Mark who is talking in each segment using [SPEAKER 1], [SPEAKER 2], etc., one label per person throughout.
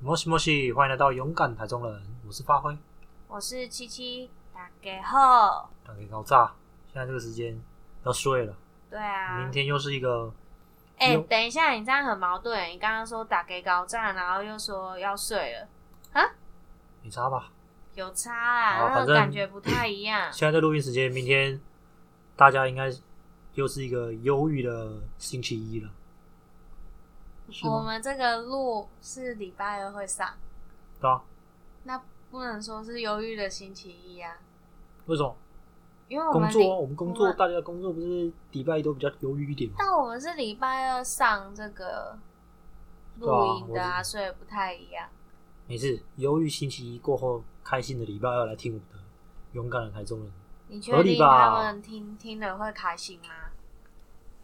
[SPEAKER 1] 莫西莫西，欢迎来到勇敢台中人，我是发挥，
[SPEAKER 2] 我是七七，打给后。
[SPEAKER 1] 打给高炸。现在这个时间要睡了，
[SPEAKER 2] 对啊，
[SPEAKER 1] 明天又是一个
[SPEAKER 2] 哎、
[SPEAKER 1] 有
[SPEAKER 2] 等一下，你这样很矛盾。欸你刚刚说打给高站，然后又说要睡了，
[SPEAKER 1] 你差吧。
[SPEAKER 2] 有差啊，
[SPEAKER 1] 好
[SPEAKER 2] 那
[SPEAKER 1] 反
[SPEAKER 2] 个
[SPEAKER 1] 正
[SPEAKER 2] 感觉不太 一样。
[SPEAKER 1] 现在在录音时间，明天大家应该又是一个忧郁的星期一了，是
[SPEAKER 2] 我
[SPEAKER 1] 吗？
[SPEAKER 2] 们这个录是礼拜二会上，
[SPEAKER 1] 对啊，
[SPEAKER 2] 那不能说是忧郁的星期一啊，
[SPEAKER 1] 为什么？
[SPEAKER 2] 因为我
[SPEAKER 1] 工
[SPEAKER 2] 们
[SPEAKER 1] 作啊，
[SPEAKER 2] 礼
[SPEAKER 1] 我们工作，
[SPEAKER 2] 我们嗯
[SPEAKER 1] 大家工作不是礼拜一都比较忧郁一点吗？
[SPEAKER 2] 但我们是礼拜二上这个
[SPEAKER 1] 对啊
[SPEAKER 2] 录音的
[SPEAKER 1] 我
[SPEAKER 2] 啊，
[SPEAKER 1] 知
[SPEAKER 2] 所以不太一样。
[SPEAKER 1] 没事，忧郁星期一过后，开心的礼拜二来听我们的勇敢的台中人，
[SPEAKER 2] 你
[SPEAKER 1] 合
[SPEAKER 2] 确
[SPEAKER 1] 理
[SPEAKER 2] 定
[SPEAKER 1] 吧
[SPEAKER 2] 他们听听了会开心吗？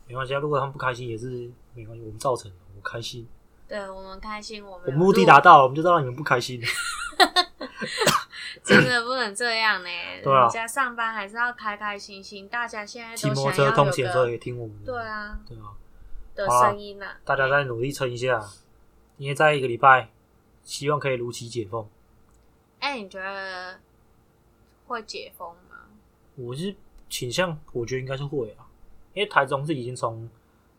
[SPEAKER 1] 没关系啊。如果他们不开心也是没关系，我们造成的，我们开心，
[SPEAKER 2] 对我们开心，我
[SPEAKER 1] 我
[SPEAKER 2] 们有
[SPEAKER 1] 们目的
[SPEAKER 2] 录
[SPEAKER 1] 达到了，我们就让你们不开 心。
[SPEAKER 2] 真的不能这样呢、
[SPEAKER 1] 对啊
[SPEAKER 2] 人家上班还是要开开心心，大家现在
[SPEAKER 1] 骑
[SPEAKER 2] 都
[SPEAKER 1] 摩
[SPEAKER 2] 想
[SPEAKER 1] 托车
[SPEAKER 2] 要有
[SPEAKER 1] 通勤的时候
[SPEAKER 2] 个
[SPEAKER 1] 也听我们的，
[SPEAKER 2] 对啊
[SPEAKER 1] 对啊，
[SPEAKER 2] 的
[SPEAKER 1] 好啦
[SPEAKER 2] 声音啊。
[SPEAKER 1] 大家再努力撑一下，因为在一个礼拜，希望可以如期解封。
[SPEAKER 2] 哎、你觉得会解封吗？
[SPEAKER 1] 我是倾向，我觉得应该是会啊，因为台中是已经从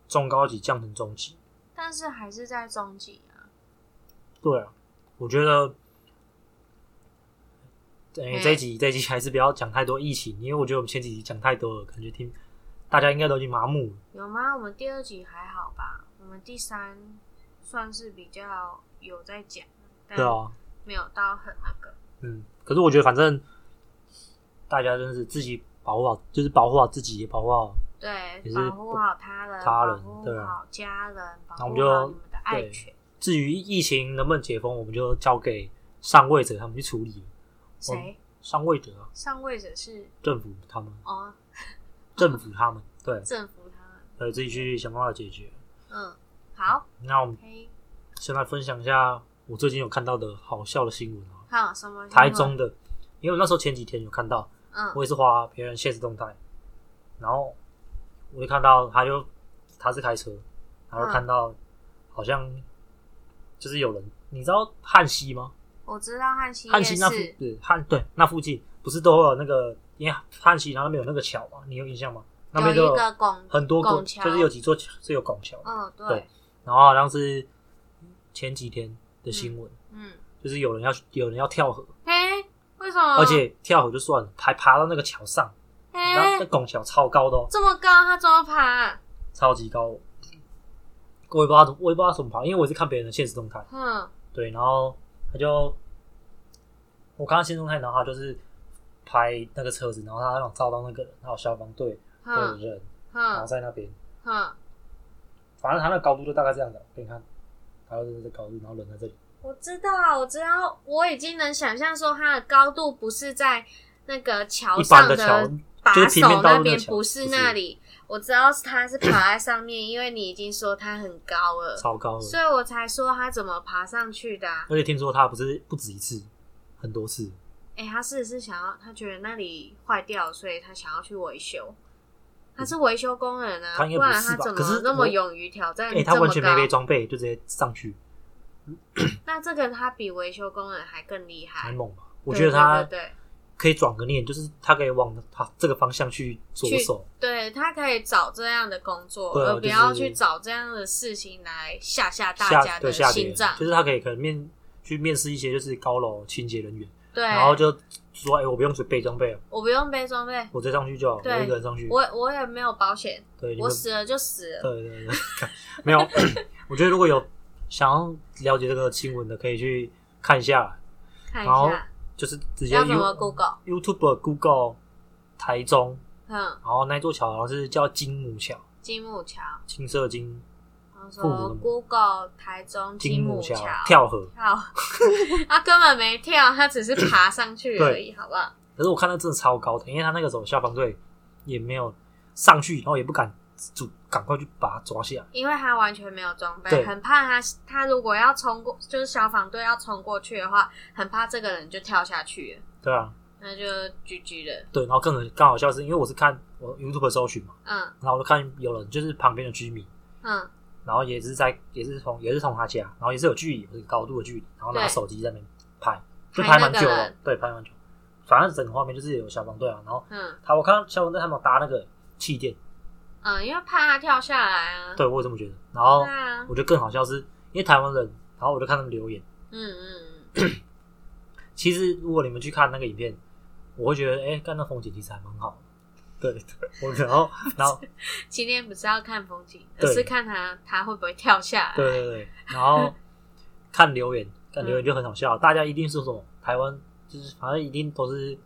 [SPEAKER 1] 中高级降成中级，
[SPEAKER 2] 但是还是在中级啊。
[SPEAKER 1] 对啊，我觉得，对、
[SPEAKER 2] 嗯
[SPEAKER 1] 这一集这一集还是不要讲太多疫情，因为我觉得我们前几集讲太多了，感觉听大家应该都已经麻木了。
[SPEAKER 2] 有吗？我们第二集还好吧？我们第三算是比较有在讲，但
[SPEAKER 1] 对啊，
[SPEAKER 2] 没有到很那个。
[SPEAKER 1] 嗯，可是我觉得反正大家真是自己保护好，就是保护好自己，也保护好
[SPEAKER 2] 对
[SPEAKER 1] 也，是
[SPEAKER 2] 保护好他人，
[SPEAKER 1] 他人
[SPEAKER 2] 保
[SPEAKER 1] 对
[SPEAKER 2] 护
[SPEAKER 1] 啊
[SPEAKER 2] 好家人，保
[SPEAKER 1] 那我
[SPEAKER 2] 护
[SPEAKER 1] 们
[SPEAKER 2] 好
[SPEAKER 1] 就
[SPEAKER 2] 你们的爱
[SPEAKER 1] 对
[SPEAKER 2] 犬。
[SPEAKER 1] 至于疫情能不能解封，我们就交给上位者他们去处理。我们
[SPEAKER 2] 谁？
[SPEAKER 1] 上位者啊，
[SPEAKER 2] 上位者是
[SPEAKER 1] 政府他们，
[SPEAKER 2] 哦，
[SPEAKER 1] 政府他们，对，
[SPEAKER 2] 政府他们。
[SPEAKER 1] 呃，自己去想办法解决。
[SPEAKER 2] 嗯，好，
[SPEAKER 1] 那我们
[SPEAKER 2] 可以。
[SPEAKER 1] 先来分享一下我最近有看到的好笑的新闻啊，
[SPEAKER 2] 好，什么？
[SPEAKER 1] 台中。的，因为我那时候前几天有看到，
[SPEAKER 2] 嗯
[SPEAKER 1] 我也是花别人现实动态，然后我就看到他就他是开车，然后
[SPEAKER 2] 嗯
[SPEAKER 1] 看到好像就是有人，你知道汉西吗？
[SPEAKER 2] 我知道汉西
[SPEAKER 1] 汉
[SPEAKER 2] 夜
[SPEAKER 1] 西那附
[SPEAKER 2] 市，
[SPEAKER 1] 对汉对那附近不是都会有那个，因为汉西然后那边有那个桥嘛，你有印象吗？那边就
[SPEAKER 2] 有一
[SPEAKER 1] 有
[SPEAKER 2] 个拱
[SPEAKER 1] 很多
[SPEAKER 2] 拱
[SPEAKER 1] 拱，
[SPEAKER 2] 桥
[SPEAKER 1] 就是有几座桥是有拱桥的，
[SPEAKER 2] 嗯，对
[SPEAKER 1] 对，然后好像是前几天的新闻，
[SPEAKER 2] 嗯，
[SPEAKER 1] 就是有人要有人要跳河，
[SPEAKER 2] 嘿，为什么？
[SPEAKER 1] 而且跳河就算了，还爬到那个桥上，然后那
[SPEAKER 2] 嘿，
[SPEAKER 1] 拱桥超高的哦，
[SPEAKER 2] 这么高，他怎么爬？
[SPEAKER 1] 超级高，我也不知道怎么我也不知道怎么爬，因为我是看别人的现实动态，
[SPEAKER 2] 哼，
[SPEAKER 1] 对，然后他就我看到现实动态，然后他就是拍那个车子，然后他想照到那个人，还有消防队的
[SPEAKER 2] 哼，
[SPEAKER 1] 人，然后
[SPEAKER 2] 哼，
[SPEAKER 1] 在那边，
[SPEAKER 2] 哼，
[SPEAKER 1] 反正他那个高度就大概这样的，给你看，他就是这高度，然后人在这里，
[SPEAKER 2] 我知道，我知道，我已经能想象说它的高度不是在那个桥
[SPEAKER 1] 一般
[SPEAKER 2] 上
[SPEAKER 1] 的桥
[SPEAKER 2] 把
[SPEAKER 1] 就是平面道路
[SPEAKER 2] 手那
[SPEAKER 1] 那
[SPEAKER 2] 边，
[SPEAKER 1] 桥
[SPEAKER 2] 不
[SPEAKER 1] 不
[SPEAKER 2] 是
[SPEAKER 1] 是
[SPEAKER 2] 那里。我知道他是爬在上面，因为你已经说他很高了，
[SPEAKER 1] 超高的，
[SPEAKER 2] 嗯所以我才说他怎么爬上去的、啊。
[SPEAKER 1] 而且听说他不是不止一次，很多次，
[SPEAKER 2] 哎、他是不是想要？他觉得那里坏掉，所以他想要去维修。他是维修工人啊，
[SPEAKER 1] 他应该
[SPEAKER 2] 不然
[SPEAKER 1] 不是
[SPEAKER 2] 他
[SPEAKER 1] 吧
[SPEAKER 2] 怎
[SPEAKER 1] 可是
[SPEAKER 2] 么那
[SPEAKER 1] 我
[SPEAKER 2] 么勇于挑战
[SPEAKER 1] 哎、
[SPEAKER 2] 这么高？
[SPEAKER 1] 他完全没背装备就直接上去，
[SPEAKER 2] 那这个他比维修工人还更厉
[SPEAKER 1] 还
[SPEAKER 2] 害。
[SPEAKER 1] 猛吧？嗯我
[SPEAKER 2] 对
[SPEAKER 1] 觉得他
[SPEAKER 2] 对对
[SPEAKER 1] 可以转个念，就是他可以往他这个方向去着
[SPEAKER 2] 去
[SPEAKER 1] 手，
[SPEAKER 2] 对，对他可以找这样的工作，
[SPEAKER 1] 对啊
[SPEAKER 2] 而不要
[SPEAKER 1] 就是
[SPEAKER 2] 去找这样的事情来吓吓大
[SPEAKER 1] 下
[SPEAKER 2] 家
[SPEAKER 1] 对
[SPEAKER 2] 的
[SPEAKER 1] 下别
[SPEAKER 2] 心
[SPEAKER 1] 人
[SPEAKER 2] 脏。
[SPEAKER 1] 就是他可以可能面去面试一些就是高楼清洁人员，
[SPEAKER 2] 对，
[SPEAKER 1] 然后就嗯说：“哎、我不用准备装备了，
[SPEAKER 2] 我不用背装备，
[SPEAKER 1] 我直接上去就好，我
[SPEAKER 2] 对
[SPEAKER 1] 一个人上去。”
[SPEAKER 2] 我我也没有保险，
[SPEAKER 1] 对，你
[SPEAKER 2] 我
[SPEAKER 1] 们嗯
[SPEAKER 2] 死了就死了。
[SPEAKER 1] 对对对， 没有。 我觉得如果有想要了解这个新闻的，可以去看一下，
[SPEAKER 2] 看一
[SPEAKER 1] 然后
[SPEAKER 2] 下
[SPEAKER 1] 就是直接
[SPEAKER 2] 要怎么
[SPEAKER 1] You
[SPEAKER 2] Google，
[SPEAKER 1] YouTube Google 台中，
[SPEAKER 2] 嗯，
[SPEAKER 1] 然后那座桥好像是叫金母桥，
[SPEAKER 2] 金木桥，
[SPEAKER 1] 金色金
[SPEAKER 2] 然后
[SPEAKER 1] 父母的
[SPEAKER 2] 说
[SPEAKER 1] 母
[SPEAKER 2] Google 台中
[SPEAKER 1] 金
[SPEAKER 2] 金
[SPEAKER 1] 母
[SPEAKER 2] 木
[SPEAKER 1] 桥
[SPEAKER 2] 桥
[SPEAKER 1] 跳河。
[SPEAKER 2] 跳， 他根本没跳，他只是爬上去而已，好不好？
[SPEAKER 1] 可是我看到真的超高的，因为他那个时候消防队也没有上去，然后也不敢主赶快去把他抓下来。
[SPEAKER 2] 因为他完全没有装备
[SPEAKER 1] 对，
[SPEAKER 2] 很怕他他如果要冲过，就是消防队要冲过去的话，很怕这个人就跳下去了，
[SPEAKER 1] 对啊，
[SPEAKER 2] 那就 GG 了。
[SPEAKER 1] 对，然后更更好笑的是，因为我是看我 YouTube 搜寻嘛，
[SPEAKER 2] 嗯
[SPEAKER 1] 然后我就看有人就是旁边的居民，
[SPEAKER 2] 嗯
[SPEAKER 1] 然后也是在也是从也是从他家，然后也是有距离，有高度的距离，然后拿
[SPEAKER 2] 对
[SPEAKER 1] 手机在那边拍，就
[SPEAKER 2] 拍
[SPEAKER 1] 拍
[SPEAKER 2] 那
[SPEAKER 1] 蛮
[SPEAKER 2] 个
[SPEAKER 1] 久的
[SPEAKER 2] 人，
[SPEAKER 1] 对，拍蛮久。反正整个画面就是有消防队啊，然后
[SPEAKER 2] 嗯
[SPEAKER 1] 他我看到消防队他们有搭那个气垫，
[SPEAKER 2] 嗯，因为怕他跳下来啊。
[SPEAKER 1] 对我也这么觉得。然后
[SPEAKER 2] 对啊，
[SPEAKER 1] 我觉得更好笑是，因为台湾人，然后我就看他们留言。
[SPEAKER 2] 嗯嗯嗯，
[SPEAKER 1] 其实如果你们去看那个影片，我会觉得，哎、看那风景其实还蛮好的。对对，我 然后然后
[SPEAKER 2] 今天不是要看风景，而
[SPEAKER 1] 对
[SPEAKER 2] 是看他他会不会跳下来。
[SPEAKER 1] 对对对，然后看留言，看留言就很好笑，大家一定是什么台湾，就是反正一定都是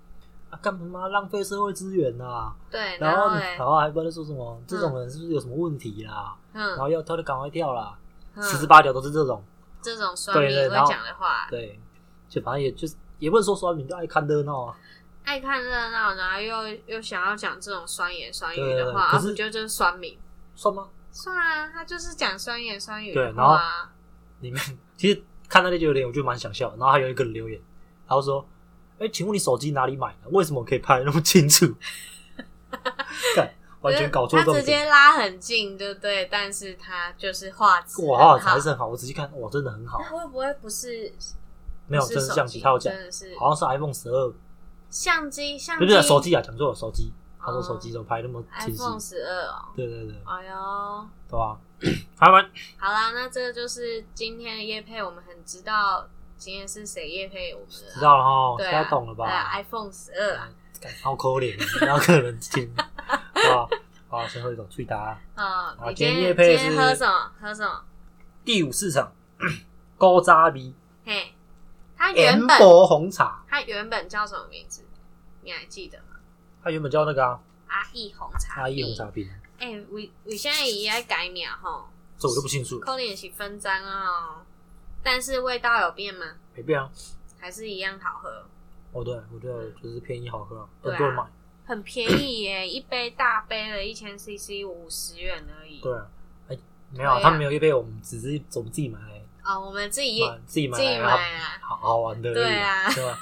[SPEAKER 1] 啊，干嘛浪费社会资源呐、
[SPEAKER 2] 对，哎
[SPEAKER 1] 然后
[SPEAKER 2] 嘞
[SPEAKER 1] 然，后还不知道说什么，这种人是不是有什么问题啦？然
[SPEAKER 2] 嗯，
[SPEAKER 1] 后要跳就赶快跳啦，
[SPEAKER 2] 嗯
[SPEAKER 1] 十之八九都是这种，
[SPEAKER 2] 这种酸民
[SPEAKER 1] 对对
[SPEAKER 2] 会
[SPEAKER 1] 然后
[SPEAKER 2] 讲的话，
[SPEAKER 1] 对，就反正也就是也不能说说你就爱看热闹啊，
[SPEAKER 2] 爱看热闹，然后又又想要讲这种酸言酸语
[SPEAKER 1] 对对
[SPEAKER 2] 的
[SPEAKER 1] 对
[SPEAKER 2] 话，
[SPEAKER 1] 可
[SPEAKER 2] 啊
[SPEAKER 1] 是
[SPEAKER 2] 不就就是酸民？
[SPEAKER 1] 算吗？
[SPEAKER 2] 算啊，他就是讲酸言酸语
[SPEAKER 1] 对
[SPEAKER 2] 的
[SPEAKER 1] 然后
[SPEAKER 2] 话啊。
[SPEAKER 1] 里面其实看那些留言，我就蛮想笑的。然后还有一个人留言，他就说：“哎、请问你手机哪里买的？为什么可以拍得那么清 楚？”干，完全搞错
[SPEAKER 2] 他
[SPEAKER 1] 重
[SPEAKER 2] 直
[SPEAKER 1] 点。
[SPEAKER 2] 接拉很近，对不对？但是他就是画质很
[SPEAKER 1] 哇，
[SPEAKER 2] 好，
[SPEAKER 1] 还是很好。我仔细看，哇，真的很好
[SPEAKER 2] 那。会不会不是？
[SPEAKER 1] 没有，
[SPEAKER 2] 不
[SPEAKER 1] 这是
[SPEAKER 2] 手
[SPEAKER 1] 相机，他有讲，
[SPEAKER 2] 真的是
[SPEAKER 1] 好像是 iPhone 十二，
[SPEAKER 2] 相机，相
[SPEAKER 1] 不
[SPEAKER 2] 机
[SPEAKER 1] 是手机啊，讲错了，手机。他说
[SPEAKER 2] 哦
[SPEAKER 1] 手机怎么拍那么清晰？
[SPEAKER 2] ，iPhone 啊十二哦。
[SPEAKER 1] 对对对，
[SPEAKER 2] 哎呦，好
[SPEAKER 1] 对吧？还蛮
[SPEAKER 2] 啦，那这就是今天的叶配，我们很知道今天是谁叶配我们了啊，
[SPEAKER 1] 知道了哈，
[SPEAKER 2] 对
[SPEAKER 1] 大
[SPEAKER 2] 啊，
[SPEAKER 1] 家哦懂了
[SPEAKER 2] 对啊
[SPEAKER 1] 吧？嗯
[SPEAKER 2] ？iPhone 十二
[SPEAKER 1] 干好可怜，然后可能听，对吧？ 好，先喝一口最答案。
[SPEAKER 2] 啊，
[SPEAKER 1] 好
[SPEAKER 2] 你
[SPEAKER 1] 今天
[SPEAKER 2] 天
[SPEAKER 1] 业配
[SPEAKER 2] 今天
[SPEAKER 1] 是
[SPEAKER 2] 喝什么？喝什么？
[SPEAKER 1] 第五市场， 高渣鼻
[SPEAKER 2] 嘿，它原
[SPEAKER 1] 盐
[SPEAKER 2] 本
[SPEAKER 1] 博红茶，
[SPEAKER 2] 它原本叫什么名字？你还记得吗？
[SPEAKER 1] 它原本叫那个啊
[SPEAKER 2] 阿义红茶，
[SPEAKER 1] 阿姨红。茶饼，
[SPEAKER 2] 哎、我我现在也在改名啊吼，
[SPEAKER 1] 这我就不清楚，
[SPEAKER 2] 可能是分赃啊、哦，但是味道有变吗？
[SPEAKER 1] 没变啊。
[SPEAKER 2] 还是一样好喝？
[SPEAKER 1] 哦，对，我觉得就是便宜好喝啊，
[SPEAKER 2] 对
[SPEAKER 1] 很
[SPEAKER 2] 啊
[SPEAKER 1] 多人买。
[SPEAKER 2] 很便宜 耶，一杯大杯的，一千 CC 五十元而已。
[SPEAKER 1] 对啊，哎，没
[SPEAKER 2] 对
[SPEAKER 1] 有，
[SPEAKER 2] 啊
[SPEAKER 1] 他们没有一杯，我们只是我们自己买来，
[SPEAKER 2] 啊、我们自己
[SPEAKER 1] 买自己买
[SPEAKER 2] 自己
[SPEAKER 1] 来
[SPEAKER 2] 买
[SPEAKER 1] 好好
[SPEAKER 2] 啊，
[SPEAKER 1] 好玩的而已，
[SPEAKER 2] 对啊
[SPEAKER 1] 对吧？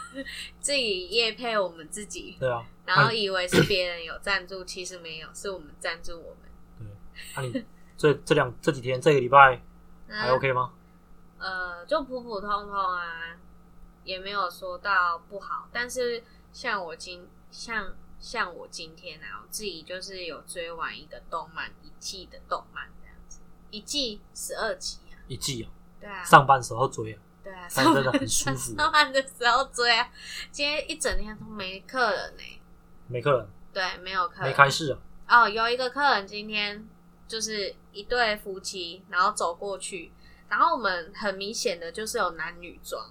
[SPEAKER 2] 自己夜配我们自己，
[SPEAKER 1] 对啊，
[SPEAKER 2] 然后以为是别人有赞助，其实没有，是我们赞助我们。
[SPEAKER 1] 那啊你这这两这几天这个礼拜
[SPEAKER 2] 嗯
[SPEAKER 1] 还 OK 吗？
[SPEAKER 2] 呃，就普普通通啊，也没有说到不好。但是像我今像像我今天啊，我自己就是有追完一个动漫一季的动漫这样子，一季十二集啊，
[SPEAKER 1] 一季啊，
[SPEAKER 2] 对啊，
[SPEAKER 1] 上班时候追啊，
[SPEAKER 2] 对啊，
[SPEAKER 1] 但
[SPEAKER 2] 上
[SPEAKER 1] 真的很
[SPEAKER 2] 班
[SPEAKER 1] 舒服
[SPEAKER 2] 上班的时候追啊，今天一整天都没客人呢、
[SPEAKER 1] 没客人，
[SPEAKER 2] 对，没有客人，
[SPEAKER 1] 没开市啊，
[SPEAKER 2] 哦，有一个客人今天就是一对夫妻，然后走过去，然后我们很明显的就是有男女装，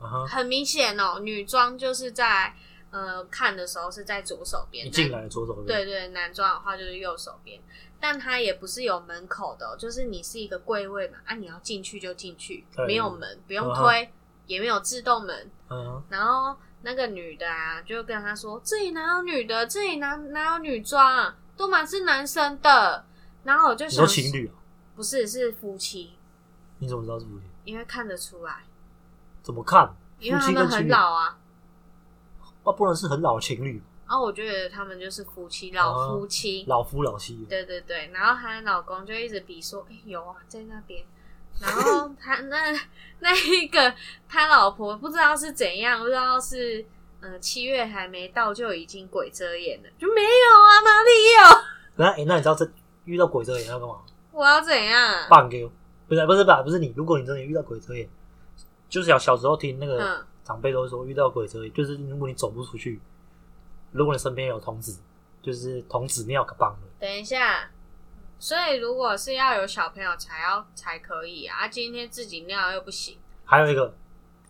[SPEAKER 1] 嗯哼，
[SPEAKER 2] 很明显哦，女装就是在呃看的时候是在左手边，
[SPEAKER 1] 一进来左手边，
[SPEAKER 2] 对对，男装的话就是右手边，但它也不是有门口的哦、就是你是一个柜位嘛，啊，你要进去就进去，
[SPEAKER 1] 对
[SPEAKER 2] 没有门，不用
[SPEAKER 1] 嗯哼
[SPEAKER 2] 推，也没有自动门，
[SPEAKER 1] 嗯哼，
[SPEAKER 2] 然后那个女的啊，就跟他说：“这里哪有女的？这里哪哪有女装、啊？都满是男生的。”然后我就
[SPEAKER 1] 你说
[SPEAKER 2] 想，
[SPEAKER 1] 情侣啊？
[SPEAKER 2] 不是是夫妻，
[SPEAKER 1] 你怎么知道是不是？
[SPEAKER 2] 因为看得出来，
[SPEAKER 1] 怎么看？
[SPEAKER 2] 因为
[SPEAKER 1] 夫
[SPEAKER 2] 他
[SPEAKER 1] 妻
[SPEAKER 2] 们
[SPEAKER 1] 跟情
[SPEAKER 2] 很
[SPEAKER 1] 侣
[SPEAKER 2] 老啊。
[SPEAKER 1] 啊，不然是很老的情侣，
[SPEAKER 2] 然后我觉得他们就是夫妻，老
[SPEAKER 1] 哦
[SPEAKER 2] 夫妻。
[SPEAKER 1] 老夫老妻的。
[SPEAKER 2] 对对对，然后她老公就一直比说：“哎、有啊，在那边。”然后她那那一个她老婆不知道是怎样，不知道是嗯七月还没到就已经鬼遮眼了，就没有啊，哪里有？
[SPEAKER 1] 那哎、那你知道这遇到鬼遮眼要干嘛？
[SPEAKER 2] 我要怎样啊？
[SPEAKER 1] 棒给我，不是不是吧？不是你，如果你真的遇到鬼遮眼，就是小小时候听那个
[SPEAKER 2] 嗯，
[SPEAKER 1] 长辈都会说，遇到鬼遮眼就是如果你走不出去，如果你身边有童子，就是童子尿个棒了。
[SPEAKER 2] 等一下。所以如果是要有小朋友才要才可以啊，啊今天自己尿又不行
[SPEAKER 1] 还有一个，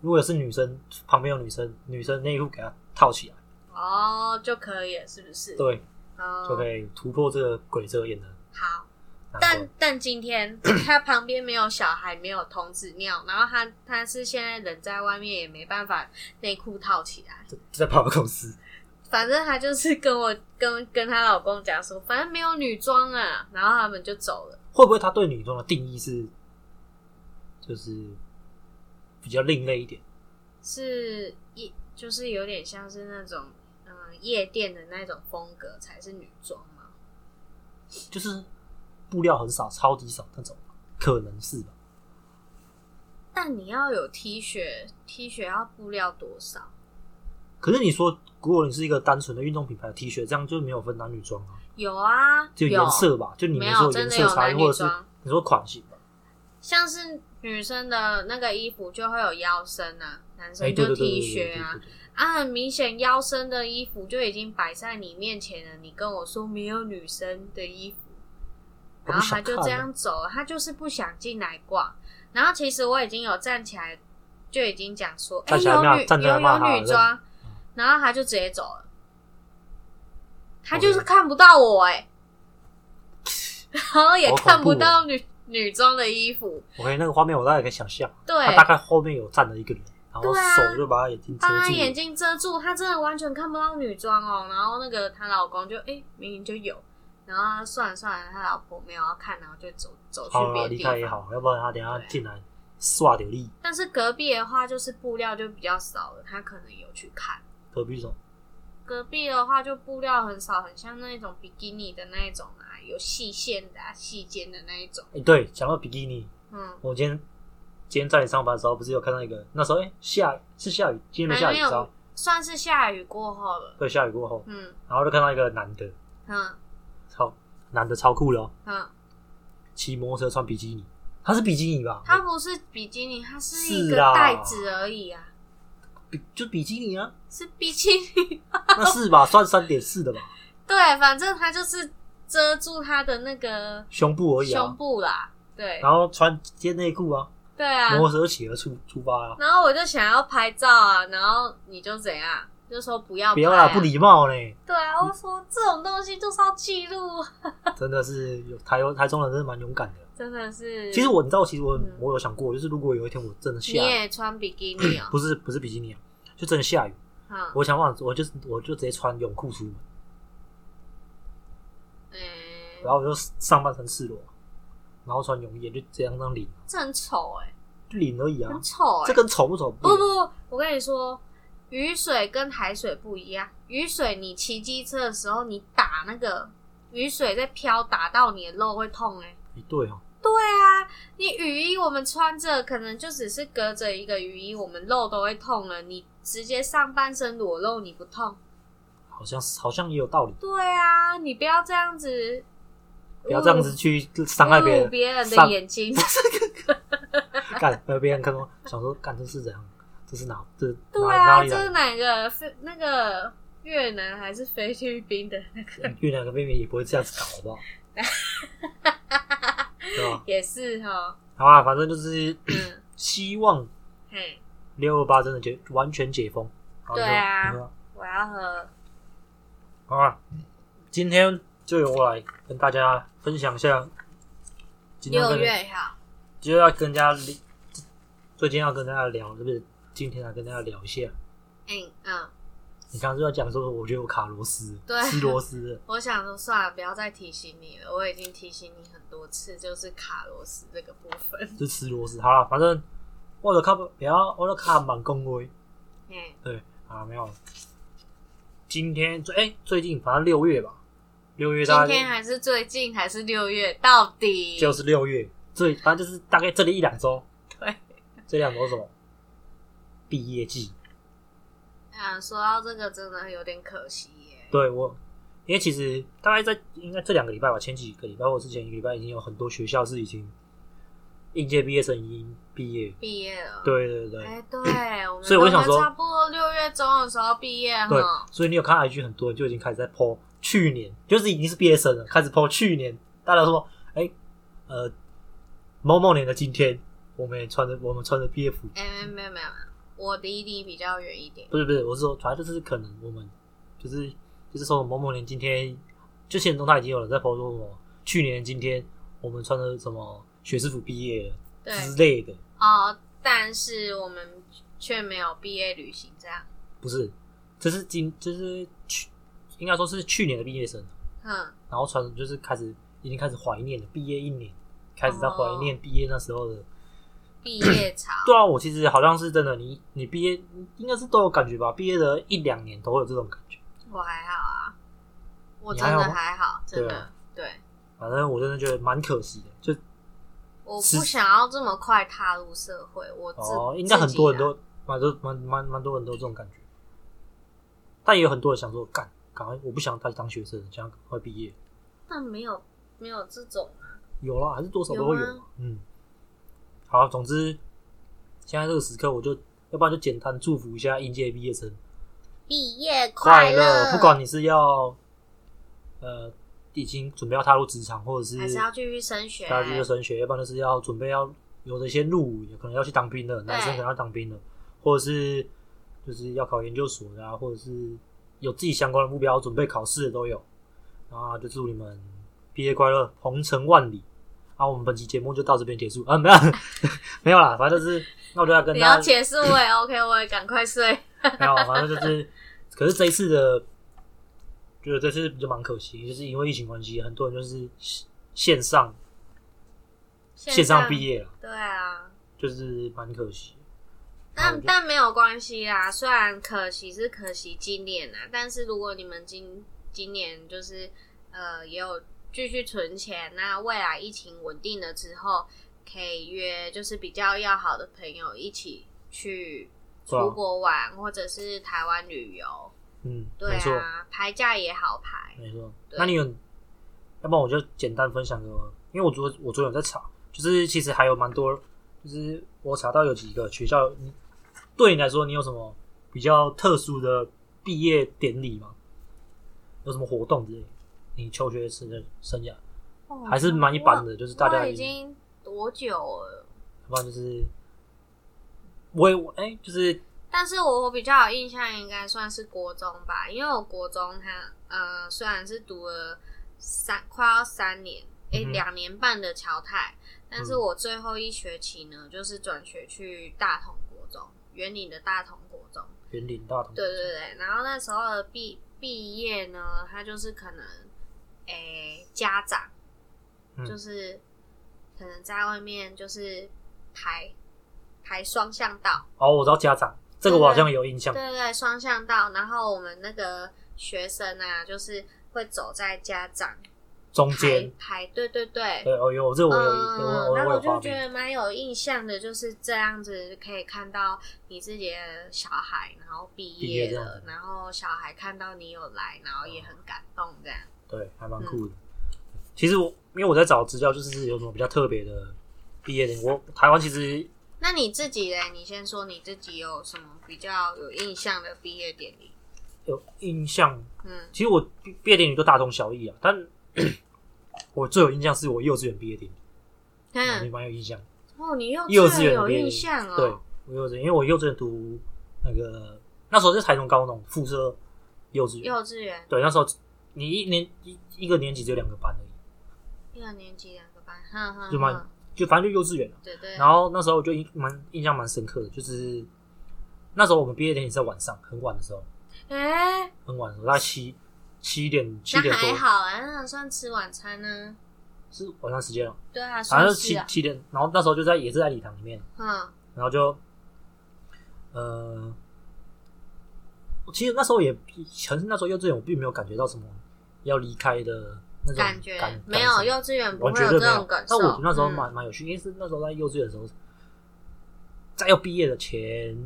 [SPEAKER 1] 如果是女生旁边有女生，女生内裤给她套起来，
[SPEAKER 2] 哦，就可以了，是不是？，
[SPEAKER 1] 对，
[SPEAKER 2] 哦，
[SPEAKER 1] 就可以突破这个鬼遮眼的
[SPEAKER 2] 好。
[SPEAKER 1] 难
[SPEAKER 2] 但
[SPEAKER 1] 关。
[SPEAKER 2] 但 今天他旁边没有小孩，没有童子尿，然后他他是现在人在外面也没办法内裤套起来，
[SPEAKER 1] 在在跑公司，
[SPEAKER 2] 反正他就是跟我跟跟她老公讲说，反正没有女装啊，然后他们就走了。
[SPEAKER 1] 会不会她对女装的定义是，就是比较另类一点？
[SPEAKER 2] 是夜就是有点像是那种嗯、呃夜店的那种风格才是女装嘛。
[SPEAKER 1] 就是布料很少，超级少那种。可能是吧？
[SPEAKER 2] 但你要有 T 恤，T 恤要布料多少？
[SPEAKER 1] 可是你说，如果你是一个单纯的运动品牌的 T 恤，这样就没有分男女装啊，
[SPEAKER 2] 有啊，
[SPEAKER 1] 就
[SPEAKER 2] 有
[SPEAKER 1] 颜色吧，就你
[SPEAKER 2] 没
[SPEAKER 1] 们
[SPEAKER 2] 有
[SPEAKER 1] 说
[SPEAKER 2] 真
[SPEAKER 1] 颜
[SPEAKER 2] 的
[SPEAKER 1] 色
[SPEAKER 2] 有
[SPEAKER 1] 差异，
[SPEAKER 2] 男
[SPEAKER 1] 或
[SPEAKER 2] 女
[SPEAKER 1] 者是
[SPEAKER 2] 装，
[SPEAKER 1] 你说款型吧？
[SPEAKER 2] 像是女生的那个衣服就会有腰身啊，男
[SPEAKER 1] 哎，对
[SPEAKER 2] 生就
[SPEAKER 1] 对对
[SPEAKER 2] T
[SPEAKER 1] 对对
[SPEAKER 2] 恤
[SPEAKER 1] 对
[SPEAKER 2] 啊
[SPEAKER 1] 对，对，
[SPEAKER 2] 啊，很明显腰身的衣服就已经摆在你面前了，你跟我说没有女生的衣服，
[SPEAKER 1] 我不
[SPEAKER 2] 然后他
[SPEAKER 1] 想
[SPEAKER 2] 就
[SPEAKER 1] 看
[SPEAKER 2] 这
[SPEAKER 1] 啊
[SPEAKER 2] 样走了，他就是不想进来逛。然后其实我已经有站起来，就已经讲说，哎、
[SPEAKER 1] 站起来骂
[SPEAKER 2] 有女
[SPEAKER 1] 站起来
[SPEAKER 2] 有
[SPEAKER 1] 骂
[SPEAKER 2] 有
[SPEAKER 1] 他了
[SPEAKER 2] 女装，然后他就直接走了，他
[SPEAKER 1] OK
[SPEAKER 2] 就是看不到我哎、 然后也
[SPEAKER 1] 好恐
[SPEAKER 2] 看不
[SPEAKER 1] 怖哦
[SPEAKER 2] 到女女装的衣服，
[SPEAKER 1] 我可以那个画面我大概可以想象，啊
[SPEAKER 2] 对，
[SPEAKER 1] 他大概后面有站了一个人，然后
[SPEAKER 2] 对啊
[SPEAKER 1] 手就把他眼睛遮
[SPEAKER 2] 把她
[SPEAKER 1] 住
[SPEAKER 2] 眼
[SPEAKER 1] 了，
[SPEAKER 2] 睛遮住，她真的完全看不到女装哦。然后那个她老公就哎、诶明明就有，然后她算了算了，她老婆没有要看，然后就走走去
[SPEAKER 1] 好
[SPEAKER 2] 别
[SPEAKER 1] 啦，
[SPEAKER 2] 的
[SPEAKER 1] 离
[SPEAKER 2] 地
[SPEAKER 1] 开也
[SPEAKER 2] 方。
[SPEAKER 1] 好，要不然他等一下
[SPEAKER 2] 对
[SPEAKER 1] 进来刷流力，
[SPEAKER 2] 但是隔壁的话，就是布料就比较少了，她可能有去看。
[SPEAKER 1] 何必说？
[SPEAKER 2] 隔壁的话，就布料很少，很像那种比基尼的那一种啊，有细线的、啊、细肩的那一种。
[SPEAKER 1] 哎，对，讲到比基尼，
[SPEAKER 2] 嗯，
[SPEAKER 1] 我今天今天在你上班的时候，不是有看到一个那时候哎下是下雨，今天没下
[SPEAKER 2] 还
[SPEAKER 1] 雨，
[SPEAKER 2] 没
[SPEAKER 1] 知道
[SPEAKER 2] 有，算是下雨过后了。
[SPEAKER 1] 对，下雨过后，
[SPEAKER 2] 嗯
[SPEAKER 1] 然后就看到一个男的，
[SPEAKER 2] 嗯
[SPEAKER 1] 超男的超酷的哦，
[SPEAKER 2] 嗯，
[SPEAKER 1] 骑摩托车穿比基尼，他是比基尼吧？
[SPEAKER 2] 它不是比基尼，它是
[SPEAKER 1] 是
[SPEAKER 2] 一
[SPEAKER 1] 啊
[SPEAKER 2] 个
[SPEAKER 1] 啦
[SPEAKER 2] 带子而已啊，
[SPEAKER 1] 比就比基尼啊，
[SPEAKER 2] 是比基尼
[SPEAKER 1] 那是吧？算三点四的吧，
[SPEAKER 2] 对，反正他就是遮住他的那个
[SPEAKER 1] 胸部而已
[SPEAKER 2] 胸
[SPEAKER 1] 啊。
[SPEAKER 2] 部啦，对
[SPEAKER 1] 然后穿接内裤啊，
[SPEAKER 2] 对啊。
[SPEAKER 1] 摩托车企鹅出出发啊，
[SPEAKER 2] 然后我就想要拍照啊，然后你就怎样，就说不要拍、啊，
[SPEAKER 1] 不要啦，不。礼貌嘞，
[SPEAKER 2] 对啊，我说这种东西就是要记录，
[SPEAKER 1] 真的是有台台中人真的蛮勇敢的。
[SPEAKER 2] 真的是。
[SPEAKER 1] 其实我你知道，其实我
[SPEAKER 2] 嗯
[SPEAKER 1] 我有想过，就是如果有一天我真的
[SPEAKER 2] 你
[SPEAKER 1] 下雨，
[SPEAKER 2] 也穿比基尼 哦、
[SPEAKER 1] 不是不是比基尼啊，就真的下雨，
[SPEAKER 2] 嗯，
[SPEAKER 1] 我想法我就我就直接穿泳裤出门，
[SPEAKER 2] 嗯，
[SPEAKER 1] 然后我就上半身赤裸，然后穿泳衣就这样当领啊
[SPEAKER 2] 这很丑哎、
[SPEAKER 1] 就领而已啊
[SPEAKER 2] 很，丑哎、
[SPEAKER 1] 这跟丑不丑
[SPEAKER 2] 不不
[SPEAKER 1] 一样
[SPEAKER 2] 不，我跟你说，雨水跟海水不一样。雨水你骑机车的时候，你打那个雨水在飘，打到你的肉会痛哎、
[SPEAKER 1] 哎对哦，
[SPEAKER 2] 对啊，你雨衣我们穿着，可能就只是隔着一个雨衣，我们肉都会痛了。你直接上半身裸露，你不痛？
[SPEAKER 1] 好像是好像也有道理，
[SPEAKER 2] 对啊，你不要这样子，
[SPEAKER 1] 不要这样子去伤害别
[SPEAKER 2] 侮辱
[SPEAKER 1] 人，
[SPEAKER 2] 别人的
[SPEAKER 1] 伤
[SPEAKER 2] 眼睛。
[SPEAKER 1] 干呃别人看到想说干这是怎样，这是哪这
[SPEAKER 2] 对
[SPEAKER 1] 哪哪
[SPEAKER 2] 啊，
[SPEAKER 1] 里
[SPEAKER 2] 这是
[SPEAKER 1] 来的？
[SPEAKER 2] 哪个菲那个越南还是菲律宾的那个？
[SPEAKER 1] 越南跟妹妹也不会这样子搞，好不 好？对吧？
[SPEAKER 2] 也是哈，
[SPEAKER 1] 好吧，反正就是
[SPEAKER 2] 嗯，
[SPEAKER 1] 希望
[SPEAKER 2] 嘿，
[SPEAKER 1] 六二八真的解完全解封。好
[SPEAKER 2] 对啊
[SPEAKER 1] 就
[SPEAKER 2] 我要喝，
[SPEAKER 1] 好啊，今天就由我来跟大家分享一下，今天要
[SPEAKER 2] 六
[SPEAKER 1] 跟
[SPEAKER 2] 月一号，
[SPEAKER 1] 就要跟大家聊，最近要跟大家聊，是不是？今天来跟大家聊一下，
[SPEAKER 2] 嗯嗯，
[SPEAKER 1] 你刚刚是要讲说，我觉得我卡螺丝，
[SPEAKER 2] 对
[SPEAKER 1] 吃螺丝 了，
[SPEAKER 2] 我想说算了，不要再提醒你了，我已经提醒你很多次，就是卡螺丝这个部分，
[SPEAKER 1] 就吃螺丝。好了，反正我的卡不要，我的卡蛮恭维。
[SPEAKER 2] 嗯
[SPEAKER 1] 对啊，没有。今天最哎、最近反正六月吧，六月
[SPEAKER 2] 今
[SPEAKER 1] 大
[SPEAKER 2] 天啊
[SPEAKER 1] 概
[SPEAKER 2] 还是最近还是六月，到底
[SPEAKER 1] 就是六月，最反正就是大概这里一两周，
[SPEAKER 2] 对，
[SPEAKER 1] 这两周是什么？毕业季。
[SPEAKER 2] 啊，说到这个真的有点可惜耶，
[SPEAKER 1] 对我，因为其实大概在应该这两个礼拜吧，前几个礼拜或之前一个礼拜，已经有很多学校是已经应届毕业生已经毕业。
[SPEAKER 2] 毕业了，，
[SPEAKER 1] 对对对、
[SPEAKER 2] 哎对，我们
[SPEAKER 1] 所以我想
[SPEAKER 2] 都
[SPEAKER 1] 说
[SPEAKER 2] 差不多六月中的时候毕业
[SPEAKER 1] 对
[SPEAKER 2] 哈，，
[SPEAKER 1] 所以你有看 IG 很多人就已经开始在 po 去年，就是已经是毕业生了，开始 po 去年，大家说，哎、呃，某某年的今天，我们也穿着我们穿着毕业服，
[SPEAKER 2] 哎没有没有没有，我离你比较远一点，
[SPEAKER 1] 不是不是，我是说，反正就是可能我们就是就是说某某年今天，就现实中他已经有人在抛说什么去年今天我们穿的什么学士服毕业了
[SPEAKER 2] 对
[SPEAKER 1] 之类的，
[SPEAKER 2] 哦，但是我们却没有毕业旅行这样，
[SPEAKER 1] 不是，这是今就是去应该说是去年的毕业生，啊
[SPEAKER 2] 哼。
[SPEAKER 1] 然后穿就是开始已经开始怀念了毕业一年，开始在怀念毕业那时候的。
[SPEAKER 2] 毕业潮，
[SPEAKER 1] 对啊，我其实好像是真的，你你毕业应该是都有感觉吧？毕业的一两年都会有这种感觉。
[SPEAKER 2] 我还好啊，我
[SPEAKER 1] 你
[SPEAKER 2] 真
[SPEAKER 1] 还好
[SPEAKER 2] 的
[SPEAKER 1] 吗
[SPEAKER 2] 还好，真
[SPEAKER 1] 对
[SPEAKER 2] 的
[SPEAKER 1] 啊
[SPEAKER 2] 对。
[SPEAKER 1] 反正我真的觉得蛮可惜的，就
[SPEAKER 2] 我
[SPEAKER 1] 是
[SPEAKER 2] 不想要这么快踏入社会，我自、啊
[SPEAKER 1] 哦，应该很多人都蛮多蛮蛮蛮多人都有这种感觉，但也有很多人想说，干，赶快，我不想再当学生，想要赶快毕业。
[SPEAKER 2] 但没有没有这种啊
[SPEAKER 1] 有啦，还是多少都会有。
[SPEAKER 2] 有吗啊
[SPEAKER 1] 嗯，好，总之现在这个时刻，我就要不然就简单祝福一下应届毕业生
[SPEAKER 2] 毕业
[SPEAKER 1] 乐
[SPEAKER 2] 乐，，
[SPEAKER 1] 不管你是要呃已经准备要踏入职场，或者是
[SPEAKER 2] 还是要继续升学，啊
[SPEAKER 1] 大家去升学，要不然就是要准备要有的先入伍，也可能要去当兵了，男生可能要当兵了，或者是就是要考研究所的啊，或者是有自己相关的目标，准备考试的都有。啊，就祝你们毕业快乐，鹏程万里。啊，我们本期节目就到这边结束啊，没有 没有啦，反正就是那我就要跟
[SPEAKER 2] 你
[SPEAKER 1] 大
[SPEAKER 2] 要
[SPEAKER 1] 家
[SPEAKER 2] 结束我 也 OK，我也赶快睡。
[SPEAKER 1] 没有，反正就是，可是这一次的，觉得这次就蛮可惜，就是因为疫情关系，很多人就是线上线上毕
[SPEAKER 2] 业，
[SPEAKER 1] 业了。
[SPEAKER 2] 对啊，
[SPEAKER 1] 就是蛮可惜。好
[SPEAKER 2] 但
[SPEAKER 1] 我就
[SPEAKER 2] 但没有关系啦，虽然可惜是可惜今年啊，但是如果你们今今年就是呃也有继续存钱，那未来疫情稳定了之后，可以约就是比较要好的朋友一起去
[SPEAKER 1] 对啊
[SPEAKER 2] 出国玩，或者是台湾旅游，
[SPEAKER 1] 嗯，
[SPEAKER 2] 对
[SPEAKER 1] 没错，
[SPEAKER 2] 啊，排假也好排，
[SPEAKER 1] 没错。
[SPEAKER 2] 对
[SPEAKER 1] 那你有，要不然我就简单分享给我，因为我昨我昨天有在查，就是其实还有蛮多，就是我查到有几个学校，你对你来说，你有什么比较特殊的毕业典礼吗？有什么活动之类的？你求学生的生涯
[SPEAKER 2] 哦
[SPEAKER 1] 还是蛮一般的，就是大
[SPEAKER 2] 我
[SPEAKER 1] 家
[SPEAKER 2] 已经多久了？
[SPEAKER 1] 要不然就是我也我哎、就是
[SPEAKER 2] 但是我比较有印象，应该算是国中吧，因为我国中他呃虽然是读了三快要三年，诶、
[SPEAKER 1] 嗯哼
[SPEAKER 2] 两、年半的侨泰，但是
[SPEAKER 1] 嗯
[SPEAKER 2] 我最后一学期呢，就是转学去大同国中，园林的大同国中。
[SPEAKER 1] 园林大同，
[SPEAKER 2] 对对对，然后那时候的毕毕业呢，他就是可能，诶、家长、
[SPEAKER 1] 嗯
[SPEAKER 2] 就是可能在外面就是排排双向道，
[SPEAKER 1] 哦，我知道家长这个我好像有印象，
[SPEAKER 2] 对对对，双向道。然后我们那个学生啊，就是会走在家长
[SPEAKER 1] 中
[SPEAKER 2] 排
[SPEAKER 1] 间
[SPEAKER 2] 排，对对对，
[SPEAKER 1] 对，哦，有这我有，我
[SPEAKER 2] 嗯，
[SPEAKER 1] 我
[SPEAKER 2] 然
[SPEAKER 1] 我
[SPEAKER 2] 后
[SPEAKER 1] 有
[SPEAKER 2] 我
[SPEAKER 1] 画
[SPEAKER 2] 就觉
[SPEAKER 1] 面。
[SPEAKER 2] 得蛮有印象的，就是这样子可以看到你自己的小孩，然后毕
[SPEAKER 1] 毕业
[SPEAKER 2] 业
[SPEAKER 1] 这样子，
[SPEAKER 2] 了
[SPEAKER 1] 哦
[SPEAKER 2] 然后小孩看到你有来，然后也很感动，这样。
[SPEAKER 1] 对，还
[SPEAKER 2] 嗯
[SPEAKER 1] 蛮酷的。其实我因为我在找资料，就是有什么比较特别的毕业典礼。我台湾其实
[SPEAKER 2] 那你自己嘞？你先说你自己有什么比较有印象的毕业典礼？
[SPEAKER 1] 有印象，
[SPEAKER 2] 嗯，
[SPEAKER 1] 其实我毕毕业典礼都大同小异啊，但 我最有印象是我幼稚园毕业典礼，
[SPEAKER 2] 看
[SPEAKER 1] 蛮有印象。
[SPEAKER 2] 哦，你
[SPEAKER 1] 幼
[SPEAKER 2] 幼
[SPEAKER 1] 稚
[SPEAKER 2] 稚
[SPEAKER 1] 园
[SPEAKER 2] 园
[SPEAKER 1] 的
[SPEAKER 2] 有
[SPEAKER 1] 毕业典
[SPEAKER 2] 印
[SPEAKER 1] 礼
[SPEAKER 2] 象嗯哦，
[SPEAKER 1] 对，我幼稚园，因为我幼稚园读那个那时候是台中高中附设幼稚园，
[SPEAKER 2] 幼稚园
[SPEAKER 1] 对，那时候你一年一一个年级只有两个班而已，
[SPEAKER 2] 一二年级两个班，哼哼，
[SPEAKER 1] 就蛮
[SPEAKER 2] 哼
[SPEAKER 1] 就反正就幼稚园啊。
[SPEAKER 2] 对对，
[SPEAKER 1] 然后那时候我就印蛮印象蛮深刻的，就是那时候我们毕业典礼是在晚上，很晚的时候，
[SPEAKER 2] 哎、
[SPEAKER 1] 很晚的时候，大概七七点七
[SPEAKER 2] 那
[SPEAKER 1] 点
[SPEAKER 2] 还
[SPEAKER 1] 多
[SPEAKER 2] 好啊，那算吃晚餐呢、
[SPEAKER 1] 是晚上时间了，
[SPEAKER 2] 对啊，
[SPEAKER 1] 反
[SPEAKER 2] 算
[SPEAKER 1] 正
[SPEAKER 2] 是
[SPEAKER 1] 七
[SPEAKER 2] 啊，
[SPEAKER 1] 七点，然后那时候就在也是在礼堂里面，
[SPEAKER 2] 嗯，
[SPEAKER 1] 然后就呃，其实那时候也很那时候幼稚园，我并没有感觉到什么要离开的那种
[SPEAKER 2] 感觉
[SPEAKER 1] 感
[SPEAKER 2] 没有
[SPEAKER 1] 感受
[SPEAKER 2] 幼稚园不
[SPEAKER 1] 我
[SPEAKER 2] 会
[SPEAKER 1] 觉得
[SPEAKER 2] 这
[SPEAKER 1] 没有
[SPEAKER 2] 种感
[SPEAKER 1] 但
[SPEAKER 2] 受。
[SPEAKER 1] 我觉得那时候
[SPEAKER 2] 嗯
[SPEAKER 1] 蛮蛮有趣，因为是那时候在幼稚园的时候，在要毕业的前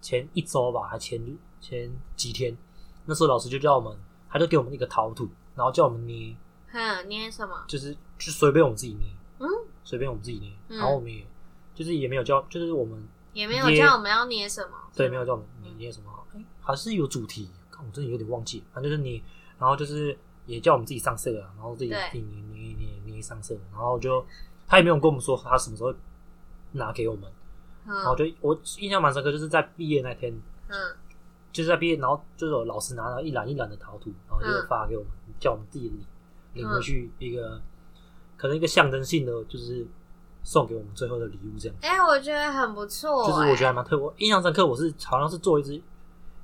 [SPEAKER 1] 前一周吧，还前前几天，那时候老师就叫我们，他就给我们一个陶土，然后叫我们捏，
[SPEAKER 2] 哼，捏什么？
[SPEAKER 1] 就是就随便我们自己捏，
[SPEAKER 2] 嗯，
[SPEAKER 1] 随便我们自己捏，
[SPEAKER 2] 嗯
[SPEAKER 1] 然后我们也就是也没有叫，就是我们
[SPEAKER 2] 也没有
[SPEAKER 1] 捏
[SPEAKER 2] 叫我们要捏什么。
[SPEAKER 1] 对
[SPEAKER 2] 是吗
[SPEAKER 1] 没有叫我们捏什么，哎、还是有主题，看我真的有点忘记，反正就是捏，然后就是也叫我们自己上色啊，然后自己
[SPEAKER 2] 对
[SPEAKER 1] 自己捏捏捏捏上色，然后就他也没有跟我们说他什么时候拿给我们，然后
[SPEAKER 2] 嗯
[SPEAKER 1] 就我印象蛮深刻，就是在毕业那天，
[SPEAKER 2] 嗯
[SPEAKER 1] 就是在毕业，然后就是有老师拿了一篮一篮的陶土，然后就
[SPEAKER 2] 嗯
[SPEAKER 1] 发给我们，叫我们自己领领回去一个、可能一个象征性的，就是送给我们最后的礼物这样。
[SPEAKER 2] 哎、我觉得很不错、哎
[SPEAKER 1] 就是我觉得还蛮特别，我印象深刻，我是好像是做一只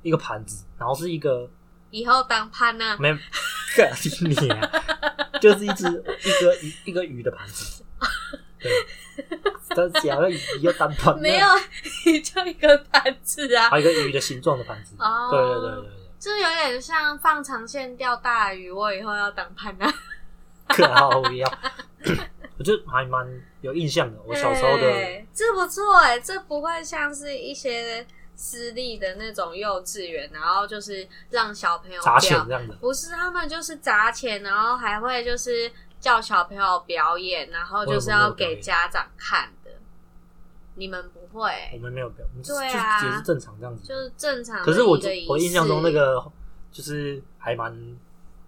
[SPEAKER 1] 一个盘子，然后是一个
[SPEAKER 2] 哎以后当潘啊娜、
[SPEAKER 1] 没干你、啊，就是一只一个鱼一个鱼的盘子，对，但是假的鱼要单盘，
[SPEAKER 2] 没有，你就一个盘子啊
[SPEAKER 1] 还，有一个鱼的形状的盘子，
[SPEAKER 2] 哦
[SPEAKER 1] 对对对对对。
[SPEAKER 2] 这有点像啊放长线钓大鱼。我以后要当潘娜、
[SPEAKER 1] 可好不要。 我就还蛮有印象的。我小时候的，
[SPEAKER 2] 哎这不错哎、这不会像是一些私立的那种幼稚园，然后就是让小朋友
[SPEAKER 1] 砸钱
[SPEAKER 2] 表
[SPEAKER 1] 这样的，
[SPEAKER 2] 不是他们就是砸钱，然后还会就是叫小朋友表演，然后就是要给家长看的。你们不会
[SPEAKER 1] 我
[SPEAKER 2] 欸，
[SPEAKER 1] 们没有表，就
[SPEAKER 2] 对
[SPEAKER 1] 就
[SPEAKER 2] 啊
[SPEAKER 1] 也是正常这样子。
[SPEAKER 2] 就是正常的一
[SPEAKER 1] 可
[SPEAKER 2] 个仪式。
[SPEAKER 1] 是我就我印象中那个就是还蛮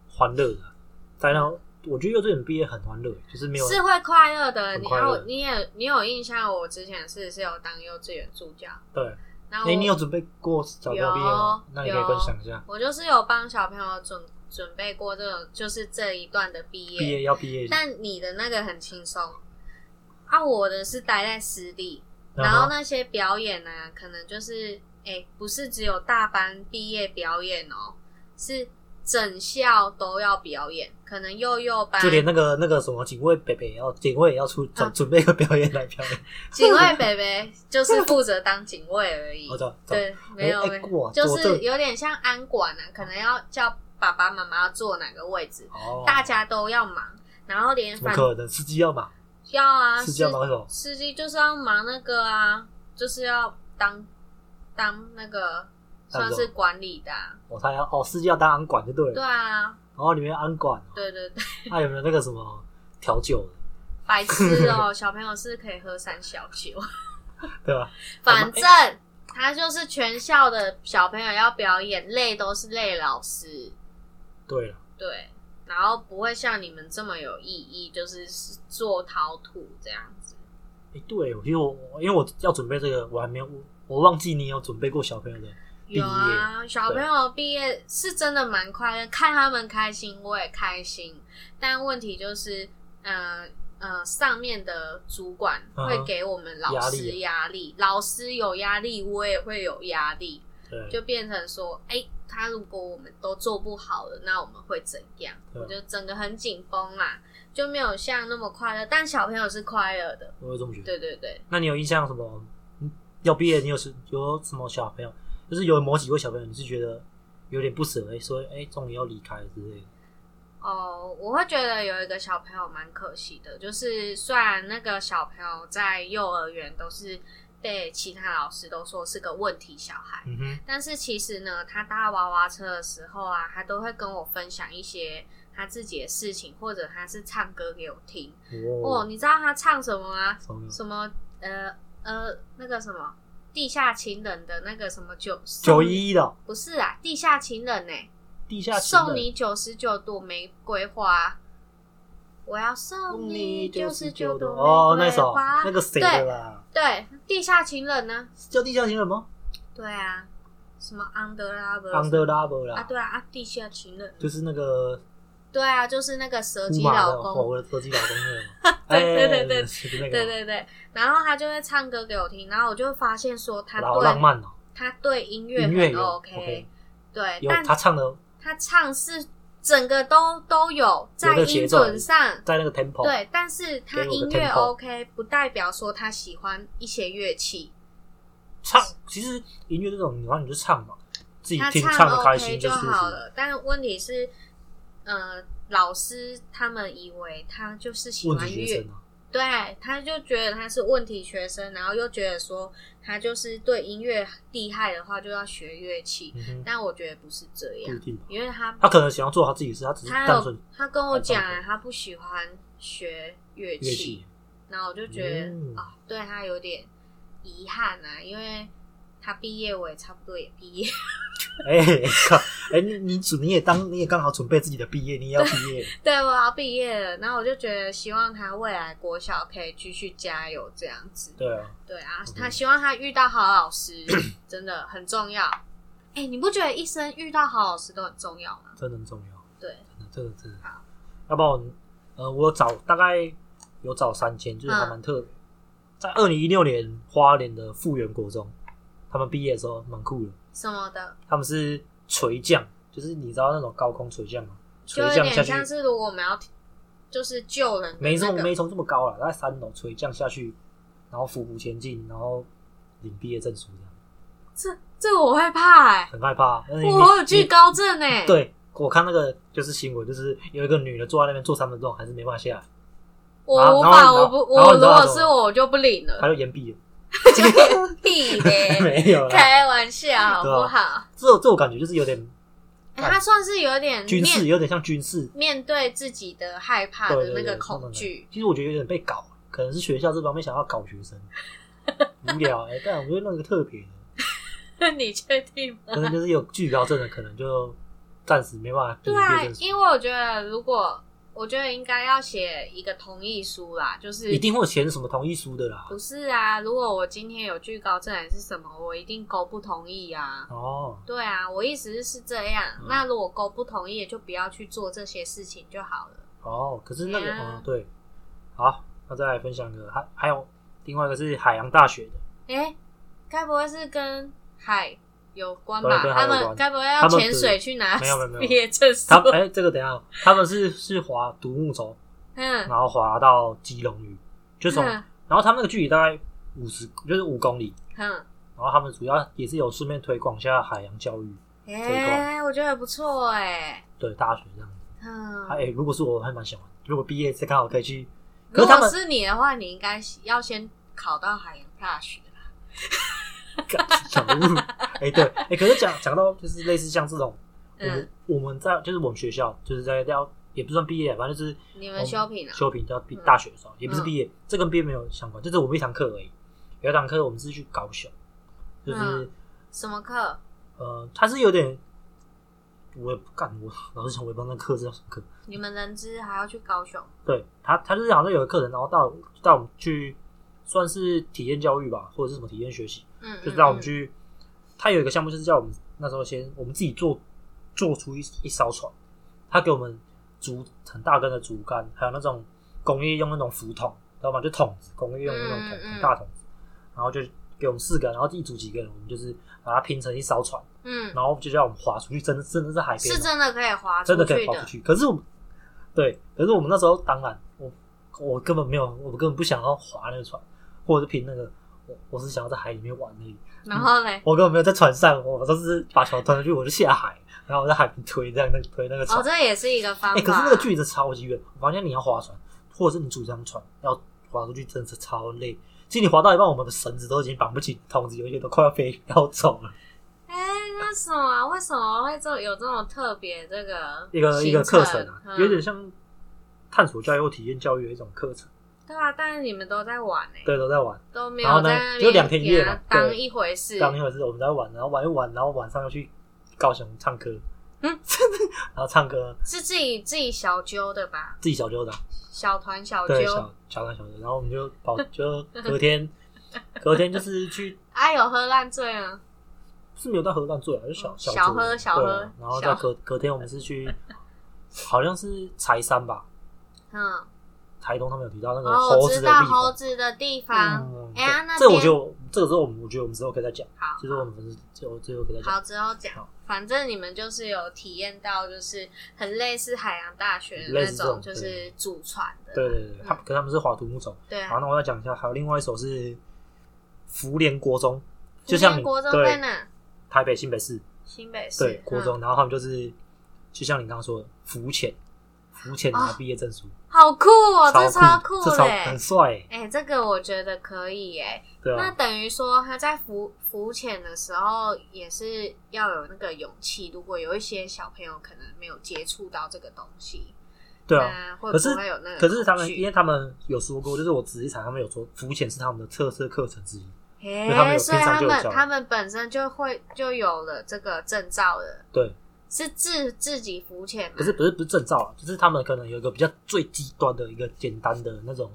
[SPEAKER 1] 欢乐的，啊在那我觉得幼稚园毕业很欢乐，就是没有
[SPEAKER 2] 是会快乐的。
[SPEAKER 1] 很
[SPEAKER 2] 你
[SPEAKER 1] 快乐
[SPEAKER 2] 有你也你有印象，我之前是是有当幼稚园助教，
[SPEAKER 1] 对。
[SPEAKER 2] 然后
[SPEAKER 1] 哎，你有准备过小朋友毕业吗
[SPEAKER 2] 啊有？
[SPEAKER 1] 那你可以分享一下，
[SPEAKER 2] 我就是有帮小朋友准准备过这种就是这一段的毕
[SPEAKER 1] 毕业
[SPEAKER 2] 业，
[SPEAKER 1] 要毕业，
[SPEAKER 2] 但你的那个很轻松啊，我的是待在私立，
[SPEAKER 1] 然
[SPEAKER 2] 然后
[SPEAKER 1] 后
[SPEAKER 2] 那些表演呢、可能就是哎、诶不是只有大班毕业表演哦，是整校都要表演，可能幼幼班
[SPEAKER 1] 就连那个那个什么警卫北北也要警卫也要
[SPEAKER 2] 啊
[SPEAKER 1] 出准准备一个表演来表演，
[SPEAKER 2] 警卫北北就是负责当警卫而已
[SPEAKER 1] 我。知道，知道
[SPEAKER 2] 对，没有
[SPEAKER 1] 哎
[SPEAKER 2] 没
[SPEAKER 1] 过
[SPEAKER 2] 有，
[SPEAKER 1] 啊
[SPEAKER 2] 就
[SPEAKER 1] 我这
[SPEAKER 2] 是有点像安管啊，可能要叫爸爸妈妈坐哪个位置，
[SPEAKER 1] 哦，
[SPEAKER 2] 大家都要忙，然后连
[SPEAKER 1] 怎么
[SPEAKER 2] 反
[SPEAKER 1] 可能？司机要嘛，
[SPEAKER 2] 要啊，
[SPEAKER 1] 司机要
[SPEAKER 2] 司
[SPEAKER 1] 忙什么？
[SPEAKER 2] 司机就是要忙那个啊，就是要当当那个
[SPEAKER 1] 当什
[SPEAKER 2] 算
[SPEAKER 1] 么
[SPEAKER 2] 是管理的啊、
[SPEAKER 1] 我猜要哦，司机要当安管就对了，
[SPEAKER 2] 对啊，
[SPEAKER 1] 然后里面安管，哦
[SPEAKER 2] 对对对，
[SPEAKER 1] 他有没有那个什么调酒的，
[SPEAKER 2] 白痴哦、小朋友是可以喝三小酒，
[SPEAKER 1] 对吧？
[SPEAKER 2] 反正他就是全校的小朋友要表演，累都是累老师，
[SPEAKER 1] 对了，
[SPEAKER 2] 对，然后不会像你们这么有意义，就是做陶土这样子。
[SPEAKER 1] 哎，对，因为我我因为我要准备这个，我还没有，我我忘记你有准备过小朋友的，毕业
[SPEAKER 2] 有啊，小朋友毕业是真的蛮快乐，看他们开心我也开心，但问题就是，呃呃，上面的主管
[SPEAKER 1] 嗯哼
[SPEAKER 2] 会给我们老
[SPEAKER 1] 压
[SPEAKER 2] 师
[SPEAKER 1] 力
[SPEAKER 2] 压力，老师有压力，我也会有压力，
[SPEAKER 1] 对，
[SPEAKER 2] 就变成说，哎、他如果我们都做不好了，那我们会怎样？
[SPEAKER 1] 对
[SPEAKER 2] 我就整个很紧绷啦，就没有像那么快乐，但小朋友是快乐的，
[SPEAKER 1] 我有这么觉得。
[SPEAKER 2] 对对对，
[SPEAKER 1] 那你有印象什么？嗯要毕业，你有是有什么小朋友？就是有某几位小朋友，你是觉得有点不舍，哎，说哎，终于要离开之类的。
[SPEAKER 2] 哦，我会觉得有一个小朋友蛮可惜的，就是虽然那个小朋友在幼儿园都是被其他老师都说是个问题小孩，
[SPEAKER 1] 嗯哼，
[SPEAKER 2] 但是其实呢，他搭娃娃车的时候啊，他都会跟我分享一些他自己的事情，或者他是唱歌给我听。哦，
[SPEAKER 1] 哦，
[SPEAKER 2] 你知道他唱什么吗？
[SPEAKER 1] 什么
[SPEAKER 2] 什么呃呃那个什么地下情人的那个什么九
[SPEAKER 1] 九一一的哦
[SPEAKER 2] 不是啊，地下情人呢、
[SPEAKER 1] 地下情人
[SPEAKER 2] 送你九十九朵玫瑰花，我要送你九十九朵玫瑰花。
[SPEAKER 1] 哦，那首那个谁的
[SPEAKER 2] 对
[SPEAKER 1] 啦？
[SPEAKER 2] 对，地下情人呢？
[SPEAKER 1] 是叫地下情人吗
[SPEAKER 2] 对啊，什么 Under Lover
[SPEAKER 1] ？Under Lover
[SPEAKER 2] 啊，
[SPEAKER 1] 啦，
[SPEAKER 2] 对啊，啊地下情人，
[SPEAKER 1] 就是那个
[SPEAKER 2] 对啊，就是那个蛇
[SPEAKER 1] 乌
[SPEAKER 2] 姬
[SPEAKER 1] 马
[SPEAKER 2] 老
[SPEAKER 1] 的哦
[SPEAKER 2] 公。，
[SPEAKER 1] 我的手机老公那个嘛
[SPEAKER 2] 对对对对
[SPEAKER 1] 哎是那个
[SPEAKER 2] 对
[SPEAKER 1] 吗
[SPEAKER 2] 对对，然后他就会唱歌给我听，然后我就会发现说他
[SPEAKER 1] 好浪
[SPEAKER 2] 对
[SPEAKER 1] 漫哦，
[SPEAKER 2] 他对音乐
[SPEAKER 1] 音乐
[SPEAKER 2] 很哦
[SPEAKER 1] 有
[SPEAKER 2] OK，对，
[SPEAKER 1] 有
[SPEAKER 2] 但
[SPEAKER 1] 他唱的
[SPEAKER 2] 他唱是整个都都有在
[SPEAKER 1] 有那个
[SPEAKER 2] 音
[SPEAKER 1] 节奏
[SPEAKER 2] 准上，
[SPEAKER 1] 在那个 tempo，
[SPEAKER 2] 对，但是他
[SPEAKER 1] 给我
[SPEAKER 2] 音
[SPEAKER 1] 个
[SPEAKER 2] 乐
[SPEAKER 1] tempo
[SPEAKER 2] OK，不代表说他喜欢一些乐器。
[SPEAKER 1] 唱其实音乐这种，你让你就唱嘛，自己
[SPEAKER 2] 他
[SPEAKER 1] 听
[SPEAKER 2] 唱
[SPEAKER 1] 的开
[SPEAKER 2] OK
[SPEAKER 1] 心就舒服
[SPEAKER 2] 好。了，但问题是，呃，老师他们以为他就是喜
[SPEAKER 1] 问
[SPEAKER 2] 欢
[SPEAKER 1] 题学
[SPEAKER 2] 乐
[SPEAKER 1] 生，啊，
[SPEAKER 2] 对，他就觉得他是问题学生，然后又觉得说他就是对音乐厉害的话就要学乐器，
[SPEAKER 1] 嗯哼，
[SPEAKER 2] 但我觉得不是这
[SPEAKER 1] 不一
[SPEAKER 2] 样，
[SPEAKER 1] 定吧。
[SPEAKER 2] 因为他
[SPEAKER 1] 他可能想要做他自己的事，他只是
[SPEAKER 2] 他
[SPEAKER 1] 单纯
[SPEAKER 2] 有他跟我
[SPEAKER 1] 很棒
[SPEAKER 2] 讲
[SPEAKER 1] 的
[SPEAKER 2] 啊，他不喜欢学乐
[SPEAKER 1] 乐
[SPEAKER 2] 器
[SPEAKER 1] 器。，
[SPEAKER 2] 然后我就觉得啊、
[SPEAKER 1] 嗯
[SPEAKER 2] 对他有点遗憾啊，因为他毕业我也差不多也毕业，
[SPEAKER 1] 哎 靠，哎你你准你也当你也刚好准备自己的毕业，你也要毕 业，
[SPEAKER 2] 对我要毕业了，然后我就觉得希望他未来国小可以继续加油这样子。
[SPEAKER 1] 对啊，
[SPEAKER 2] 对啊，
[SPEAKER 1] 嗯
[SPEAKER 2] 他希望他遇到好老师，真的很重要。哎、你不觉得一生遇到好老师都很重要吗？
[SPEAKER 1] 真的很重要。
[SPEAKER 2] 对，
[SPEAKER 1] 真的嗯真的
[SPEAKER 2] 好。
[SPEAKER 1] 要不然我，呃，我找大概有找三间，就是还蛮特别。在二零一六年花莲的复原国中，他们毕业的时候蛮酷的。
[SPEAKER 2] 什么的，
[SPEAKER 1] 他们是垂降，就是你知道那种高空垂降吗？
[SPEAKER 2] 就
[SPEAKER 1] 垂
[SPEAKER 2] 有
[SPEAKER 1] 降
[SPEAKER 2] 点
[SPEAKER 1] 下
[SPEAKER 2] 像
[SPEAKER 1] 去，
[SPEAKER 2] 是如果我们要就是救人的
[SPEAKER 1] 没
[SPEAKER 2] 那
[SPEAKER 1] 从没
[SPEAKER 2] 个，
[SPEAKER 1] 从这么高了，大概三楼垂降下去，然后匍匐前进，然后领毕业证书，这样
[SPEAKER 2] 这这我会怕哎、
[SPEAKER 1] 很害怕。但是你
[SPEAKER 2] 我有
[SPEAKER 1] 你
[SPEAKER 2] 惧高症哎、
[SPEAKER 1] 对我看那个就是新闻，就是有一个女的坐在那边做三分钟，还是没办法下来。然
[SPEAKER 2] 我
[SPEAKER 1] 后
[SPEAKER 2] 无
[SPEAKER 1] 然
[SPEAKER 2] 法，
[SPEAKER 1] 后
[SPEAKER 2] 我不，
[SPEAKER 1] 然后
[SPEAKER 2] 我
[SPEAKER 1] 你
[SPEAKER 2] 如
[SPEAKER 1] 知道他
[SPEAKER 2] 果
[SPEAKER 1] 怎么
[SPEAKER 2] 是我，我就不领
[SPEAKER 1] 他
[SPEAKER 2] 了，
[SPEAKER 1] 就延毕了，
[SPEAKER 2] 屁嘞，
[SPEAKER 1] 没有啦。啊
[SPEAKER 2] 开玩笑好不好？
[SPEAKER 1] 这这我感觉就是有点
[SPEAKER 2] 哎他算是有点
[SPEAKER 1] 军事，
[SPEAKER 2] 面
[SPEAKER 1] 有点像军事
[SPEAKER 2] 面对自己的害怕
[SPEAKER 1] 对对
[SPEAKER 2] 的那
[SPEAKER 1] 对
[SPEAKER 2] 个
[SPEAKER 1] 那种
[SPEAKER 2] 恐
[SPEAKER 1] 感
[SPEAKER 2] 惧
[SPEAKER 1] 觉，其实我觉得有点被搞，可能是学校这方面想要搞学生，无聊哎、但我觉得弄一个特别的，
[SPEAKER 2] 你确定吗？
[SPEAKER 1] 可能就是有惧高症的，可能就暂时没办法
[SPEAKER 2] 对
[SPEAKER 1] 领
[SPEAKER 2] 啊
[SPEAKER 1] 毕业证，书。
[SPEAKER 2] 因为我觉得如果我觉得应该要写一个同意书啦，就是
[SPEAKER 1] 一定会有填什么同意书的啦。
[SPEAKER 2] 不是啊？如果我今天有惧高症还是什么，我一定勾不同意啊。
[SPEAKER 1] 哦，
[SPEAKER 2] 对啊，我意思是这样。
[SPEAKER 1] 嗯
[SPEAKER 2] 那如果勾不同意，就不要去做这些事情就好了。
[SPEAKER 1] 哦，可是那个，
[SPEAKER 2] 对啊
[SPEAKER 1] 哦，对，好，那再来分享一个，还还有另外一个是海洋大学的，
[SPEAKER 2] 哎、该不会是跟海有关
[SPEAKER 1] 对
[SPEAKER 2] 吧？
[SPEAKER 1] 跟海
[SPEAKER 2] 他
[SPEAKER 1] 有
[SPEAKER 2] 们
[SPEAKER 1] 关
[SPEAKER 2] 该不会
[SPEAKER 1] 他
[SPEAKER 2] 要
[SPEAKER 1] 们
[SPEAKER 2] 潜
[SPEAKER 1] 是
[SPEAKER 2] 水去拿
[SPEAKER 1] 没有没有没有
[SPEAKER 2] 毕业证书
[SPEAKER 1] 他？哎、这个等一下，他们是是划独木舟，
[SPEAKER 2] 嗯，
[SPEAKER 1] 然后划到基隆屿，就从，
[SPEAKER 2] 嗯
[SPEAKER 1] 然后他们那个距离大概五十，就是五公里，
[SPEAKER 2] 嗯，
[SPEAKER 1] 然后他们主要也是有顺便推广一下海洋教育，一块
[SPEAKER 2] 哎、我觉得还不错哎、
[SPEAKER 1] 对大学这样子。
[SPEAKER 2] 嗯，
[SPEAKER 1] 哎、如果是我，我还蛮想玩，如果毕业是刚好可以去， 可
[SPEAKER 2] 如
[SPEAKER 1] 是他
[SPEAKER 2] 果
[SPEAKER 1] 们
[SPEAKER 2] 是你的话，你应该要先考到海洋大学啦。
[SPEAKER 1] 干想入，哎、对，哎、可是讲讲到就是类似像这种，我
[SPEAKER 2] 嗯
[SPEAKER 1] 们，我们在就是我们学校就是在要也不算毕业，反正就是
[SPEAKER 2] 你
[SPEAKER 1] 我
[SPEAKER 2] 们修品啊？
[SPEAKER 1] 哦修平叫毕
[SPEAKER 2] 嗯
[SPEAKER 1] 大学的时候，也不是
[SPEAKER 2] 嗯
[SPEAKER 1] 毕业，这跟毕业没有相关，就是我们一堂课而已。有一堂课我们是去高雄，就是
[SPEAKER 2] 嗯什么课？
[SPEAKER 1] 呃，它是有点，我也不干，我老实讲，我也不知道那课是叫什么课。
[SPEAKER 2] 你们人资还要去高雄？
[SPEAKER 1] 对他，他就是好像有个课程，然后带我带我们去算是体验教育吧，或者是什么体验学习，
[SPEAKER 2] 嗯，
[SPEAKER 1] 就是
[SPEAKER 2] 嗯
[SPEAKER 1] 让我们。去。他有一个项目就是叫我们那时候先我们自己做做出一一艘船，他给我们竹很大根的竹竿，还有那种工业用那种浮筒，知道吗？就桶子，工业用那种桶
[SPEAKER 2] 嗯嗯嗯
[SPEAKER 1] 很大桶子，然后就给我们四个，然后一组几个人，我们就是把它拼成一艘船，
[SPEAKER 2] 嗯，嗯
[SPEAKER 1] 然后就叫我们划出去，真的真的是海边
[SPEAKER 2] 是
[SPEAKER 1] 哦，
[SPEAKER 2] 真的可以划出
[SPEAKER 1] 真的可
[SPEAKER 2] 去
[SPEAKER 1] 以划出去。可是我们对，可是我们那时候当然，我我根本没有，我根本不想要划那个船，或者是拼那个，我我是想要在海里面玩而已。
[SPEAKER 2] 然后嘞，
[SPEAKER 1] 我根本没有在船上，我都是把船推出去，我就下海，然后我在海边推这样那个推那个船
[SPEAKER 2] 哦，。这也是一个方
[SPEAKER 1] 哎、
[SPEAKER 2] 法。
[SPEAKER 1] 可是那个距离真的超级远，我发现你要划船，或者是你组一张船要划出去，真的是超累。其实你划到一半，我们的绳子都已经绑不紧，筒子有一些都快要飞要走了。
[SPEAKER 2] 哎、那什么啊，为什么会这有这种特别这个
[SPEAKER 1] 一个一个
[SPEAKER 2] 行
[SPEAKER 1] 课程啊，
[SPEAKER 2] 嗯
[SPEAKER 1] 有点像探索教育或体验教育的一种课程，
[SPEAKER 2] 对啊，但是你们都在玩哎、
[SPEAKER 1] 对，都在玩。
[SPEAKER 2] 都没
[SPEAKER 1] 然
[SPEAKER 2] 有
[SPEAKER 1] 后呢
[SPEAKER 2] 在那
[SPEAKER 1] 就两天
[SPEAKER 2] 边
[SPEAKER 1] 一夜
[SPEAKER 2] 给它
[SPEAKER 1] 嘛对
[SPEAKER 2] 当一回事。
[SPEAKER 1] 当天晚是我们在玩，然后玩一玩，然后晚上又去高雄唱歌，
[SPEAKER 2] 嗯，
[SPEAKER 1] 然后唱歌
[SPEAKER 2] 是自己自己小揪的吧？
[SPEAKER 1] 自己小纠的，
[SPEAKER 2] 小团小嗯
[SPEAKER 1] 对，
[SPEAKER 2] 揪
[SPEAKER 1] 小，小团小纠，然后我们就跑，就隔天， 隔天就是去。
[SPEAKER 2] 啊，有喝烂醉啊？
[SPEAKER 1] 是没有到河段醉啊，就小
[SPEAKER 2] 嗯
[SPEAKER 1] 小
[SPEAKER 2] 小
[SPEAKER 1] 酌
[SPEAKER 2] 喝小
[SPEAKER 1] 对啊
[SPEAKER 2] 喝
[SPEAKER 1] 然后
[SPEAKER 2] 小
[SPEAKER 1] 到隔隔天我们是去，好像是柴山吧，
[SPEAKER 2] 嗯，
[SPEAKER 1] 台东他们有提到那个
[SPEAKER 2] 哦，我
[SPEAKER 1] 呃猴
[SPEAKER 2] 知
[SPEAKER 1] 子的
[SPEAKER 2] 道
[SPEAKER 1] 地
[SPEAKER 2] 猴
[SPEAKER 1] 方。
[SPEAKER 2] 子的地方。
[SPEAKER 1] 嗯，
[SPEAKER 2] 哎呀，那
[SPEAKER 1] 这个我
[SPEAKER 2] 边
[SPEAKER 1] 觉得我这个之后我们我觉得我们之后可以再讲，
[SPEAKER 2] 好
[SPEAKER 1] 就是我们之后之后可以再讲。
[SPEAKER 2] 好之后讲
[SPEAKER 1] 好，
[SPEAKER 2] 反正你们就是有体验到，就是很类似海洋大学的
[SPEAKER 1] 类
[SPEAKER 2] 那
[SPEAKER 1] 似这种
[SPEAKER 2] 就是祖传的，
[SPEAKER 1] 对对对，
[SPEAKER 2] 嗯
[SPEAKER 1] 对他可是他们是划独木舟。
[SPEAKER 2] 对啊
[SPEAKER 1] 好，。那我要讲一下，还有另外一首是福联国中，就
[SPEAKER 2] 福
[SPEAKER 1] 像
[SPEAKER 2] 建
[SPEAKER 1] 你
[SPEAKER 2] 国中在
[SPEAKER 1] 对
[SPEAKER 2] 哪？嗯
[SPEAKER 1] 台北新北市
[SPEAKER 2] 新北市
[SPEAKER 1] 对国中，然后他们就是就像你刚刚说的浮潜，浮潜拿
[SPEAKER 2] 哦
[SPEAKER 1] 毕业证书，
[SPEAKER 2] 好酷哦，这
[SPEAKER 1] 超
[SPEAKER 2] 酷
[SPEAKER 1] 这
[SPEAKER 2] 的
[SPEAKER 1] 超
[SPEAKER 2] 欸
[SPEAKER 1] 很！帅欸，
[SPEAKER 2] 哎，这个我觉得可以哎，
[SPEAKER 1] 对
[SPEAKER 2] 那
[SPEAKER 1] 啊，
[SPEAKER 2] 等于说他在浮浮潜的时候也是要有那个勇气。如果有一些小朋友可能没有接触到这个东西，
[SPEAKER 1] 对啊。
[SPEAKER 2] 那会
[SPEAKER 1] 可是
[SPEAKER 2] 不会有那个
[SPEAKER 1] 可是他们，
[SPEAKER 2] 恐惧
[SPEAKER 1] 因为他们有说过，就是我职业场，他们有说浮潜是他们的特色课程之一。
[SPEAKER 2] 诶
[SPEAKER 1] 就他们有
[SPEAKER 2] 所以
[SPEAKER 1] 平常
[SPEAKER 2] 他
[SPEAKER 1] 就有
[SPEAKER 2] 们
[SPEAKER 1] 教
[SPEAKER 2] 他们本身就会就有了这个证照了，
[SPEAKER 1] 对，
[SPEAKER 2] 是自自己浮潜吗？
[SPEAKER 1] 可是不是不是证照啊，就是他们可能有一个比较最极端的一个简单的那种，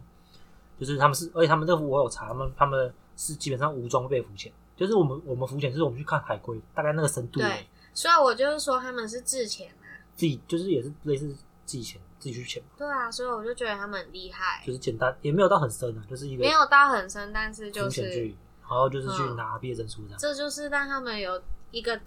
[SPEAKER 1] 就是他们是，而且他们这个我有查，他们他们是基本上无装备浮潜，就是我们我们浮潜就是我们去看海龟，大概那个深度，
[SPEAKER 2] 对，所以我就是说他们是自潜啊，
[SPEAKER 1] 自己就是也是类似自己潜自己去潜，
[SPEAKER 2] 对啊，所以我就觉得他们很厉害，
[SPEAKER 1] 就是简单也没有到很深啊，就是一个
[SPEAKER 2] 没有到很深，但是就
[SPEAKER 1] 浮潜距
[SPEAKER 2] 是
[SPEAKER 1] 离，然后就是去
[SPEAKER 2] 嗯
[SPEAKER 1] 拿毕业证书这样，
[SPEAKER 2] 这就是让他们有一个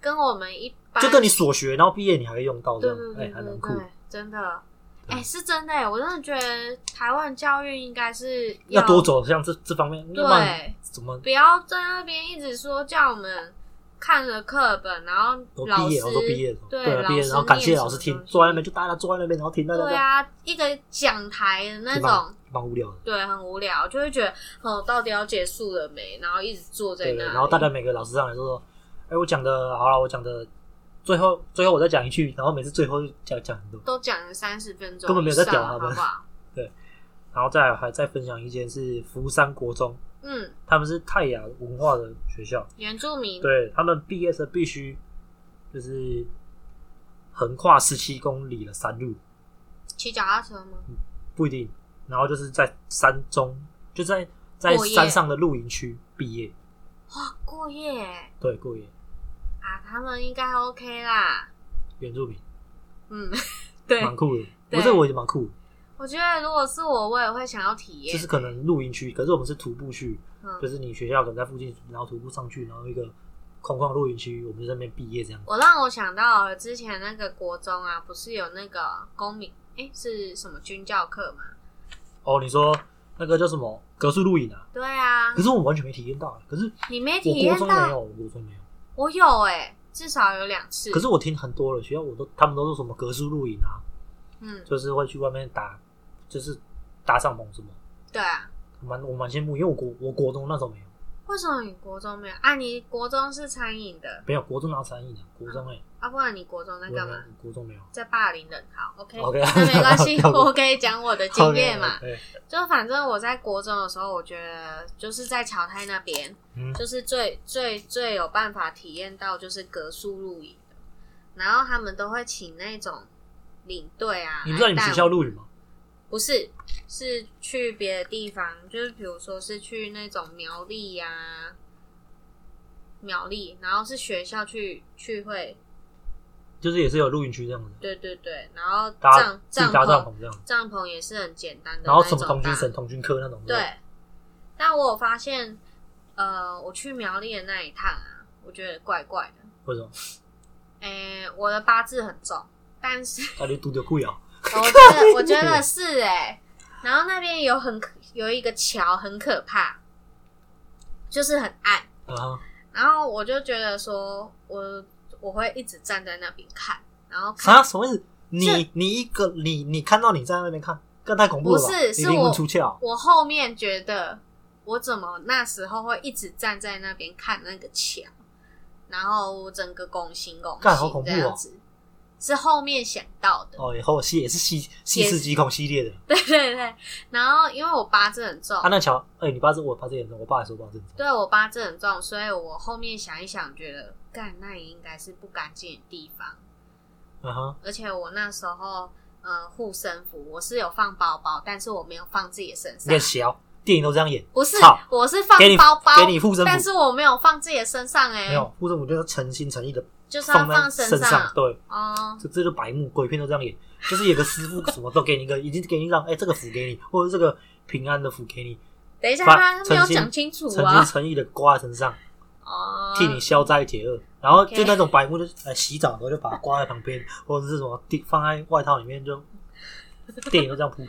[SPEAKER 2] 跟我们一般
[SPEAKER 1] 就跟你所学，然后毕业你还会用到这
[SPEAKER 2] 对
[SPEAKER 1] 样
[SPEAKER 2] 对，对
[SPEAKER 1] 哎，
[SPEAKER 2] 对
[SPEAKER 1] 还蛮
[SPEAKER 2] 对
[SPEAKER 1] 酷的。
[SPEAKER 2] 对，真的，
[SPEAKER 1] 对
[SPEAKER 2] 哎、是真的、哎，我真的觉得台湾教育应该是
[SPEAKER 1] 要多走向这这方面，要不然
[SPEAKER 2] 对，
[SPEAKER 1] 怎么
[SPEAKER 2] 不要在那边一直说叫我们看了课本，然后
[SPEAKER 1] 都
[SPEAKER 2] 老
[SPEAKER 1] 毕
[SPEAKER 2] 师
[SPEAKER 1] 业，哦我都毕业了，
[SPEAKER 2] 对，
[SPEAKER 1] 对，啊毕业，
[SPEAKER 2] 师
[SPEAKER 1] 然后感谢
[SPEAKER 2] 念
[SPEAKER 1] 老
[SPEAKER 2] 什
[SPEAKER 1] 师
[SPEAKER 2] 么
[SPEAKER 1] 听
[SPEAKER 2] 东，西
[SPEAKER 1] 坐在那边就大家坐在那边，然后听大家
[SPEAKER 2] 对啊，一个讲台的那
[SPEAKER 1] 这样
[SPEAKER 2] 种，
[SPEAKER 1] 蛮无聊的，
[SPEAKER 2] 对，很无聊，就会觉得哦，到底要结束了没？然后一直坐在
[SPEAKER 1] 对
[SPEAKER 2] 那
[SPEAKER 1] 对。
[SPEAKER 2] 里
[SPEAKER 1] 然后大家每个老师上来都说：“哎，我讲的好了，我讲的最后最后我再讲一句。”然后每次最后讲讲很多，
[SPEAKER 2] 都讲了三十分钟以上
[SPEAKER 1] 根
[SPEAKER 2] 了，
[SPEAKER 1] 本没有在屌
[SPEAKER 2] 好
[SPEAKER 1] 他们
[SPEAKER 2] 不好？
[SPEAKER 1] 然后再来还再分享一件是福山国中，
[SPEAKER 2] 嗯，
[SPEAKER 1] 他们是泰雅文化的学校，
[SPEAKER 2] 原住民，
[SPEAKER 1] 对他们毕业生必须就是横跨十七公里的山路，
[SPEAKER 2] 骑脚踏车吗？
[SPEAKER 1] 不一定。然后就是在山中，就在在
[SPEAKER 2] 过夜
[SPEAKER 1] 山上的露营区毕业，
[SPEAKER 2] 哇，过夜
[SPEAKER 1] 对，过夜
[SPEAKER 2] 啊，他们应该 OK 啦。
[SPEAKER 1] 原住民，
[SPEAKER 2] 嗯， 对，
[SPEAKER 1] 蛮酷的。
[SPEAKER 2] 对
[SPEAKER 1] 我这个我觉得蛮酷的，
[SPEAKER 2] 我觉得如果是我，我也会想要体验。
[SPEAKER 1] 就是可能露营区，可是我们是徒步去，
[SPEAKER 2] 嗯
[SPEAKER 1] 就是你学校可能在附近，然后徒步上去，然后一个空旷露营区，我们就在那边毕业这样。
[SPEAKER 2] 我让我想到了之前那个国中啊，不是有那个公民，哎、是什么军教课吗？
[SPEAKER 1] 哦，你说那个叫什么格数露营啊？
[SPEAKER 2] 对啊
[SPEAKER 1] 可，是我完全没体验到，可是
[SPEAKER 2] 你没体
[SPEAKER 1] 我国
[SPEAKER 2] 验
[SPEAKER 1] 中没有，
[SPEAKER 2] 到，
[SPEAKER 1] 我国中没有。
[SPEAKER 2] 我有哎、至少有两次。
[SPEAKER 1] 可是我听很多了，学校我都他们都是什么格数露营啊，
[SPEAKER 2] 嗯，
[SPEAKER 1] 就是会去外面打，就是搭帐篷什么，
[SPEAKER 2] 对啊，
[SPEAKER 1] 蛮我蛮羡慕，因为我国我国中那时候没有，
[SPEAKER 2] 为什么你国中没有？啊，你国中是餐饮的，
[SPEAKER 1] 没有国中拿三亿的，国中哎、
[SPEAKER 2] 啊，不然你国中在
[SPEAKER 1] 我
[SPEAKER 2] 干
[SPEAKER 1] 没有
[SPEAKER 2] 嘛？
[SPEAKER 1] 国中没有
[SPEAKER 2] 在霸凌人。好，OK，
[SPEAKER 1] OK
[SPEAKER 2] 那没关 系，
[SPEAKER 1] 跳过
[SPEAKER 2] 我可以讲我的经验嘛。
[SPEAKER 1] 哦对，
[SPEAKER 2] 就反正我在国中的时候，我觉得就是在侨泰那边，
[SPEAKER 1] 嗯，
[SPEAKER 2] 就是最最最有办法体验到就是格数露营的，然后他们都会请那种领队啊，
[SPEAKER 1] 你不知道你们
[SPEAKER 2] 来带
[SPEAKER 1] 学校
[SPEAKER 2] 我
[SPEAKER 1] 露营吗？
[SPEAKER 2] 不是是去别的地方，就是比如说是去那种苗栗呀、苗栗，然后是学校去去会，
[SPEAKER 1] 就是也是有露营区这样子，
[SPEAKER 2] 对对对，然后
[SPEAKER 1] 搭
[SPEAKER 2] 帐
[SPEAKER 1] 自
[SPEAKER 2] 帐
[SPEAKER 1] 己搭帐
[SPEAKER 2] 篷
[SPEAKER 1] 篷这样，
[SPEAKER 2] 帐篷也是很简单的
[SPEAKER 1] 然后
[SPEAKER 2] 那
[SPEAKER 1] 什
[SPEAKER 2] 种
[SPEAKER 1] 么
[SPEAKER 2] 搭，
[SPEAKER 1] 童军绳、童军科那种，不，
[SPEAKER 2] 对，但我有发现，呃，我去苗栗的那一趟啊，我觉得怪怪的。
[SPEAKER 1] 为什么？
[SPEAKER 2] 诶、我的八字很重，但是
[SPEAKER 1] 那就嘟丢贵啊，
[SPEAKER 2] 我觉得我觉 得是诶、然后那边有很可有一个桥很可怕，就是很暗，
[SPEAKER 1] 啊哈，
[SPEAKER 2] 然后我就觉得说我我会一直站在那边看，然后看
[SPEAKER 1] 啊啥什么意思？你你一个你你看到你站在那边看，更太恐怖了吧？
[SPEAKER 2] 不是是
[SPEAKER 1] 你灵魂
[SPEAKER 2] 我
[SPEAKER 1] 出窍，
[SPEAKER 2] 我后面觉得我怎么那时候会一直站在那边看那个墙，然后我整个拱心拱
[SPEAKER 1] 干好恐
[SPEAKER 2] 心
[SPEAKER 1] 怖
[SPEAKER 2] 这
[SPEAKER 1] 哦
[SPEAKER 2] 样子，是后面想到的。
[SPEAKER 1] 哦，以后系也是系系
[SPEAKER 2] 也是
[SPEAKER 1] 四极恐系列的。
[SPEAKER 2] 对对对，然后因为我八字很重，
[SPEAKER 1] 啊，那乔，哎、你爸是我爸这严重，我爸也说我爸这严重。
[SPEAKER 2] 对我八字很重，所以我后面想一想，觉得干那也应该是不干净的地方。
[SPEAKER 1] 嗯哼，
[SPEAKER 2] 而且我那时候呃护身符我是有放包包，但是我没有放自己的身
[SPEAKER 1] 你很
[SPEAKER 2] 上。
[SPEAKER 1] 小，电影都这样演，
[SPEAKER 2] 不是
[SPEAKER 1] 操，
[SPEAKER 2] 我是放
[SPEAKER 1] 给你
[SPEAKER 2] 包包，
[SPEAKER 1] 给你护身符
[SPEAKER 2] 但是我没有放自己的身上、欸，
[SPEAKER 1] 没有，护身符就是诚心诚意的
[SPEAKER 2] 就是要
[SPEAKER 1] 放在
[SPEAKER 2] 放
[SPEAKER 1] 身
[SPEAKER 2] 身上
[SPEAKER 1] 对，
[SPEAKER 2] 哦，
[SPEAKER 1] 这这就白目，鬼片都这样演，就是有个师傅什么都给你一个，已经给你让，哎、这个符给你，或者这个平安的符给你，
[SPEAKER 2] 等一下，
[SPEAKER 1] 把
[SPEAKER 2] 他没有
[SPEAKER 1] 诚心
[SPEAKER 2] 讲清楚
[SPEAKER 1] 诚心
[SPEAKER 2] 啊。
[SPEAKER 1] 诚意的挂在身上，
[SPEAKER 2] 哦，
[SPEAKER 1] 替你消灾解厄。然后
[SPEAKER 2] OK
[SPEAKER 1] 就那种白目，就是哎洗澡的时候就把它挂在旁边，或者是什么地放在外套里面就，电影都这样铺。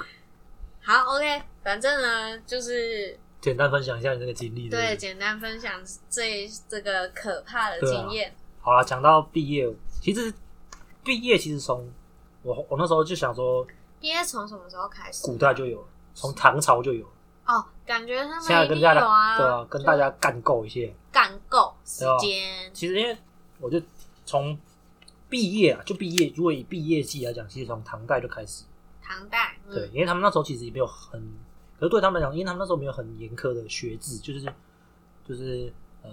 [SPEAKER 2] 好，OK。反正呢，就是
[SPEAKER 1] 简单分享一下你这个经历，不
[SPEAKER 2] 对，简单分享这这个可怕的
[SPEAKER 1] 对啊
[SPEAKER 2] 经验。
[SPEAKER 1] 好啦，讲到毕业，其实毕业其实从我我那时候就想说，
[SPEAKER 2] 毕业从什么时候开始？
[SPEAKER 1] 古代就有了，从唐朝就有了，
[SPEAKER 2] 哦，感觉他
[SPEAKER 1] 现在
[SPEAKER 2] 们一
[SPEAKER 1] 跟
[SPEAKER 2] 定
[SPEAKER 1] 大家、
[SPEAKER 2] 有啊，
[SPEAKER 1] 对啊，跟大家干够一些。
[SPEAKER 2] 干够时
[SPEAKER 1] 对啊
[SPEAKER 2] 间。
[SPEAKER 1] 其实因为我就从毕业啊，就毕业，如果以毕业季来讲，其实从唐代就开始，
[SPEAKER 2] 唐代，嗯
[SPEAKER 1] 啊对，因为他们那时候其实也没有很，可是对他们来讲，因为他们那时候没有很严苛的学制，就是就是呃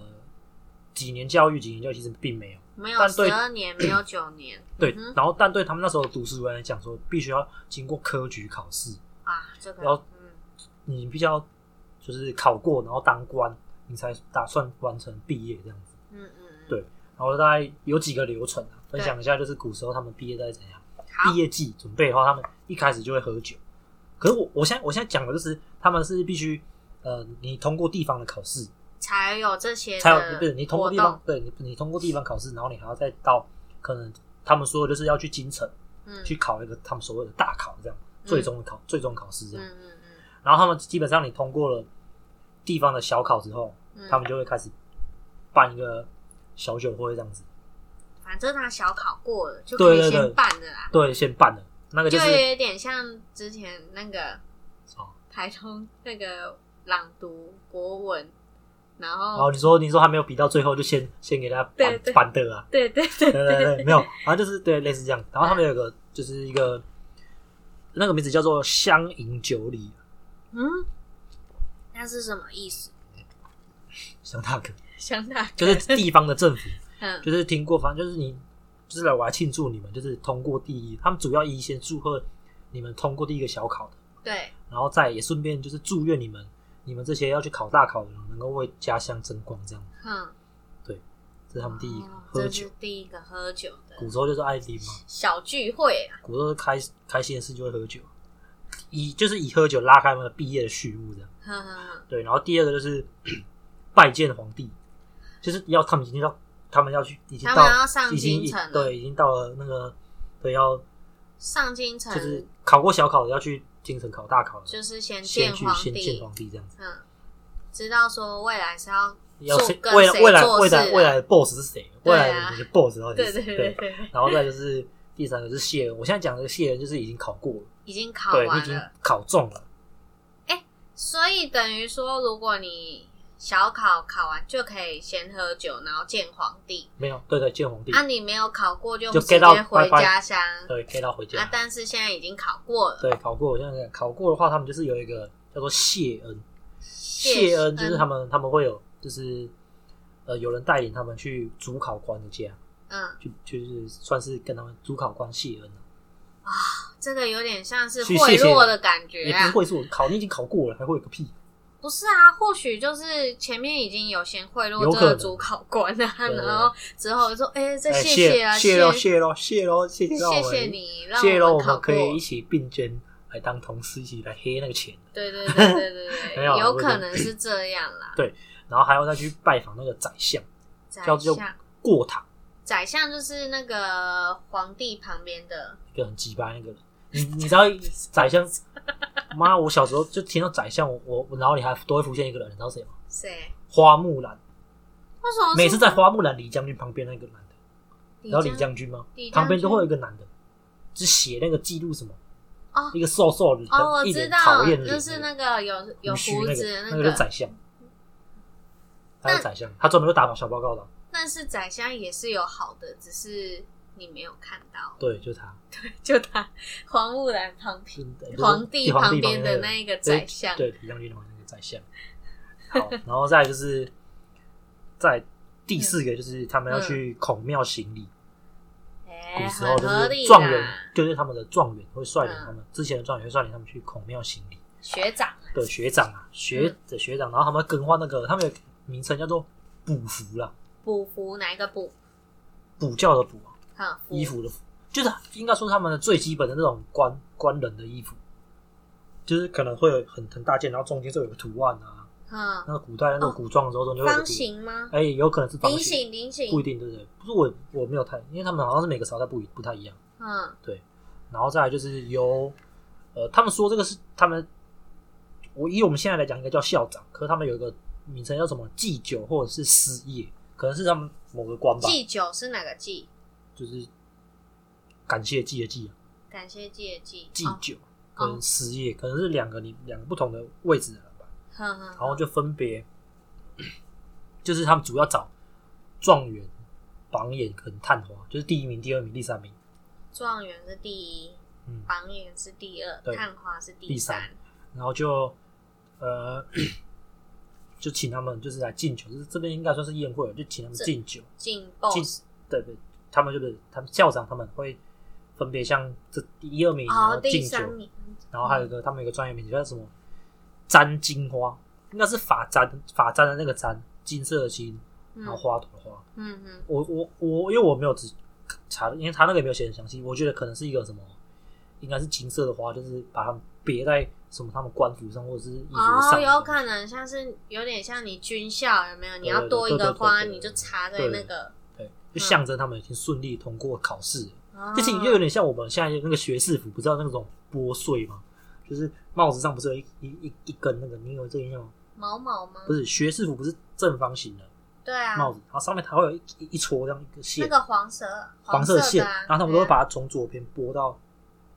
[SPEAKER 1] 几年教育，几年教育其实并没有。
[SPEAKER 2] 没有
[SPEAKER 1] 但对，
[SPEAKER 2] 十二年，没有九年
[SPEAKER 1] 对，
[SPEAKER 2] 嗯哼
[SPEAKER 1] 然后但对他们那时候的读书人来讲，说必须要经过科举考试，
[SPEAKER 2] 啊，这
[SPEAKER 1] 然后
[SPEAKER 2] 个，嗯，
[SPEAKER 1] 你比较就是考过，然后当官，你才打算完成毕业这样子。
[SPEAKER 2] 嗯嗯，
[SPEAKER 1] 对然后大概有几个流程啊，分享一下，就是古时候他们毕业在怎样，
[SPEAKER 2] 嗯，
[SPEAKER 1] 毕
[SPEAKER 2] 好，
[SPEAKER 1] 业季准备的话，他们一开始就会喝酒。可是我我现在我现在讲的就是，他们是必须呃，你通过地方的考试，
[SPEAKER 2] 才有这些的
[SPEAKER 1] 才有不是你通过
[SPEAKER 2] 活
[SPEAKER 1] 地方
[SPEAKER 2] 动，，
[SPEAKER 1] 对你你通过地方考试，然后你还要再到可能他们说的就是要去京城
[SPEAKER 2] 嗯，
[SPEAKER 1] 去考一个他们所谓的大考这样，最终的考最终考试这样。
[SPEAKER 2] 嗯嗯嗯
[SPEAKER 1] 然后他们基本上你通过了地方的小考之后，
[SPEAKER 2] 嗯，
[SPEAKER 1] 他们就会开始办一个小酒会这样子。
[SPEAKER 2] 反正他小考过了，就可
[SPEAKER 1] 对
[SPEAKER 2] 以
[SPEAKER 1] 对对
[SPEAKER 2] 先办的啦。
[SPEAKER 1] 对，先办了，那个
[SPEAKER 2] 就
[SPEAKER 1] 就是
[SPEAKER 2] 有点像之前那个
[SPEAKER 1] 哦
[SPEAKER 2] 台通那个朗读国文，然后
[SPEAKER 1] 哦，你说你说还没有比到最后，就先先给他
[SPEAKER 2] 对
[SPEAKER 1] 板
[SPEAKER 2] 对
[SPEAKER 1] 板的 啊，
[SPEAKER 2] 对对对
[SPEAKER 1] 对对对，没有，然后就是对类似这样。然后他们有个就是一个那个名字叫做乡饮酒礼，
[SPEAKER 2] 嗯，那是什么意思？
[SPEAKER 1] 乡大哥
[SPEAKER 2] 想打嗝
[SPEAKER 1] 就是地方的政府，
[SPEAKER 2] 嗯
[SPEAKER 1] 就是听过，反正就是你就是来我来庆祝你们，就是通过第一，他们主要以先祝贺你们通过第一个小考的，
[SPEAKER 2] 对
[SPEAKER 1] 然后再也顺便就是祝愿你们你们这些要去考大考的人能够为家乡争光，这样
[SPEAKER 2] 嗯，
[SPEAKER 1] 这是他们第一个
[SPEAKER 2] 哦
[SPEAKER 1] 喝
[SPEAKER 2] 这
[SPEAKER 1] 酒
[SPEAKER 2] 是。第一个喝酒的
[SPEAKER 1] 古时候就是爱听嘛，
[SPEAKER 2] 小聚会啊，
[SPEAKER 1] 古时候开开心的事就会喝酒，以就是以喝酒拉开他们的毕业的序幕这样。
[SPEAKER 2] 哼哼哼，
[SPEAKER 1] 对，然后第二个就是 拜见皇帝，就是要他们已经到，他们要去，已经
[SPEAKER 2] 他
[SPEAKER 1] 到
[SPEAKER 2] 们要，上
[SPEAKER 1] 已经
[SPEAKER 2] 京城了
[SPEAKER 1] 对，已经到了那个对，要
[SPEAKER 2] 上京城
[SPEAKER 1] 就是考过小考的要去京城考大考了，
[SPEAKER 2] 嗯就是先
[SPEAKER 1] 先
[SPEAKER 2] 见
[SPEAKER 1] 去
[SPEAKER 2] 皇
[SPEAKER 1] 先见
[SPEAKER 2] 帝，
[SPEAKER 1] 皇帝这样子，
[SPEAKER 2] 嗯，知道说未来是要
[SPEAKER 1] 要
[SPEAKER 2] 做
[SPEAKER 1] 先
[SPEAKER 2] 跟
[SPEAKER 1] 未来
[SPEAKER 2] 谁
[SPEAKER 1] 未来
[SPEAKER 2] 做
[SPEAKER 1] 未来
[SPEAKER 2] 事啊
[SPEAKER 1] 未来的 boss 是谁？
[SPEAKER 2] 对
[SPEAKER 1] 未
[SPEAKER 2] 啊
[SPEAKER 1] 来的你的 boss 到底
[SPEAKER 2] 对
[SPEAKER 1] 是
[SPEAKER 2] 对
[SPEAKER 1] 谁？
[SPEAKER 2] 对对，
[SPEAKER 1] 然后再就是第三个是谢恩，我现在讲的谢恩就是已经考过了，
[SPEAKER 2] 已经考
[SPEAKER 1] 对你已
[SPEAKER 2] 完
[SPEAKER 1] 经
[SPEAKER 2] 了，
[SPEAKER 1] 考中了。
[SPEAKER 2] 所以等于说，如果你小考考完就可以先喝酒，然后见皇帝。
[SPEAKER 1] 没有，对对，见皇帝，
[SPEAKER 2] 啊，你没有考过就
[SPEAKER 1] 嗯就
[SPEAKER 2] 直
[SPEAKER 1] get out，
[SPEAKER 2] 接回
[SPEAKER 1] 拜拜
[SPEAKER 2] 家乡。
[SPEAKER 1] 对，可以到回家。
[SPEAKER 2] 啊，但是现在已经考过了，
[SPEAKER 1] 对，考过，我现在在考过的话，他们就是有一个叫做谢恩，
[SPEAKER 2] 谢
[SPEAKER 1] 谢恩就是他们他们会有就是呃有人带领他们去主考官的家，
[SPEAKER 2] 嗯，
[SPEAKER 1] 就就是算是跟他们主考官谢恩，啊
[SPEAKER 2] 这个有点像是
[SPEAKER 1] 去
[SPEAKER 2] 贿
[SPEAKER 1] 谢谢
[SPEAKER 2] 赂的感觉
[SPEAKER 1] 也不是
[SPEAKER 2] 啊。
[SPEAKER 1] 会说考你已经考过了，还会有个屁，
[SPEAKER 2] 不是啊，或许就是前面已经有先贿
[SPEAKER 1] 有
[SPEAKER 2] 赂这
[SPEAKER 1] 可
[SPEAKER 2] 个
[SPEAKER 1] 能
[SPEAKER 2] 主考官啊，
[SPEAKER 1] 对
[SPEAKER 2] 然后之后就说，哎，这
[SPEAKER 1] 哎
[SPEAKER 2] 谢
[SPEAKER 1] 谢
[SPEAKER 2] 啊，
[SPEAKER 1] 谢
[SPEAKER 2] 谢
[SPEAKER 1] 喽谢喽谢喽谢谢让
[SPEAKER 2] 谢
[SPEAKER 1] 我
[SPEAKER 2] 谢
[SPEAKER 1] 们
[SPEAKER 2] 你，让
[SPEAKER 1] 谢喽
[SPEAKER 2] 我
[SPEAKER 1] 我
[SPEAKER 2] 们考
[SPEAKER 1] 们可以
[SPEAKER 2] 过
[SPEAKER 1] 一。起并肩来当同事，一起来黑那个钱，
[SPEAKER 2] 对对对对对
[SPEAKER 1] 没
[SPEAKER 2] 对，
[SPEAKER 1] 有啊
[SPEAKER 2] 有
[SPEAKER 1] 我
[SPEAKER 2] 可
[SPEAKER 1] 觉得
[SPEAKER 2] 能是这样啦。
[SPEAKER 1] 然后还要再去拜访那个宰相
[SPEAKER 2] 宰
[SPEAKER 1] 叫做
[SPEAKER 2] 相，
[SPEAKER 1] 过堂，
[SPEAKER 2] 宰相就是那个皇帝旁边的，
[SPEAKER 1] 一个很鸡巴那个人。你你知道宰相？妈，我小时候就听到宰相，我我我脑里还都会浮现一个人，你知道谁吗？
[SPEAKER 2] 谁？
[SPEAKER 1] 花木兰，
[SPEAKER 2] 哦为什么
[SPEAKER 1] 每次在花木兰李将军旁边那个男的，
[SPEAKER 2] 李
[SPEAKER 1] 然后李将军吗？
[SPEAKER 2] 李将军
[SPEAKER 1] 旁边都会有一个男的，就写那个记录什么，
[SPEAKER 2] 哦
[SPEAKER 1] 一个瘦瘦的，
[SPEAKER 2] 哦，我
[SPEAKER 1] 一
[SPEAKER 2] 知
[SPEAKER 1] 脸
[SPEAKER 2] 道
[SPEAKER 1] 讨，厌脸，
[SPEAKER 2] 就是那个有有
[SPEAKER 1] 胡须
[SPEAKER 2] 胡
[SPEAKER 1] 那
[SPEAKER 2] 子的
[SPEAKER 1] 个，个
[SPEAKER 2] 那
[SPEAKER 1] 就是
[SPEAKER 2] 个，
[SPEAKER 1] 宰相，
[SPEAKER 2] 那
[SPEAKER 1] 他是宰相，他专门就打小报告的，
[SPEAKER 2] 但是宰相也是有好的，只是你没有看到，
[SPEAKER 1] 对，就是他，
[SPEAKER 2] 就他黄木兰旁
[SPEAKER 1] 就
[SPEAKER 2] 边
[SPEAKER 1] 是
[SPEAKER 2] 皇
[SPEAKER 1] 帝
[SPEAKER 2] 帝
[SPEAKER 1] 皇
[SPEAKER 2] 旁
[SPEAKER 1] 帝
[SPEAKER 2] 边
[SPEAKER 1] 的
[SPEAKER 2] 的那一个
[SPEAKER 1] 对
[SPEAKER 2] 宰相，
[SPEAKER 1] 对，李将军旁边那个宰相。好，然后再来就是，在第四个就是他们要去孔庙行礼，
[SPEAKER 2] 嗯哎，
[SPEAKER 1] 古时候
[SPEAKER 2] 很
[SPEAKER 1] 就
[SPEAKER 2] 合
[SPEAKER 1] 是
[SPEAKER 2] 理
[SPEAKER 1] 状元
[SPEAKER 2] 啦，，
[SPEAKER 1] 就是他们的状元会率领
[SPEAKER 2] 嗯
[SPEAKER 1] 他们之前的状元会率领他们去孔庙行礼。
[SPEAKER 2] 学长啊，
[SPEAKER 1] 对学长啊，
[SPEAKER 2] 嗯
[SPEAKER 1] 学的学长，然后他们更换那个，他们有名称叫做补服啦，
[SPEAKER 2] 补服哪一个补？
[SPEAKER 1] 补教的补啊，
[SPEAKER 2] 哈，
[SPEAKER 1] 衣服的服，就是应该说是他们的最基本的那种官官人的衣服，就是可能会有很很大件，然后中间就有个图案啊，
[SPEAKER 2] 嗯，
[SPEAKER 1] 那个古代那种古装的时候中间会有个
[SPEAKER 2] 方
[SPEAKER 1] 图，
[SPEAKER 2] 形吗？
[SPEAKER 1] 哎、有可能是方
[SPEAKER 2] 菱
[SPEAKER 1] 形，
[SPEAKER 2] 形，菱形
[SPEAKER 1] 不，一定对不对？不是我我没有太，因为他们好像是每个朝代不一不太一样，
[SPEAKER 2] 嗯，
[SPEAKER 1] 然后再来就是由呃，他们说这个是他们，我以我们现在来讲应该叫校长，可是他们有一个名称叫什么祭酒或者是师爷，可能是他们某个官吧，
[SPEAKER 2] 祭酒是哪个祭？
[SPEAKER 1] 就是感谢祭的祭啊，
[SPEAKER 2] 感谢祭的祭，
[SPEAKER 1] 祭
[SPEAKER 2] 哦
[SPEAKER 1] 酒跟师爷，可能是两个你两个不同的位置的人吧，
[SPEAKER 2] 哼哼，
[SPEAKER 1] 然后就分别就是他们主要找状元、榜眼跟探花，就是第一名、第二名、第三名，
[SPEAKER 2] 状元是第一，
[SPEAKER 1] 嗯，
[SPEAKER 2] 榜眼是第二，
[SPEAKER 1] 对
[SPEAKER 2] 探花是第
[SPEAKER 1] 第三，然后就呃，就请他们就是来敬酒，就是这边应该算是宴会了，就请他们
[SPEAKER 2] 是
[SPEAKER 1] 敬酒，
[SPEAKER 2] 进
[SPEAKER 1] 敬
[SPEAKER 2] boss
[SPEAKER 1] 对对，他们就是他们校长他们会分别像这第一二名，然
[SPEAKER 2] 哦
[SPEAKER 1] 后，
[SPEAKER 2] 第
[SPEAKER 1] 敬酒，
[SPEAKER 2] 三嗯名，
[SPEAKER 1] 然后还有一个他们有一个专业名字叫什么簪金花，应该是发簪发簪的那个簪，金色的金，
[SPEAKER 2] 嗯
[SPEAKER 1] 然后花朵的花。
[SPEAKER 2] 嗯嗯，
[SPEAKER 1] 我我我，因为我没有只查，因为他那个也没有写很详细，我觉得可能是一个什么，应该是金色的花，就是把它们别在什么他们官服上或者是衣服上，
[SPEAKER 2] 哦，有可能像是有点像你军校有没有？你要
[SPEAKER 1] 对对
[SPEAKER 2] 多一
[SPEAKER 1] 对对
[SPEAKER 2] 个花，
[SPEAKER 1] 对对
[SPEAKER 2] 你就插在
[SPEAKER 1] 对
[SPEAKER 2] 那个，
[SPEAKER 1] 对，就象征他们已经顺利通过考试了。
[SPEAKER 2] 哦
[SPEAKER 1] 就是你就有点像我们现在那个学士服，不知道那种拨穗吗？就是帽子上不是有一一一一根那个，你有这个印象吗？
[SPEAKER 2] 毛毛吗？
[SPEAKER 1] 不是学士服不是正方形的，
[SPEAKER 2] 对啊，
[SPEAKER 1] 帽子，然后上面它会有一一一撮这样一个线，
[SPEAKER 2] 那个黄蛇
[SPEAKER 1] 黄
[SPEAKER 2] 色
[SPEAKER 1] 色
[SPEAKER 2] 的
[SPEAKER 1] 线，
[SPEAKER 2] 啊
[SPEAKER 1] 然后他们都会
[SPEAKER 2] 对啊
[SPEAKER 1] 把它从左边拨到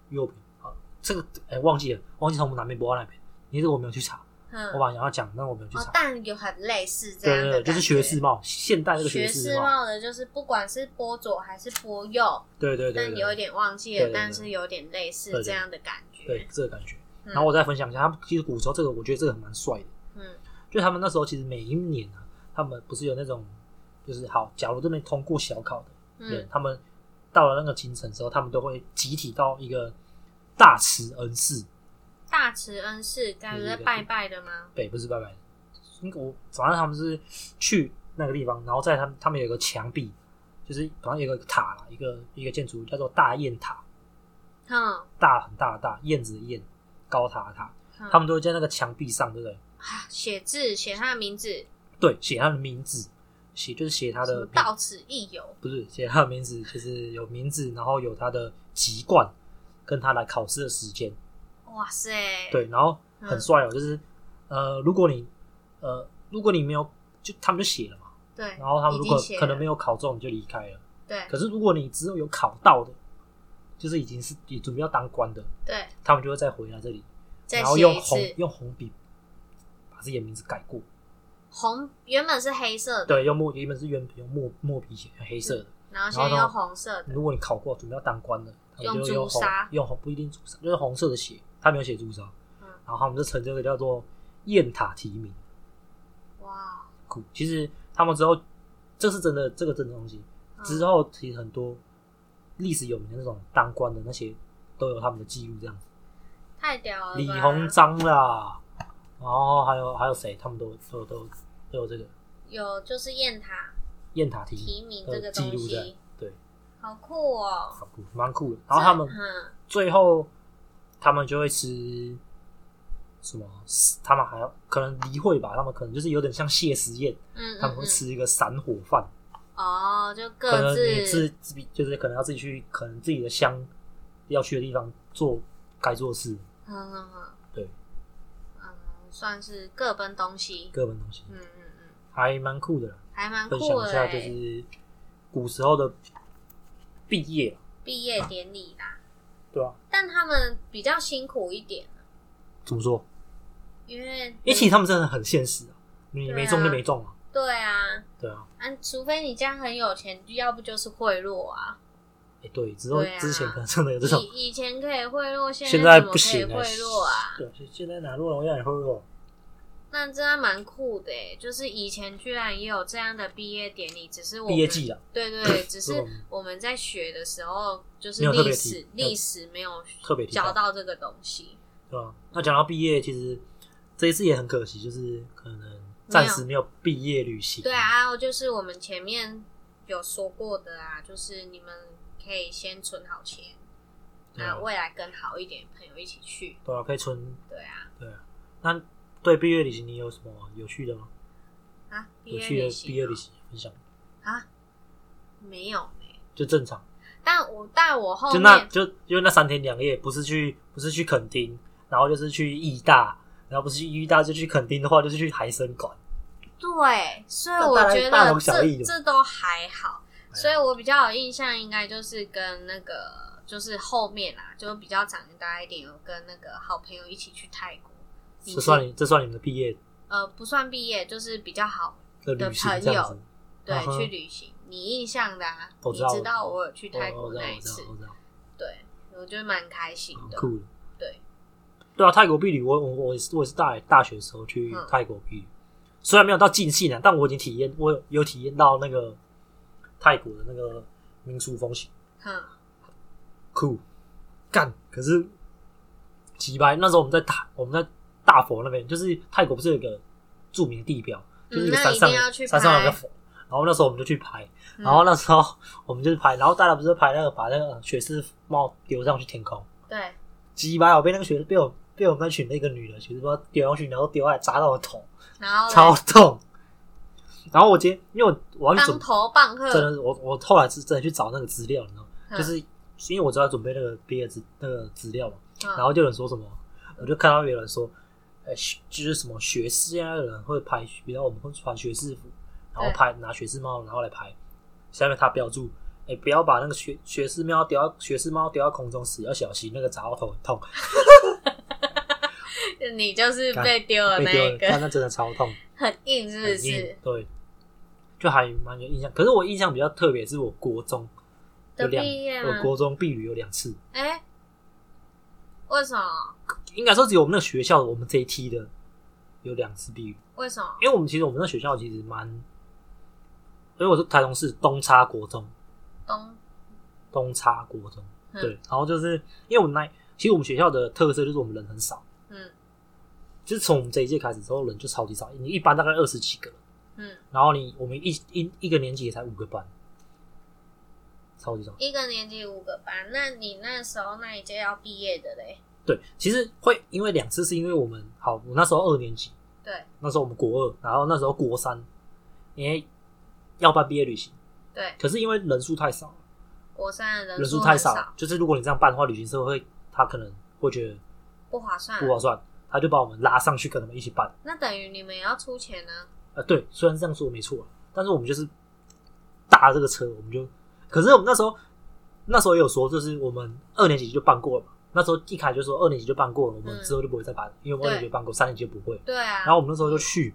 [SPEAKER 1] 右边。好，这个哎、忘记了，忘记从我们哪边拨到哪边。因为这个我没有去查，
[SPEAKER 2] 嗯
[SPEAKER 1] 我把想要讲，但我没有去
[SPEAKER 2] 哦
[SPEAKER 1] 查，。
[SPEAKER 2] 但有很类似这
[SPEAKER 1] 对
[SPEAKER 2] 样
[SPEAKER 1] 对
[SPEAKER 2] 的
[SPEAKER 1] 对，就是
[SPEAKER 2] 感
[SPEAKER 1] 学
[SPEAKER 2] 觉
[SPEAKER 1] 士帽，现代这个
[SPEAKER 2] 学
[SPEAKER 1] 士
[SPEAKER 2] 士
[SPEAKER 1] 帽。
[SPEAKER 2] 帽的，就是不管是拨左还是拨右，
[SPEAKER 1] 对对对
[SPEAKER 2] 但有
[SPEAKER 1] 对，
[SPEAKER 2] 点忘记
[SPEAKER 1] 对
[SPEAKER 2] 了
[SPEAKER 1] 对，对
[SPEAKER 2] 但是有点类似这样的感
[SPEAKER 1] 对
[SPEAKER 2] 觉。
[SPEAKER 1] 这个感觉。
[SPEAKER 2] 嗯
[SPEAKER 1] 然后我再分享一下，他们其实古时候这个，我觉得这个很蛮帅的。
[SPEAKER 2] 嗯
[SPEAKER 1] 就他们那时候其实每一年啊，他们不是有那种，就是好，假如这边通过小考的人，
[SPEAKER 2] 嗯
[SPEAKER 1] 他们到了那个京城之后，他们都会集体到一个大慈恩寺，
[SPEAKER 2] 大慈恩寺感觉在拜拜的吗？
[SPEAKER 1] 北不是拜拜，应该我反正他们是去那个地方，然后在他们他们有一个墙壁，就是反正有个塔啦，一个一个建筑物叫做大雁塔，
[SPEAKER 2] 嗯，
[SPEAKER 1] 大很大的大，燕子的燕，高塔的塔，
[SPEAKER 2] 嗯
[SPEAKER 1] 他们都会在那个墙壁上，对不对？
[SPEAKER 2] 啊写字写他的名字，
[SPEAKER 1] 对，写他的名字，写就是写他
[SPEAKER 2] 什
[SPEAKER 1] 的
[SPEAKER 2] 么
[SPEAKER 1] 名
[SPEAKER 2] 到此一游，
[SPEAKER 1] 不是写他的名字，就是有名字，然后有他的籍贯，跟他来考试的时间。
[SPEAKER 2] 哇塞！
[SPEAKER 1] 对，然后很
[SPEAKER 2] 嗯
[SPEAKER 1] 帅哦，就是呃，如果你呃，如果你没有，就他们就写了嘛。
[SPEAKER 2] 对，
[SPEAKER 1] 然后他们如果
[SPEAKER 2] 哎已经写了
[SPEAKER 1] 可能没有考中，你就离开了。
[SPEAKER 2] 对
[SPEAKER 1] 可是如果你只有有考到的，就是已经是也准备要当官的，
[SPEAKER 2] 对，
[SPEAKER 1] 他们就会再回来这里，
[SPEAKER 2] 再
[SPEAKER 1] 然后
[SPEAKER 2] 写
[SPEAKER 1] 用
[SPEAKER 2] 一
[SPEAKER 1] 红
[SPEAKER 2] 次
[SPEAKER 1] 用红笔把自己的名字改过。
[SPEAKER 2] 红，原本是黑色的，
[SPEAKER 1] 对，用墨原本是原用墨墨笔写黑色的，
[SPEAKER 2] 然后现
[SPEAKER 1] 然后
[SPEAKER 2] 在
[SPEAKER 1] 呢
[SPEAKER 2] 用红色的，
[SPEAKER 1] 如果你考过，准备要当官了，他们
[SPEAKER 2] 用
[SPEAKER 1] 就用
[SPEAKER 2] 朱
[SPEAKER 1] 红
[SPEAKER 2] 砂
[SPEAKER 1] 用红不一定朱砂，就是红色的血，他没有写朱砂，
[SPEAKER 2] 嗯
[SPEAKER 1] 然后他们就成这个叫做雁塔题名。嗯
[SPEAKER 2] 哇，
[SPEAKER 1] 酷，其实他们之后，这是真的，这个真的东西。
[SPEAKER 2] 嗯
[SPEAKER 1] 之后其实很多历史有名的那种当官的那些，都有他们的记录，这样子。
[SPEAKER 2] 太屌了吧！
[SPEAKER 1] 李鸿章啦，然后还有还有谁，他们都都都都有这个
[SPEAKER 2] 有就是雁塔
[SPEAKER 1] 雁塔题
[SPEAKER 2] 提
[SPEAKER 1] 名
[SPEAKER 2] 名这
[SPEAKER 1] 的
[SPEAKER 2] 个
[SPEAKER 1] 嗯记
[SPEAKER 2] 东
[SPEAKER 1] 录在
[SPEAKER 2] 西，，
[SPEAKER 1] 对，
[SPEAKER 2] 好酷哦！
[SPEAKER 1] 好酷，蛮酷的。然后他们
[SPEAKER 2] 嗯
[SPEAKER 1] 最后他们就会吃什么？他们还要可能离会吧，他们可能就是有点像谢师宴，
[SPEAKER 2] 嗯，
[SPEAKER 1] 他们会
[SPEAKER 2] 嗯
[SPEAKER 1] 吃一个散伙饭，
[SPEAKER 2] 嗯哦，就
[SPEAKER 1] 可
[SPEAKER 2] 各
[SPEAKER 1] 能你
[SPEAKER 2] 自
[SPEAKER 1] 自自己就是可能要自己去，可能自己的乡要去的地方做该做的事，
[SPEAKER 2] 嗯嗯嗯
[SPEAKER 1] 对，
[SPEAKER 2] 嗯，算是各奔东西，
[SPEAKER 1] 各奔东西，
[SPEAKER 2] 嗯嗯嗯，
[SPEAKER 1] 还蛮酷的啦。
[SPEAKER 2] 还蛮
[SPEAKER 1] 分
[SPEAKER 2] 酷
[SPEAKER 1] 享一
[SPEAKER 2] 的
[SPEAKER 1] 下就
[SPEAKER 2] 欸。
[SPEAKER 1] 是古时候的毕业啦，
[SPEAKER 2] 毕业典礼啦，
[SPEAKER 1] 对吧、
[SPEAKER 2] 但他们比较辛苦一点，
[SPEAKER 1] 怎么说？
[SPEAKER 2] 因为
[SPEAKER 1] 因为其实他们真的很现实啊，你
[SPEAKER 2] 对啊
[SPEAKER 1] 没中就没中啊，
[SPEAKER 2] 对啊，
[SPEAKER 1] 对啊，
[SPEAKER 2] 啊，除非你家很有钱，要不就是贿赂啊。
[SPEAKER 1] 哎、对，之后
[SPEAKER 2] 对啊
[SPEAKER 1] 之前可能真的有这种。
[SPEAKER 2] 以以前可以贿赂，
[SPEAKER 1] 现在
[SPEAKER 2] 在怎么
[SPEAKER 1] 不
[SPEAKER 2] 可以
[SPEAKER 1] 行了哎
[SPEAKER 2] 贿赂啊？
[SPEAKER 1] 对，现现在哪路容易让你贿赂？
[SPEAKER 2] 那真的蛮酷的欸，就是以前居然也有这样的毕业典礼，只是我们
[SPEAKER 1] 毕业季啊，
[SPEAKER 2] 对对，只
[SPEAKER 1] 这
[SPEAKER 2] 是
[SPEAKER 1] 种
[SPEAKER 2] 我们在学的时候，就是
[SPEAKER 1] 没有特别
[SPEAKER 2] 历
[SPEAKER 1] 提
[SPEAKER 2] 史
[SPEAKER 1] 没有
[SPEAKER 2] 历史没有
[SPEAKER 1] 特别提
[SPEAKER 2] 教
[SPEAKER 1] 到，
[SPEAKER 2] 到这个东西，
[SPEAKER 1] 对吧、那讲到毕业，其实这一次也很可惜，就是可能暂时没有毕业旅行。
[SPEAKER 2] 对，啊，我就是我们前面有说过的啊，就是你们可以先存好钱，
[SPEAKER 1] 对
[SPEAKER 2] 那
[SPEAKER 1] 啊，
[SPEAKER 2] 未来跟好一点的朋友一起去，
[SPEAKER 1] 对啊，可以存。
[SPEAKER 2] 对啊，
[SPEAKER 1] 对啊，那对毕业旅行你有什么有趣的吗？
[SPEAKER 2] 啊，毕
[SPEAKER 1] 有
[SPEAKER 2] 业
[SPEAKER 1] 趣
[SPEAKER 2] 旅
[SPEAKER 1] 的
[SPEAKER 2] 行
[SPEAKER 1] 毕业
[SPEAKER 2] 哦
[SPEAKER 1] 旅行分享，
[SPEAKER 2] 啊，没有呢，
[SPEAKER 1] 就正常，
[SPEAKER 2] 但我但我后
[SPEAKER 1] 就那
[SPEAKER 2] 面
[SPEAKER 1] 就就那三天两夜，不是去不是去垦丁，然后就是去义大，然后不是去义大就去垦丁的话，就是去海参馆。
[SPEAKER 2] 对，所以
[SPEAKER 1] 那
[SPEAKER 2] 我
[SPEAKER 1] 大
[SPEAKER 2] 觉
[SPEAKER 1] 大
[SPEAKER 2] 得
[SPEAKER 1] 同小异哎
[SPEAKER 2] 这
[SPEAKER 1] 的
[SPEAKER 2] 这都还好。所以我比较有印象，应该就是跟那个，就是后面啊，就比较长大一点，有跟那个好朋友一起去泰国。
[SPEAKER 1] 这算
[SPEAKER 2] 你是
[SPEAKER 1] 你这算你们的毕业
[SPEAKER 2] 呃不算毕业，就是比较好
[SPEAKER 1] 的
[SPEAKER 2] 的
[SPEAKER 1] 旅行
[SPEAKER 2] 朋
[SPEAKER 1] 这样
[SPEAKER 2] 友
[SPEAKER 1] 子。
[SPEAKER 2] 对、
[SPEAKER 1] 嗯哼
[SPEAKER 2] 去旅行。你印象的啊，
[SPEAKER 1] 我
[SPEAKER 2] 你
[SPEAKER 1] 知道
[SPEAKER 2] 知道我有去泰
[SPEAKER 1] 哦我
[SPEAKER 2] 国
[SPEAKER 1] 知道
[SPEAKER 2] 那一
[SPEAKER 1] 我知道
[SPEAKER 2] 次，
[SPEAKER 1] 我知道
[SPEAKER 2] 对我觉得蛮开心
[SPEAKER 1] 很
[SPEAKER 2] 的。
[SPEAKER 1] 酷的。
[SPEAKER 2] 对，
[SPEAKER 1] 对啊，泰国避旅，我我我也是我也是大大学的时候去
[SPEAKER 2] 嗯
[SPEAKER 1] 泰国避旅，虽然没有到尽兴啊，但我已经体验，我有有体验到那个泰国的那个民俗风情，
[SPEAKER 2] 嗯，
[SPEAKER 1] 酷干。可是奇白那时候我们在大我们在大佛那边，就是泰国不是有一个著名的地标，就是一个
[SPEAKER 2] 嗯那
[SPEAKER 1] 山上、
[SPEAKER 2] 一定要去
[SPEAKER 1] 山上有
[SPEAKER 2] 拍
[SPEAKER 1] 个佛，然后那时候我们就去拍，
[SPEAKER 2] 嗯
[SPEAKER 1] 然后那时候我们就是拍，然后大家不是拍那个把那个雪士帽丢上去天空。
[SPEAKER 2] 对，
[SPEAKER 1] 鸡巴！我被那个学被我被我们班群的一个女的学生把丢上去，然后丢下来砸到我头，
[SPEAKER 2] 然后
[SPEAKER 1] 超
[SPEAKER 2] 嘞
[SPEAKER 1] 痛。然后我今天因为我我要去
[SPEAKER 2] 当
[SPEAKER 1] 准，
[SPEAKER 2] 头棒喝，
[SPEAKER 1] 真的是我我后来是真的去找那个资料，你知道吗，
[SPEAKER 2] 嗯
[SPEAKER 1] 就是因为我知道准备那个毕业资那个资料嘛，
[SPEAKER 2] 嗯
[SPEAKER 1] 然后就有人说什么，我就看到有人说，呃、学就是什么学士啊，有人会拍，比如我们会穿学士服，然后拍拿学士帽，然后来拍。下面他标注：哎、不要把那个学学士帽丢到学士帽丢到空中死，要小心那个砸到头很痛，
[SPEAKER 2] 你就是被丢了
[SPEAKER 1] 被
[SPEAKER 2] 那
[SPEAKER 1] 丢
[SPEAKER 2] 一
[SPEAKER 1] 了，但
[SPEAKER 2] 个，
[SPEAKER 1] 那真的超痛，
[SPEAKER 2] 很硬 是不
[SPEAKER 1] 很硬
[SPEAKER 2] 是？。
[SPEAKER 1] 对，就还蛮有印象。可是我印象比较特别，是我国中有
[SPEAKER 2] 的
[SPEAKER 1] 两
[SPEAKER 2] 毕业，啊吗
[SPEAKER 1] 我？国中避旅有两次，
[SPEAKER 2] 哎、为什么？
[SPEAKER 1] 应该说只有我们那个学校的我们这一梯的有两次避旅，
[SPEAKER 2] 为什么？
[SPEAKER 1] 因为我们其实我们那学校其实蛮，因为我是台中市东差国中，
[SPEAKER 2] 东
[SPEAKER 1] 东差国中，
[SPEAKER 2] 嗯
[SPEAKER 1] 对，然后就是因为我们那其实我们学校的特色就是我们人很少，
[SPEAKER 2] 嗯
[SPEAKER 1] 就是从我们这一届开始之后人就超级少，你一班大概二十几个人，
[SPEAKER 2] 嗯，
[SPEAKER 1] 然后你我们一一一个年级也才五个班，超级少。
[SPEAKER 2] 一个年级五个班，那你那时候那一届要毕业的嘞？
[SPEAKER 1] 对，其实会因为两次是因为我们好，我那时候二年级，
[SPEAKER 2] 对
[SPEAKER 1] 那时候我们国二，然后那时候国三，因为要办毕业旅行，
[SPEAKER 2] 对，
[SPEAKER 1] 可是因为人数太少了。
[SPEAKER 2] 国三的
[SPEAKER 1] 人数
[SPEAKER 2] 数
[SPEAKER 1] 太
[SPEAKER 2] 很
[SPEAKER 1] 少，就是如果你这样办的话，旅行社会他可能会觉得
[SPEAKER 2] 不划算。
[SPEAKER 1] 不划算，他就把我们拉上去跟他们一起办。
[SPEAKER 2] 那等于你们也要出钱呢、
[SPEAKER 1] 呃，对，虽然这样说没错，但是我们就是搭这个车，我们就，可是我们那时候那时候也有说，就是我们二年级就办过了嘛，那时候一开始就说二年级就办过了，我们
[SPEAKER 2] 嗯
[SPEAKER 1] 之后就不会再办，了，因为我们二年级就办过，三年级就不会。
[SPEAKER 2] 对啊，
[SPEAKER 1] 然后我们那时候就去，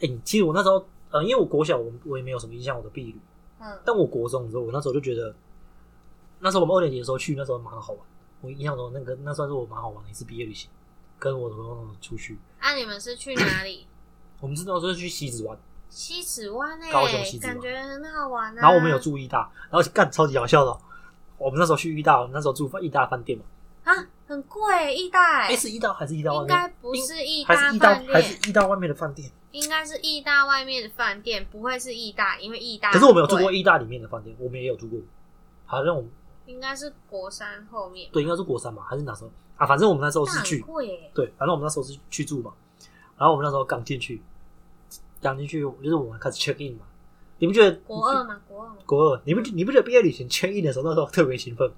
[SPEAKER 1] 哎、其实我那时候，呃，因为我国小我我也没有什么印象我的避旅，
[SPEAKER 2] 嗯
[SPEAKER 1] 但我国中的时候，我那时候就觉得，那时候我们二年级的时候去，那时候蛮好玩。我印象中那个那算是我蛮好玩的一次毕业旅行，跟我的朋友出去，
[SPEAKER 2] 啊，你们是去 哪里？
[SPEAKER 1] 我们知道是去西子湾，
[SPEAKER 2] 西子湾诶、
[SPEAKER 1] 高雄西子湾
[SPEAKER 2] 感觉很好玩啊。
[SPEAKER 1] 然后我们有住义大，然后干超级搞笑的哦。我们那时候去义大，我们那时候住义大饭店嘛，
[SPEAKER 2] 啊，很贵，义大、
[SPEAKER 1] 哎、
[SPEAKER 2] 欸，
[SPEAKER 1] 是义大还是义大外
[SPEAKER 2] 应
[SPEAKER 1] 面？
[SPEAKER 2] 该不是义
[SPEAKER 1] 还
[SPEAKER 2] 大
[SPEAKER 1] 是义大
[SPEAKER 2] 饭
[SPEAKER 1] 还
[SPEAKER 2] 店，
[SPEAKER 1] 是义大外面的饭店？
[SPEAKER 2] 应该是义大外面的饭店，不会是义大，因为义大
[SPEAKER 1] 可是我们有住
[SPEAKER 2] 很
[SPEAKER 1] 过
[SPEAKER 2] 贵，
[SPEAKER 1] 义大里面的饭店，我们也有住过，好像我们
[SPEAKER 2] 应该是国山后面，
[SPEAKER 1] 对应该是国三吧，还是哪时候啊？反正我们那时候
[SPEAKER 2] 都
[SPEAKER 1] 是去，
[SPEAKER 2] 贵欸耶，
[SPEAKER 1] 对，反正我们那时候是去住嘛，然后我们那时候刚进去，刚进去就是我们开始 check in 嘛。你不觉得
[SPEAKER 2] 国二吗？国二吗？
[SPEAKER 1] 国二？你不你不觉得毕业旅行 check in 的时候那时候特别兴奋？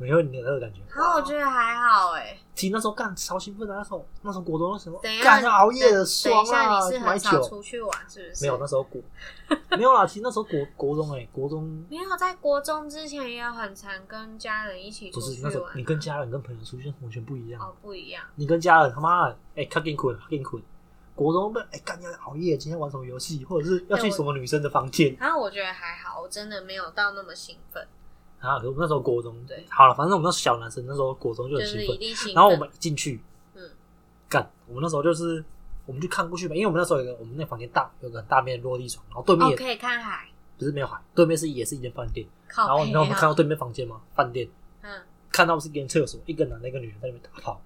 [SPEAKER 1] 没有你的那个感觉。
[SPEAKER 2] 然后我觉得还好哎，
[SPEAKER 1] 其实那时候干超兴奋的，那时候那时候国中的时候
[SPEAKER 2] 怎样
[SPEAKER 1] 干要熬夜
[SPEAKER 2] 等
[SPEAKER 1] 的
[SPEAKER 2] 等
[SPEAKER 1] 爽
[SPEAKER 2] 一下，
[SPEAKER 1] 啊
[SPEAKER 2] 你是，
[SPEAKER 1] 买
[SPEAKER 2] 很少
[SPEAKER 1] 酒
[SPEAKER 2] 出去玩是不是？
[SPEAKER 1] 没有那时候国没有啦，其实那时候 国国中哎、国中
[SPEAKER 2] 没有，在国中之前也有很常跟家人一起
[SPEAKER 1] 不
[SPEAKER 2] 出
[SPEAKER 1] 是
[SPEAKER 2] 去
[SPEAKER 1] 那时候
[SPEAKER 2] 玩。
[SPEAKER 1] 你跟家人跟朋友出去完全不一样。
[SPEAKER 2] 哦不一样，
[SPEAKER 1] 你跟家人他妈的，哎、赶紧困，赶紧困。国中不，哎、干要熬夜，今天玩什么游戏，或者是要去什么女生的房间
[SPEAKER 2] 然后我觉得还好，我真的没有到那么兴奋，
[SPEAKER 1] 啊？可是我们那时候国中，
[SPEAKER 2] 对
[SPEAKER 1] 好了，反正我们那时候小男生，那时候国中就
[SPEAKER 2] 就
[SPEAKER 1] 很兴
[SPEAKER 2] 是
[SPEAKER 1] 奋
[SPEAKER 2] 一。定兴奋。
[SPEAKER 1] 然后我们一进去，
[SPEAKER 2] 嗯
[SPEAKER 1] 干，我们那时候就是，我们就看过去吧，因为我们那时候有个我们那房间大，有个很大面的落地窗，然后对面
[SPEAKER 2] 哦
[SPEAKER 1] 也、
[SPEAKER 2] 可以看海，
[SPEAKER 1] 不是没有海，对面是也是一间饭店。
[SPEAKER 2] 靠
[SPEAKER 1] 然后你知道我们
[SPEAKER 2] 背啊
[SPEAKER 1] 看到对面房间吗？饭店
[SPEAKER 2] 嗯，
[SPEAKER 1] 看到是一间厕所，一个男的，一个女人在那边打炮。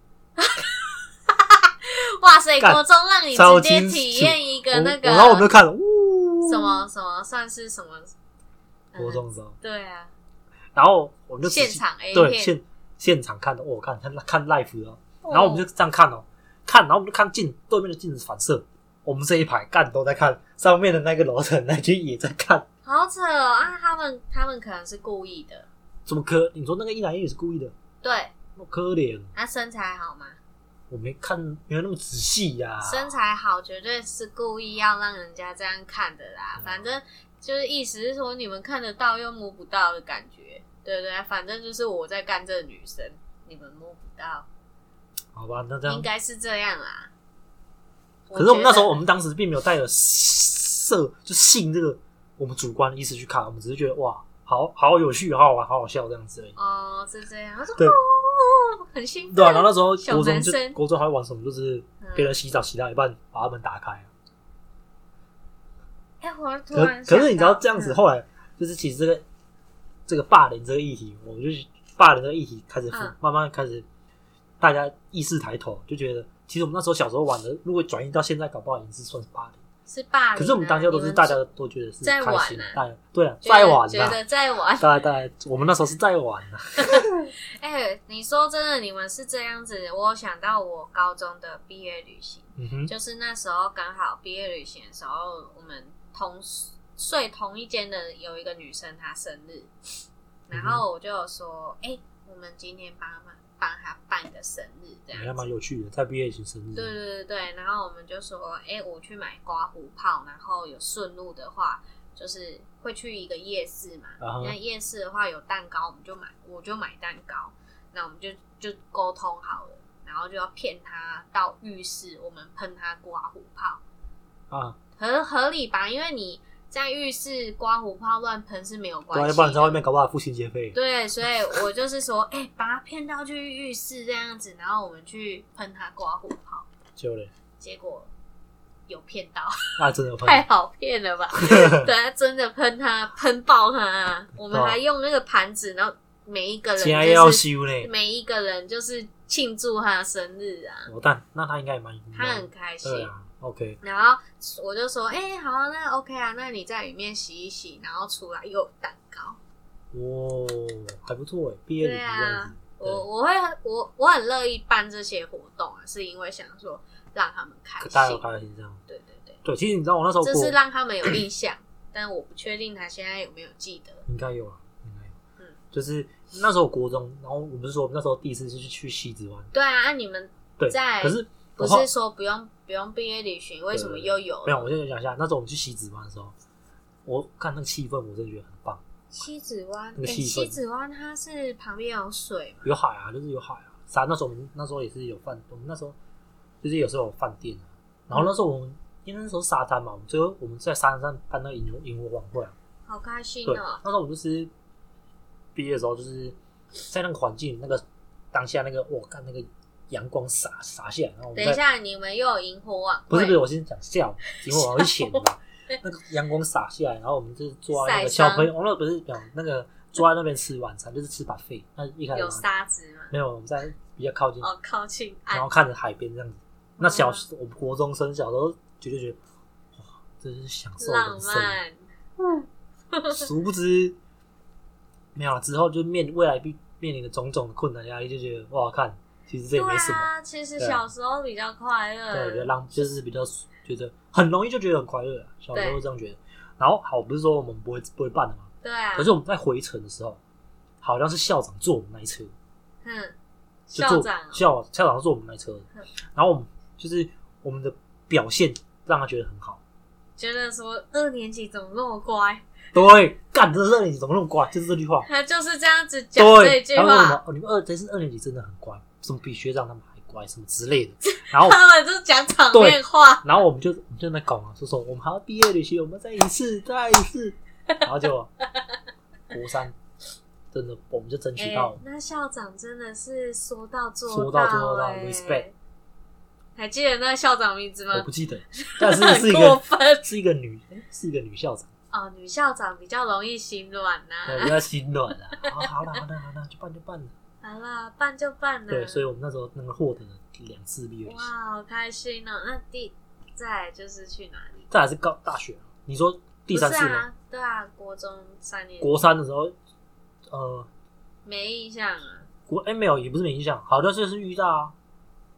[SPEAKER 2] 哇塞，
[SPEAKER 1] 干
[SPEAKER 2] 国中让你
[SPEAKER 1] 超
[SPEAKER 2] 直接
[SPEAKER 1] 清楚
[SPEAKER 2] 体验一个那个
[SPEAKER 1] 我我然后我们就看了，呜，
[SPEAKER 2] 什么什么算是什么
[SPEAKER 1] 国中的时候。
[SPEAKER 2] 嗯对啊，
[SPEAKER 1] 然后我们就仔细
[SPEAKER 2] 现场 A
[SPEAKER 1] 对
[SPEAKER 2] 片，
[SPEAKER 1] 现现场看的，我、哦看看看 live 的哦，
[SPEAKER 2] 哦
[SPEAKER 1] 然后我们就这样看哦，看，然后我们就看镜对面的镜子反射，我们这一排干都在看，上面的那个楼层那些也在看，
[SPEAKER 2] 好扯哦啊！他们他们可能是故意的，
[SPEAKER 1] 怎么可？你说那个一男一女是故意的？
[SPEAKER 2] 对，
[SPEAKER 1] 那么可怜，
[SPEAKER 2] 他、身材好吗？
[SPEAKER 1] 我没看没有那么仔细呀、
[SPEAKER 2] 身材好绝对是故意要让人家这样看的啦。
[SPEAKER 1] 嗯
[SPEAKER 2] 反正就是意思是说，你们看得到又摸不到的感觉，对不对？反正就是我在干这女生，你们摸不到，
[SPEAKER 1] 好吧，那这
[SPEAKER 2] 应
[SPEAKER 1] 样。
[SPEAKER 2] 该是这样啦。
[SPEAKER 1] 可是我们
[SPEAKER 2] 觉
[SPEAKER 1] 那
[SPEAKER 2] 得
[SPEAKER 1] 时候，我们当时并没有带着色就性这个我们主观的意思去看，我们只是觉得哇，好好有趣，好好玩，好好笑这样子而已。
[SPEAKER 2] 哦是这样，他说
[SPEAKER 1] 对
[SPEAKER 2] 哦，很兴奋，
[SPEAKER 1] 对啊，然后那时候
[SPEAKER 2] 小
[SPEAKER 1] 国中
[SPEAKER 2] 男
[SPEAKER 1] 就
[SPEAKER 2] 生
[SPEAKER 1] 国中还会玩什么，就是
[SPEAKER 2] 嗯
[SPEAKER 1] 别人洗澡洗到一半，把他们打开啊。
[SPEAKER 2] 哎，我突
[SPEAKER 1] 可
[SPEAKER 2] 然
[SPEAKER 1] 可
[SPEAKER 2] 想
[SPEAKER 1] 是你知道这样
[SPEAKER 2] 到
[SPEAKER 1] 子，
[SPEAKER 2] 嗯
[SPEAKER 1] 后来就是其实这个这个霸凌这个议题，我就霸凌这个议题开始
[SPEAKER 2] 嗯
[SPEAKER 1] 慢慢开始大家意识抬头，就觉得其实我们那时候小时候玩的，如果转移到现在，搞不好已经是算是霸凌。
[SPEAKER 2] 是霸凌啊，
[SPEAKER 1] 可是我们当下都
[SPEAKER 2] 你
[SPEAKER 1] 是
[SPEAKER 2] 们
[SPEAKER 1] 大家都觉得是
[SPEAKER 2] 在
[SPEAKER 1] 开
[SPEAKER 2] 玩
[SPEAKER 1] 心的
[SPEAKER 2] 啊，
[SPEAKER 1] 大家对啊，
[SPEAKER 2] 觉得
[SPEAKER 1] 在玩
[SPEAKER 2] 觉
[SPEAKER 1] 呐，
[SPEAKER 2] 得在玩。
[SPEAKER 1] 大家大家我们那时候是在玩啊呐，
[SPEAKER 2] 哎、你说真的，你们是这样子，我有想到我高中的毕业旅行，
[SPEAKER 1] 嗯哼，
[SPEAKER 2] 就是那时候刚好毕业旅行的时候，我们同睡同一间的有一个女生她生日，然后我就有说，哎、我们今天帮她帮他办个生日这样
[SPEAKER 1] 还蛮
[SPEAKER 2] 子。
[SPEAKER 1] 有趣的，在毕业前生日，
[SPEAKER 2] 对对对对，然后我们就说，哎、我去买刮胡泡，然后有顺路的话，就是会去一个夜市嘛。
[SPEAKER 1] 啊哈
[SPEAKER 2] 那夜市的话有蛋糕，我们就买，我就买蛋糕。那我们就就沟通好了，然后就要骗他到浴室，我们喷他刮胡泡，
[SPEAKER 1] 啊，
[SPEAKER 2] 合合理吧？因为你在浴室刮胡泡乱喷是没有
[SPEAKER 1] 不
[SPEAKER 2] 关
[SPEAKER 1] 然
[SPEAKER 2] 系的，
[SPEAKER 1] 啊不然在外面搞不好付清洁费。
[SPEAKER 2] 对，所以我就是说，哎、把他骗到去浴室这样子，然后我们去喷他刮胡泡，
[SPEAKER 1] 就嘞，
[SPEAKER 2] 结果有骗到，
[SPEAKER 1] 那真的有喷
[SPEAKER 2] 太好 骗了吧？对，他真的喷他，喷爆他、啊！我们
[SPEAKER 1] 哦
[SPEAKER 2] 还用那个盘子，然后每一个人
[SPEAKER 1] 钱还要
[SPEAKER 2] 就是
[SPEAKER 1] 修嘞。
[SPEAKER 2] 每一个人就是庆祝他生日啊，
[SPEAKER 1] 哦，但那他应该也蛮
[SPEAKER 2] 他很开心。
[SPEAKER 1] 对啊，OK，
[SPEAKER 2] 然后我就说，哎、好、啊，那 OK 啊，那你在里面洗一洗，然后出来又有蛋糕。
[SPEAKER 1] 哦，还不错哎，毕业礼这样子，对
[SPEAKER 2] 啊我我会我我很乐意办这些活动啊，是因为想说让他们开
[SPEAKER 1] 可
[SPEAKER 2] 心，
[SPEAKER 1] 大家都开心这样。
[SPEAKER 2] 对对对，
[SPEAKER 1] 对，其实你知道我那时候
[SPEAKER 2] 这
[SPEAKER 1] 过
[SPEAKER 2] 是让他们有印象，但我不确定他现在有没有记得。
[SPEAKER 1] 应该有啊，应该有。
[SPEAKER 2] 嗯
[SPEAKER 1] 就是那时候国中，然后我不是说我们那时候第一次是去去西子湾，
[SPEAKER 2] 对啊，啊你们
[SPEAKER 1] 对，
[SPEAKER 2] 在
[SPEAKER 1] 可是
[SPEAKER 2] 不
[SPEAKER 1] 我后
[SPEAKER 2] 是说不用不用毕业旅行，为什么又有
[SPEAKER 1] 没有，我先讲一下，那时候我们去西子湾的时候，我看那个气氛，我真的觉得很棒，
[SPEAKER 2] 西子湾？
[SPEAKER 1] 那个
[SPEAKER 2] 哎、
[SPEAKER 1] 气氛
[SPEAKER 2] 西子湾它是旁边有水嘛？
[SPEAKER 1] 有海啊，就是有海啊。啥？那时候我们那时候也是有饭，我们那时候就是有时候有饭店啊。然后那时候我们因为那时候沙滩嘛，我们最后我们在沙滩上办那个萤火萤火晚会啊。
[SPEAKER 2] 好开心
[SPEAKER 1] 对，
[SPEAKER 2] 哦、
[SPEAKER 1] 那时候我就是毕业的时候，就是在那个环境那个当下那个，我看那个阳光洒洒下来，然后我们
[SPEAKER 2] 等一
[SPEAKER 1] 在
[SPEAKER 2] 下，你们又有萤火晚会，
[SPEAKER 1] 不是不是，我先讲下午，因为我要去 潜嘛。那个阳光洒下来，然后我们就是坐在那个
[SPEAKER 2] 晒伤
[SPEAKER 1] 小朋友，我哦那不是讲那个坐在那边吃晚餐，就是吃 buffet。那一开始
[SPEAKER 2] 有
[SPEAKER 1] 嘛
[SPEAKER 2] 沙子吗？
[SPEAKER 1] 没有，我们在比较靠近，
[SPEAKER 2] 哦，靠近岸
[SPEAKER 1] 然后看着海边这样子。那小
[SPEAKER 2] 嗯
[SPEAKER 1] 我们国中生小时候绝对觉得，哇，真是享受
[SPEAKER 2] 浪
[SPEAKER 1] 人生。
[SPEAKER 2] 漫，
[SPEAKER 1] 殊不知，没有了啊之后就面未来必面临的种种的困难压力，就觉得哇，看其实这也没什
[SPEAKER 2] 对
[SPEAKER 1] 么，
[SPEAKER 2] 啊，其实
[SPEAKER 1] 对啊
[SPEAKER 2] 小时候比较快乐，
[SPEAKER 1] 对，比较浪，就是比较觉得很容易就觉得很快乐啊，小时候
[SPEAKER 2] 对
[SPEAKER 1] 这样觉得。然后好，不是说我们不会不会办的嘛，
[SPEAKER 2] 对啊。
[SPEAKER 1] 可是我们在回程的时候，好像是校长坐我们那一车，
[SPEAKER 2] 嗯，
[SPEAKER 1] 就
[SPEAKER 2] 校
[SPEAKER 1] 坐
[SPEAKER 2] 长哦
[SPEAKER 1] 校校长坐我们那一车
[SPEAKER 2] 嗯，
[SPEAKER 1] 然后我们就是我们的表现让他觉得很好。
[SPEAKER 2] 觉得说二年级怎么那么乖，
[SPEAKER 1] 对，干，真的是二年级怎么那么乖？就是这句话。
[SPEAKER 2] 他就是这样子讲这
[SPEAKER 1] 对，
[SPEAKER 2] 句
[SPEAKER 1] 然后问什么
[SPEAKER 2] 话，？
[SPEAKER 1] 哦，你们二这是二年级真的很乖，什么比学长他们还乖，什么之类的。然后，
[SPEAKER 2] 他们就讲场面话，
[SPEAKER 1] 然后我们就我们就在搞嘛，就说我们还要毕业旅行，我们再一次，再一次。然后就国三，真的我们就争取
[SPEAKER 2] 哎、
[SPEAKER 1] 到
[SPEAKER 2] 那校长真的是说到做
[SPEAKER 1] 说
[SPEAKER 2] 到、
[SPEAKER 1] 到
[SPEAKER 2] 欸，
[SPEAKER 1] 做到，respect
[SPEAKER 2] 还记得那校长名字
[SPEAKER 1] 我
[SPEAKER 2] 吗
[SPEAKER 1] 不？记得，但是是
[SPEAKER 2] 很
[SPEAKER 1] 一
[SPEAKER 2] 过
[SPEAKER 1] 个
[SPEAKER 2] 分
[SPEAKER 1] 是一个女诶是一个女校长，
[SPEAKER 2] 哦，女校长比较容易心软呐、
[SPEAKER 1] 对，比较心软啊。好好啦好啦好啦，就办就办了。
[SPEAKER 2] 好啦，办就办啦。
[SPEAKER 1] 对，所以我们那时候那个获得了两次毕业旅
[SPEAKER 2] 嗯哇，
[SPEAKER 1] 行，
[SPEAKER 2] 好开心哦！那第再来就是去哪里？
[SPEAKER 1] 这还是高大学啊。你说第三次
[SPEAKER 2] 不是
[SPEAKER 1] 吗？
[SPEAKER 2] 啊，对啊，国中三年级
[SPEAKER 1] 国三的时候，呃，
[SPEAKER 2] 没印象啊，
[SPEAKER 1] 国哎、没有，也不是没印象，好像就是遇到啊，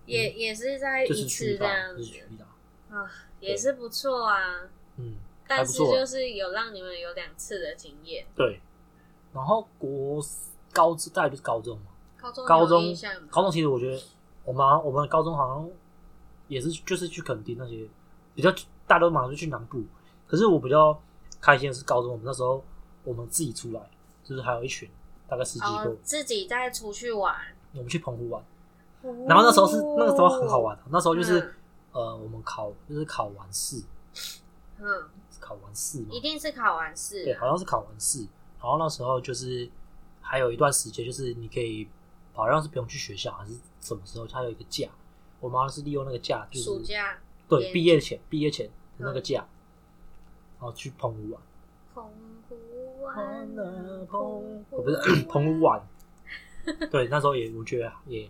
[SPEAKER 2] 也也是在
[SPEAKER 1] 就是
[SPEAKER 2] 一
[SPEAKER 1] 去
[SPEAKER 2] 次这
[SPEAKER 1] 到，
[SPEAKER 2] 样
[SPEAKER 1] 就
[SPEAKER 2] 子
[SPEAKER 1] 是，去到，
[SPEAKER 2] 啊，也是不错啊。
[SPEAKER 1] 嗯，还
[SPEAKER 2] 但
[SPEAKER 1] 不
[SPEAKER 2] 是
[SPEAKER 1] 错
[SPEAKER 2] 就是有让你们有两次的经验，
[SPEAKER 1] 对。然后国高再来就是高中嘛，
[SPEAKER 2] 高中
[SPEAKER 1] 高
[SPEAKER 2] 有
[SPEAKER 1] 中
[SPEAKER 2] 印象吗
[SPEAKER 1] 高中其实我觉得我们好像我们高中好像也是就是去垦丁那些比较大家都马上就去南部，可是我比较开心的是高中我们那时候我们自己出来，就是还有一群大概十几个
[SPEAKER 2] 哦，，自己再出去玩，
[SPEAKER 1] 我们去澎湖玩，然后那时候是那个时候很好玩，啊那时候就是、
[SPEAKER 2] 嗯
[SPEAKER 1] 呃我们考就是考完试，
[SPEAKER 2] 嗯，
[SPEAKER 1] 是考完试嘛，
[SPEAKER 2] 一定是考完试
[SPEAKER 1] 对，
[SPEAKER 2] 啊，
[SPEAKER 1] 好像是考完试，然后那时候就是还有一段时间，就是你可以好像是不用去学校，还是什么时候？它有一个假，我妈是利用那个假，就是
[SPEAKER 2] 暑假嗯
[SPEAKER 1] 对
[SPEAKER 2] 研
[SPEAKER 1] 毕业前毕业前的那个假，然后去澎湖玩，
[SPEAKER 2] 澎湖湾啊，澎湖
[SPEAKER 1] 哦我不是嗯澎湖玩， 对，那时候也我觉得也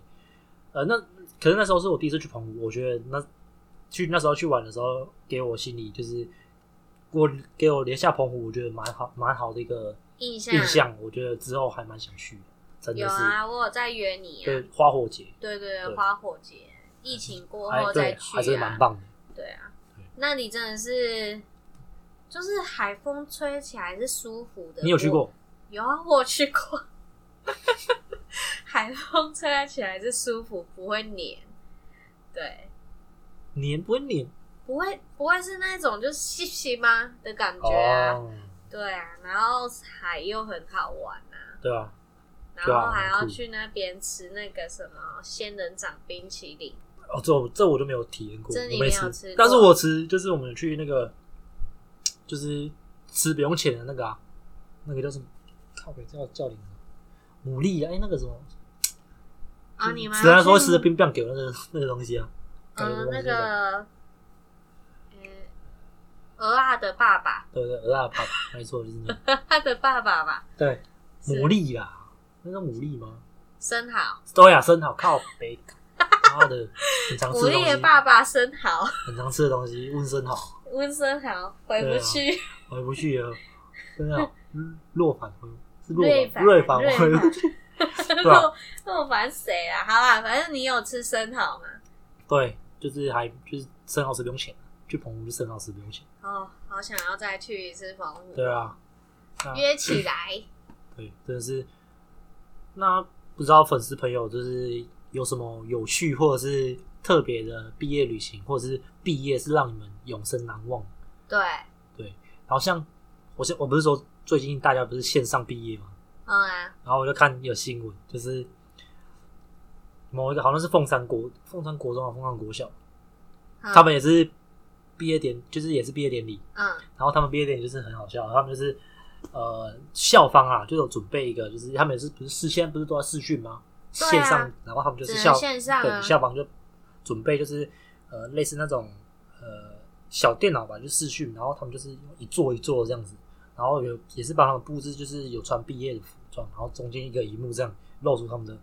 [SPEAKER 1] 呃那可是那时候是我第一次去澎湖，我觉得那去那时候去玩的时候，给我心里就是。我给我留下澎湖，我觉得蛮好，蛮好的一个
[SPEAKER 2] 印象
[SPEAKER 1] 印象，我觉得之后还蛮想去的，真的
[SPEAKER 2] 有
[SPEAKER 1] 是。
[SPEAKER 2] 啊，我有在约你
[SPEAKER 1] 对
[SPEAKER 2] 啊，
[SPEAKER 1] 花火节，
[SPEAKER 2] 对对
[SPEAKER 1] 对
[SPEAKER 2] 对，花火节，疫情过
[SPEAKER 1] 还
[SPEAKER 2] 后再
[SPEAKER 1] 对，
[SPEAKER 2] 去
[SPEAKER 1] 还是蛮
[SPEAKER 2] 啊，
[SPEAKER 1] 棒的。
[SPEAKER 2] 对啊
[SPEAKER 1] 对，
[SPEAKER 2] 那里真的是。就是海风吹起来是舒服的。
[SPEAKER 1] 你有去
[SPEAKER 2] 我
[SPEAKER 1] 过？
[SPEAKER 2] 有啊，我去过。 海风吹来起来是舒服，不会黏，对，
[SPEAKER 1] 黏不会黏
[SPEAKER 2] 不会不会是那种就是吸吸吗的感觉啊，
[SPEAKER 1] 哦，
[SPEAKER 2] 对啊，然后海又很好玩啊，
[SPEAKER 1] 对啊，
[SPEAKER 2] 然
[SPEAKER 1] 对啊
[SPEAKER 2] 后还要
[SPEAKER 1] 很酷
[SPEAKER 2] 去那边吃那个什么仙人掌冰淇淋，
[SPEAKER 1] 哦，这我这我就没有体验过，
[SPEAKER 2] 这你
[SPEAKER 1] 我没
[SPEAKER 2] 没有吃过
[SPEAKER 1] 但是我吃就是我们去那个，就是吃不用钱的那个啊，那个叫什么？靠北叫叫什么？牡蛎啊，哎、那个什么？
[SPEAKER 2] 啊，你们
[SPEAKER 1] 嗯只能说
[SPEAKER 2] 去
[SPEAKER 1] 吃的冰棒给我那个那个东西啊，感觉
[SPEAKER 2] 嗯，那
[SPEAKER 1] 忘记了
[SPEAKER 2] 个，呃，鹅啊的爸爸，
[SPEAKER 1] 对对，鹅啊，爸爸，没错，就是那个，
[SPEAKER 2] 他的爸爸吧，
[SPEAKER 1] 对，
[SPEAKER 2] 是
[SPEAKER 1] 牡蛎啦，那是牡蛎吗？
[SPEAKER 2] 生蚝，
[SPEAKER 1] 对呀、生蚝靠北，妈的，很常吃
[SPEAKER 2] 牡
[SPEAKER 1] 的东
[SPEAKER 2] 蛎
[SPEAKER 1] 西
[SPEAKER 2] 的，爸爸生蚝，
[SPEAKER 1] 很常吃的东西，温生蚝
[SPEAKER 2] 温生蚝回不
[SPEAKER 1] 对啊
[SPEAKER 2] 去，
[SPEAKER 1] 回不去了，真的，嗯，洛凡回是洛
[SPEAKER 2] 瑞
[SPEAKER 1] 凡，
[SPEAKER 2] 凡，
[SPEAKER 1] 瑞凡回
[SPEAKER 2] 瑞
[SPEAKER 1] 不
[SPEAKER 2] 凡
[SPEAKER 1] 去。，对啊
[SPEAKER 2] 洛洛凡谁啊？好啦，反正你有吃生蚝嘛？
[SPEAKER 1] 对，就是还就是生蚝吃不用钱，去澎湖就生蚝吃不用钱。
[SPEAKER 2] 哦，好想要再去一次澎湖，
[SPEAKER 1] 对啊，那
[SPEAKER 2] 约起来，
[SPEAKER 1] 对，真的是。那不知道粉丝朋友就是有什么有趣或者是特别的毕业旅行，或者是毕业是让你们永生难忘。
[SPEAKER 2] 对，
[SPEAKER 1] 然后像我现我不是说最近大家不是线上毕业吗？
[SPEAKER 2] 嗯啊，
[SPEAKER 1] 然后我就看有新闻，就是某一个好像是凤山国凤山国中啊，凤山国小，
[SPEAKER 2] 嗯
[SPEAKER 1] 他们也是毕业典，就是也是毕业典礼，
[SPEAKER 2] 嗯
[SPEAKER 1] 然后他们毕业典礼就是很好笑，他们就是呃校方啊，就有准备一个，就是他们也是不是事先不是都要试训吗？
[SPEAKER 2] 对啊
[SPEAKER 1] 线上，然后他们就是
[SPEAKER 2] 只
[SPEAKER 1] 校
[SPEAKER 2] 能线上啊
[SPEAKER 1] 对，校方就准备就是呃类似那种呃小电脑吧，就试训，然后他们就是一座一座这样子，然后有也是帮他们布置，就是有穿毕业的服装，然后中间一个荧幕这样露出他们的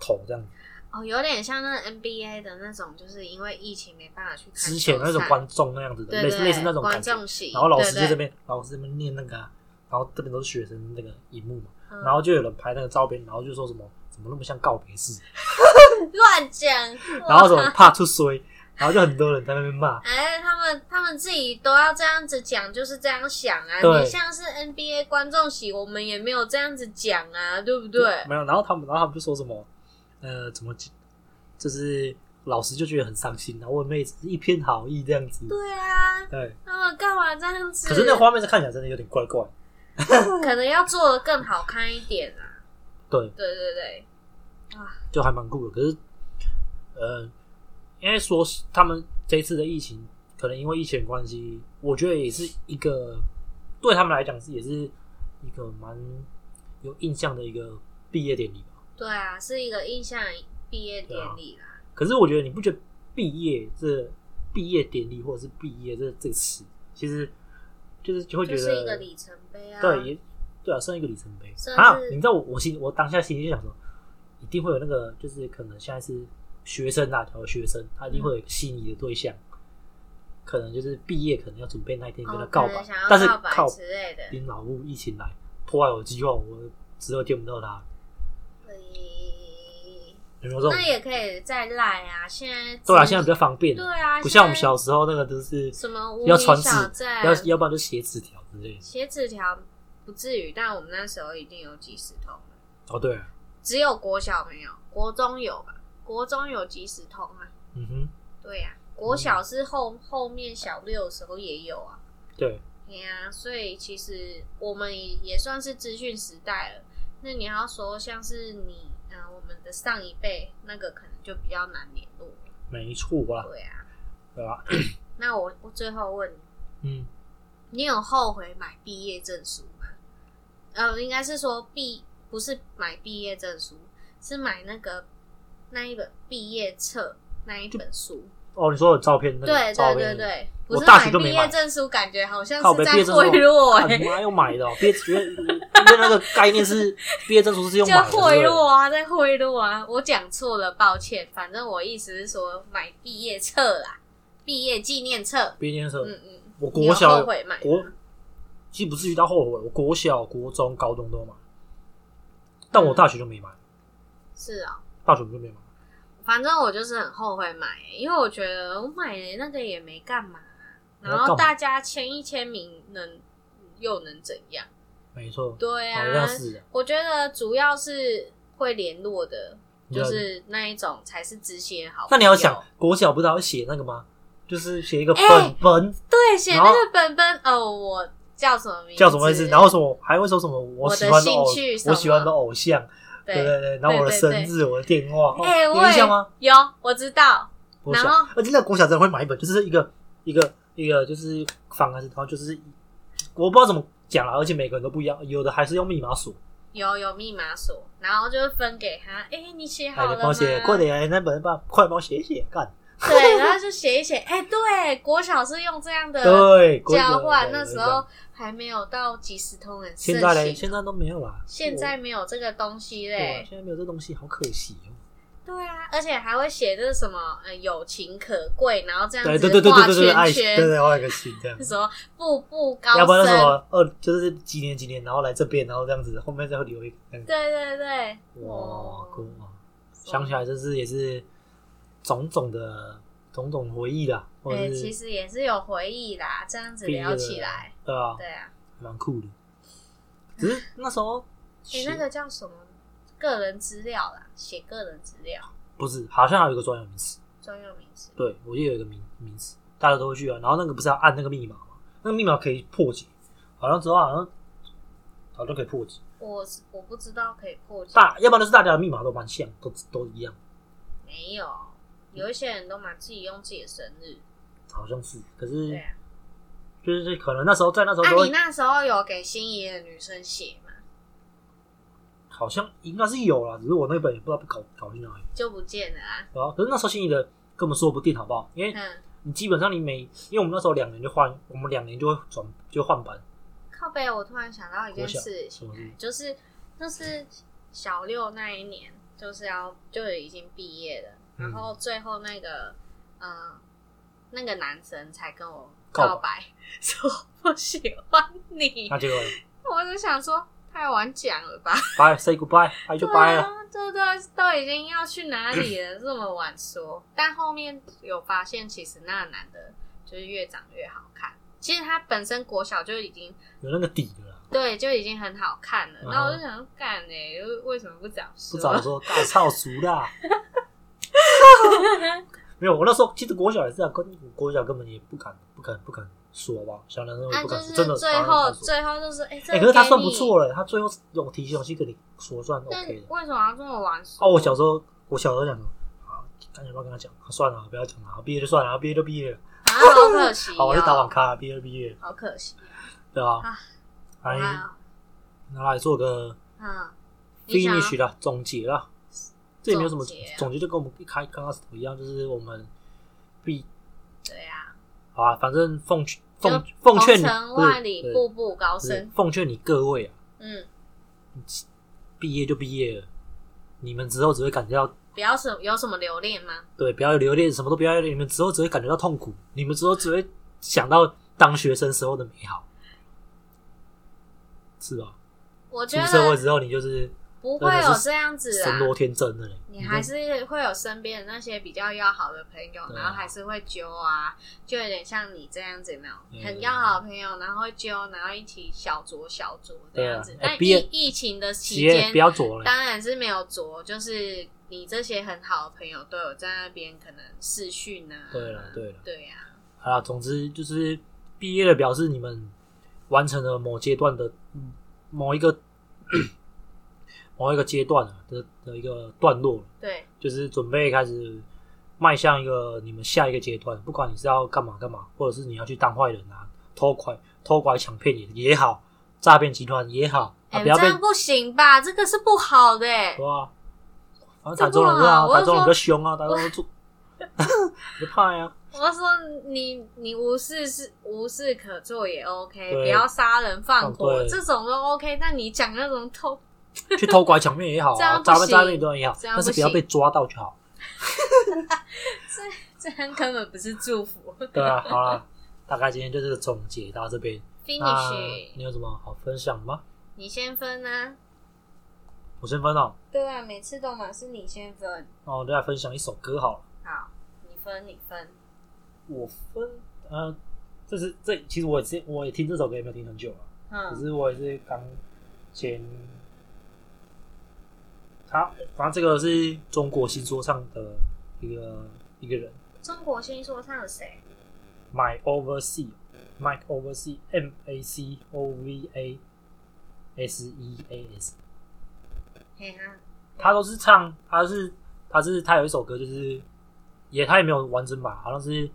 [SPEAKER 1] 头这样子，
[SPEAKER 2] 哦，有点像那个 NBA 的那种，就是因为疫情没办法去看
[SPEAKER 1] 之前那种
[SPEAKER 2] 球赛
[SPEAKER 1] 观众那样子的，
[SPEAKER 2] 对
[SPEAKER 1] 类
[SPEAKER 2] 对
[SPEAKER 1] 似类似那种
[SPEAKER 2] 观
[SPEAKER 1] 感觉，
[SPEAKER 2] 众席，
[SPEAKER 1] 然后老师
[SPEAKER 2] 对
[SPEAKER 1] 在
[SPEAKER 2] 对
[SPEAKER 1] 这边，老师这边念那个、啊，然后这边都是学生那个荧幕嘛，
[SPEAKER 2] 嗯
[SPEAKER 1] 然后就有人拍那个照片，然后就说什么怎么那么像告别式，
[SPEAKER 2] 乱讲，
[SPEAKER 1] 然后什么怕出衰，然后就很多人在那边骂，
[SPEAKER 2] 哎，他们他们自己都要这样子讲，就是这样想啊。
[SPEAKER 1] 对
[SPEAKER 2] 你像是 NBA 观众席，我们也没有这样子讲啊，对不 对？
[SPEAKER 1] 没有，然后他们然后他们就说什么，呃，怎么就是老师就觉得很伤心，然后我妹只是一片好意这样子，
[SPEAKER 2] 对啊，
[SPEAKER 1] 对，
[SPEAKER 2] 他们干嘛这样子？
[SPEAKER 1] 可是那画面是看起来真的有点怪怪，
[SPEAKER 2] 可能要做的更好看一点啊。
[SPEAKER 1] 对，
[SPEAKER 2] 对对对，
[SPEAKER 1] 就还蛮酷的，可是呃，因为说是他们这一次的疫情，可能因为疫情的关系，我觉得也是一个对他们来讲是也是一个蛮有印象的一个毕业典礼吧。
[SPEAKER 2] 对啊，是一个印象毕业典礼啦。
[SPEAKER 1] 可是我觉得你不觉得毕业这毕业典礼或者是毕业这这个词，其实就是就会觉
[SPEAKER 2] 就
[SPEAKER 1] 得
[SPEAKER 2] 是一个里程碑啊！
[SPEAKER 1] 对，也对啊，算一个里程碑
[SPEAKER 2] 算是
[SPEAKER 1] 啊！你知道我我心我当下心里就想说，一定会有那个，就是可能现在是学生啊，调学生，他一定会有一个心仪的对象，可能就是毕业，可能要准备那一天跟他
[SPEAKER 2] 哦，
[SPEAKER 1] 告
[SPEAKER 2] 可
[SPEAKER 1] 白，
[SPEAKER 2] 能想要
[SPEAKER 1] 但是
[SPEAKER 2] 告白
[SPEAKER 1] 靠
[SPEAKER 2] 之类的。
[SPEAKER 1] 领老物疫情来破坏我计划，我之后见不到他，
[SPEAKER 2] 诶
[SPEAKER 1] 有没有这种
[SPEAKER 2] 那？也可以再赖啊！现在
[SPEAKER 1] 对啊，现在比较方便，
[SPEAKER 2] 对啊，
[SPEAKER 1] 不像我们
[SPEAKER 2] 现在啊
[SPEAKER 1] 小时候那个都是
[SPEAKER 2] 什么无
[SPEAKER 1] 要
[SPEAKER 2] 名
[SPEAKER 1] 传纸
[SPEAKER 2] 小，站
[SPEAKER 1] 要要不然就写纸条之类的。
[SPEAKER 2] 写纸条不至于，但我们那时候一定有几十通了，
[SPEAKER 1] 哦，对啊，
[SPEAKER 2] 只有国小没有，国中有吧？国中有几十通啊？
[SPEAKER 1] 嗯哼，
[SPEAKER 2] 对呀、国小是后、后面小六的时候也有啊。
[SPEAKER 1] 对，
[SPEAKER 2] 对呀、所以其实我们也也算是资讯时代了。那你要说像是你，嗯、我们的上一辈那个可能就比较难联络了。
[SPEAKER 1] 没错啦，
[SPEAKER 2] 对啊，
[SPEAKER 1] 对吧？
[SPEAKER 2] 那我我最后问你，
[SPEAKER 1] 嗯，
[SPEAKER 2] 你有后悔买毕业证书吗？呃，应该是说毕不是买毕业证书，是买那个那一本毕业册那一本书。
[SPEAKER 1] 哦，你说有照片那个
[SPEAKER 2] 对
[SPEAKER 1] 照
[SPEAKER 2] 对
[SPEAKER 1] 片那
[SPEAKER 2] 对
[SPEAKER 1] 个
[SPEAKER 2] 对，
[SPEAKER 1] 我
[SPEAKER 2] 不是
[SPEAKER 1] 大学就
[SPEAKER 2] 毕
[SPEAKER 1] 没
[SPEAKER 2] 业
[SPEAKER 1] 买
[SPEAKER 2] 证书，感觉好像
[SPEAKER 1] 靠
[SPEAKER 2] 是
[SPEAKER 1] 北
[SPEAKER 2] 在
[SPEAKER 1] 毕业证书，
[SPEAKER 2] 贿�赂哎、
[SPEAKER 1] 干妈又买的哦，毕业证原原来那个概念 是毕业证书是用
[SPEAKER 2] 就
[SPEAKER 1] 买的，
[SPEAKER 2] 贿
[SPEAKER 1] 对不
[SPEAKER 2] 赂
[SPEAKER 1] 对
[SPEAKER 2] 啊，在贿赂啊！我讲错了，抱歉。反正我意思是说买毕业册啦，毕业纪念册。
[SPEAKER 1] 毕业证书，
[SPEAKER 2] 嗯嗯，
[SPEAKER 1] 我
[SPEAKER 2] 你
[SPEAKER 1] 国
[SPEAKER 2] 有
[SPEAKER 1] 小
[SPEAKER 2] 后悔买吗
[SPEAKER 1] 国，其实不至于到后悔，我国小、国中、高中都有买，但
[SPEAKER 2] 嗯
[SPEAKER 1] 我大学就没买，
[SPEAKER 2] 是啊、
[SPEAKER 1] 大学我就没买，
[SPEAKER 2] 反正我就是很后悔买，欸因为我觉得我买了那个也没干嘛，
[SPEAKER 1] 没有
[SPEAKER 2] 然
[SPEAKER 1] 干嘛
[SPEAKER 2] 后大家签一签名能又能怎样？
[SPEAKER 1] 没错，
[SPEAKER 2] 对
[SPEAKER 1] 好像
[SPEAKER 2] 啊，
[SPEAKER 1] 是的，
[SPEAKER 2] 我觉得主要是会联络的，就
[SPEAKER 1] 了解
[SPEAKER 2] 是那一种才是知心的好朋友。
[SPEAKER 1] 那你要想，国小不是还要写那个吗？就是写一个本
[SPEAKER 2] 哎
[SPEAKER 1] 本
[SPEAKER 2] 对，写
[SPEAKER 1] 然后
[SPEAKER 2] 那个本本哦，我叫什么名字？
[SPEAKER 1] 叫什么意思，然后什么还会说什么我
[SPEAKER 2] 的
[SPEAKER 1] 喜欢的偶
[SPEAKER 2] 兴趣什么
[SPEAKER 1] 我喜欢的偶像，对
[SPEAKER 2] 对，
[SPEAKER 1] 对对，然后我的
[SPEAKER 2] 对
[SPEAKER 1] 生
[SPEAKER 2] 对
[SPEAKER 1] 日、我的电话，哦
[SPEAKER 2] 哎、
[SPEAKER 1] 有
[SPEAKER 2] 我
[SPEAKER 1] 印
[SPEAKER 2] 也
[SPEAKER 1] 象吗？？
[SPEAKER 2] 有，我知道。
[SPEAKER 1] 国
[SPEAKER 2] 然
[SPEAKER 1] 小
[SPEAKER 2] 后，
[SPEAKER 1] 而且那个国小真的会买一本，就是一个一个一个就是方案，然后就是我不知道怎么讲了，而且每个人都不一样，有的还是用密码锁，
[SPEAKER 2] 有有密码锁，然后就是分给他。哎、你写好
[SPEAKER 1] 哎，
[SPEAKER 2] 了
[SPEAKER 1] 帮
[SPEAKER 2] 吗？
[SPEAKER 1] 我写，快点，哎那本帮快帮我写一写，干，
[SPEAKER 2] 对，然后就写一写。哎、对，国小是用这样的
[SPEAKER 1] 对，国
[SPEAKER 2] 交
[SPEAKER 1] 小
[SPEAKER 2] 换，
[SPEAKER 1] 对
[SPEAKER 2] 那
[SPEAKER 1] 对
[SPEAKER 2] 时
[SPEAKER 1] 对
[SPEAKER 2] 候还没有到即时通很盛
[SPEAKER 1] 现
[SPEAKER 2] 行。
[SPEAKER 1] 在嘞，现在都没有啦，
[SPEAKER 2] 现在没有这个东西
[SPEAKER 1] 对啊
[SPEAKER 2] 嘞，
[SPEAKER 1] 现在没有这东西，好可惜哦。
[SPEAKER 2] 对啊，而且还会写这什么呃友情可贵，然后这样
[SPEAKER 1] 对
[SPEAKER 2] 子
[SPEAKER 1] 对对对对
[SPEAKER 2] 画
[SPEAKER 1] 对对，爱
[SPEAKER 2] 圈
[SPEAKER 1] 情，对
[SPEAKER 2] 圈，
[SPEAKER 1] 对画一个心这样。
[SPEAKER 2] 什么步步高
[SPEAKER 1] 要不然那什
[SPEAKER 2] 升，
[SPEAKER 1] 么二就是几年几年，然后来这边，然后这样子，后面再留一个。这样子
[SPEAKER 2] 对对对，
[SPEAKER 1] 哇，哥
[SPEAKER 2] 哦，
[SPEAKER 1] 啊！想起来就是也是种种的种种回忆啦，或
[SPEAKER 2] 哎，
[SPEAKER 1] 者
[SPEAKER 2] 其
[SPEAKER 1] 是
[SPEAKER 2] 实也是有回忆啦，这样子
[SPEAKER 1] 毕业
[SPEAKER 2] 聊
[SPEAKER 1] 了
[SPEAKER 2] 起来，
[SPEAKER 1] 对啊，
[SPEAKER 2] 对啊，
[SPEAKER 1] 蛮酷的。只是那时候
[SPEAKER 2] 哎，那个叫什么个人资料啦，写个人资料
[SPEAKER 1] 不是，好像还有一个专有名词，
[SPEAKER 2] 专用名词，
[SPEAKER 1] 对我记得有一个名名词，大家都会去啊。然后那个不是要按那个密码吗？那个密码可以破解，好像之后好像好像可以破解。
[SPEAKER 2] 我是我不知道可以破解，
[SPEAKER 1] 大，要不然就是大家的密码都蛮像，都都一样，
[SPEAKER 2] 没有，有一些人都嘛自己用自己的生日，
[SPEAKER 1] 好像是。可
[SPEAKER 2] 对
[SPEAKER 1] 是
[SPEAKER 2] 啊。
[SPEAKER 1] 就是可能那时候在那时候嗯
[SPEAKER 2] 啊，
[SPEAKER 1] 都会
[SPEAKER 2] 你那时候有给心仪的女生写吗？
[SPEAKER 1] 好像应该是有啦，只是我那本也不知道被搞搞去哪里。
[SPEAKER 2] 就不见了啊。
[SPEAKER 1] 然后可是那时候心仪的根本说不定好不好？因为
[SPEAKER 2] 嗯，
[SPEAKER 1] 你基本上你每，因为我们那时候两年就换，我们两年就会转就换班，
[SPEAKER 2] 靠背，我突然想到一件事
[SPEAKER 1] 什么事
[SPEAKER 2] 情，欸就是就是小六那一年，就是要就已经毕业了，
[SPEAKER 1] 嗯
[SPEAKER 2] 然后最后那个嗯、呃那个男生才跟我
[SPEAKER 1] 告白
[SPEAKER 2] 告白，说我喜欢你
[SPEAKER 1] 那，结果
[SPEAKER 2] 我就想说太晚讲了吧，
[SPEAKER 1] 拜 say goodbye，拜就拜
[SPEAKER 2] 对
[SPEAKER 1] 了。
[SPEAKER 2] 啊，对对，都已经要去哪 里了，这么晚说。但后面有发现，其实那个男的就是越长越好看。其实他本身国小就已经
[SPEAKER 1] 有那个底的啦，
[SPEAKER 2] 对就已经很好看了，
[SPEAKER 1] 嗯
[SPEAKER 2] 然后我就想说干哎、为为什么不早
[SPEAKER 1] 不
[SPEAKER 2] 说？
[SPEAKER 1] 早说大操熟啦。没有，我那时候其实国小也是啊，跟国小根本也不敢不敢不敢说好不好？小男生也
[SPEAKER 2] 啊，
[SPEAKER 1] 不
[SPEAKER 2] 就
[SPEAKER 1] 敢说，真
[SPEAKER 2] 是
[SPEAKER 1] 的
[SPEAKER 2] 最
[SPEAKER 1] 小男生不
[SPEAKER 2] 后
[SPEAKER 1] 敢说
[SPEAKER 2] 最后就是哎，这
[SPEAKER 1] 哎、
[SPEAKER 2] 个
[SPEAKER 1] 可是他
[SPEAKER 2] 给
[SPEAKER 1] 算不
[SPEAKER 2] 你
[SPEAKER 1] 错了，他最后有提醒我去跟你说算 OK 的。
[SPEAKER 2] 那为什么要这么 晚说？
[SPEAKER 1] 哦，我小时候，我小时候讲，啊，赶紧不要跟他讲，啊算了，不要讲了，毕业就算了，毕业就毕业了，
[SPEAKER 2] 啊，好可惜、哦，
[SPEAKER 1] 好，我就打网咖，毕业就毕业了，
[SPEAKER 2] 好可惜。
[SPEAKER 1] 对吧、
[SPEAKER 2] 啊
[SPEAKER 1] 来，
[SPEAKER 2] 哇
[SPEAKER 1] 拿来做个
[SPEAKER 2] 嗯，你想要
[SPEAKER 1] finish 啦，总结啦，这也没有什么
[SPEAKER 2] 总结啊
[SPEAKER 1] 总结，就跟我们一开刚开始一样，就是我们必
[SPEAKER 2] 对啊，
[SPEAKER 1] 啊，反正奉劝奉
[SPEAKER 2] 就
[SPEAKER 1] 奉劝你，
[SPEAKER 2] 鹏程
[SPEAKER 1] 不是
[SPEAKER 2] 万里，
[SPEAKER 1] 对
[SPEAKER 2] 步步高
[SPEAKER 1] 不是
[SPEAKER 2] 升。
[SPEAKER 1] 奉劝你各位啊，
[SPEAKER 2] 嗯，
[SPEAKER 1] 毕业就毕业了，你们之后只会感觉到
[SPEAKER 2] 不要什有什么留恋吗？
[SPEAKER 1] 对，不要留恋，什么都不要留恋，你们之后只会感觉到痛苦，你们之后只会想到当学生时候的美好，是吧？
[SPEAKER 2] 我觉
[SPEAKER 1] 出社会
[SPEAKER 2] 得
[SPEAKER 1] 之后，你就是
[SPEAKER 2] 不会有这样子啊
[SPEAKER 1] 神，罗天真的嘞，
[SPEAKER 2] 你还是会有身边的那些比较要好的朋友，
[SPEAKER 1] 对啊
[SPEAKER 2] 然后还是会揪啊，就有点像你这样子，有没有？
[SPEAKER 1] 嗯
[SPEAKER 2] 很要好的朋友，然后会揪，然后一起小酌小酌这样子
[SPEAKER 1] 对啊。哎
[SPEAKER 2] 但
[SPEAKER 1] 毕业
[SPEAKER 2] 疫疫情的期
[SPEAKER 1] 鞋
[SPEAKER 2] 间
[SPEAKER 1] 不，要左嘞，
[SPEAKER 2] 当然是没有酌，就是你这些很好的朋友都有在那边可能视讯啊，
[SPEAKER 1] 对了对了，
[SPEAKER 2] 对啊呀，
[SPEAKER 1] 好啦，总之就是毕业了，表示你们完成了某阶段的嗯某一个 某一个阶段啊的的一个段落了。
[SPEAKER 2] 对，
[SPEAKER 1] 就是准备开始迈向一个你们下一个阶段，不管你是要干嘛干嘛，或者是你要去当坏人啊，偷拐偷拐抢骗也也好，诈骗集团也好，啊
[SPEAKER 2] 哎，
[SPEAKER 1] 不要
[SPEAKER 2] 这
[SPEAKER 1] 被
[SPEAKER 2] 样不行吧？这个是不好的欸，
[SPEAKER 1] 哇，反正台中人不啊，
[SPEAKER 2] 这不好
[SPEAKER 1] 台中人
[SPEAKER 2] 我
[SPEAKER 1] 比较
[SPEAKER 2] 就
[SPEAKER 1] 凶啊，台中 人做 就怕呀，
[SPEAKER 2] 我说你你无事是无事可做也 OK，
[SPEAKER 1] 对
[SPEAKER 2] 不要杀人放
[SPEAKER 1] 哦
[SPEAKER 2] 火
[SPEAKER 1] 对
[SPEAKER 2] 这种都 OK。那你讲那种偷，
[SPEAKER 1] 去偷拐抢骗也好
[SPEAKER 2] 这
[SPEAKER 1] 啊，
[SPEAKER 2] 样不
[SPEAKER 1] 诈
[SPEAKER 2] 行
[SPEAKER 1] 骗诈骗集团也好，
[SPEAKER 2] 这
[SPEAKER 1] 但
[SPEAKER 2] 样不
[SPEAKER 1] 是
[SPEAKER 2] 行
[SPEAKER 1] 不要被抓到就好，
[SPEAKER 2] 这样根本不是 祝福。
[SPEAKER 1] 对啊，好啦，大概今天就是总结到这边，那
[SPEAKER 2] Finish，
[SPEAKER 1] 你有什么好分享吗？
[SPEAKER 2] 你先分啊。
[SPEAKER 1] 我先分哦，
[SPEAKER 2] 对啊，每次都嘛是你先分。
[SPEAKER 1] 那我就来分享一首歌好了。
[SPEAKER 2] 好，你分你分。
[SPEAKER 1] 我分呃，这是这其实我也是我也听这首歌也没有听啊很久了，可
[SPEAKER 2] 嗯，
[SPEAKER 1] 是我也是刚前他反正这个是中国新说唱的一个一个人
[SPEAKER 2] 中国新说唱的谁？
[SPEAKER 1] ，My Oversea。Mike Oversea M A C O V A S E A S，
[SPEAKER 2] 嘿啊哈，
[SPEAKER 1] 他都是唱，他是他是他有一首歌就是也他也没有完整版，好像是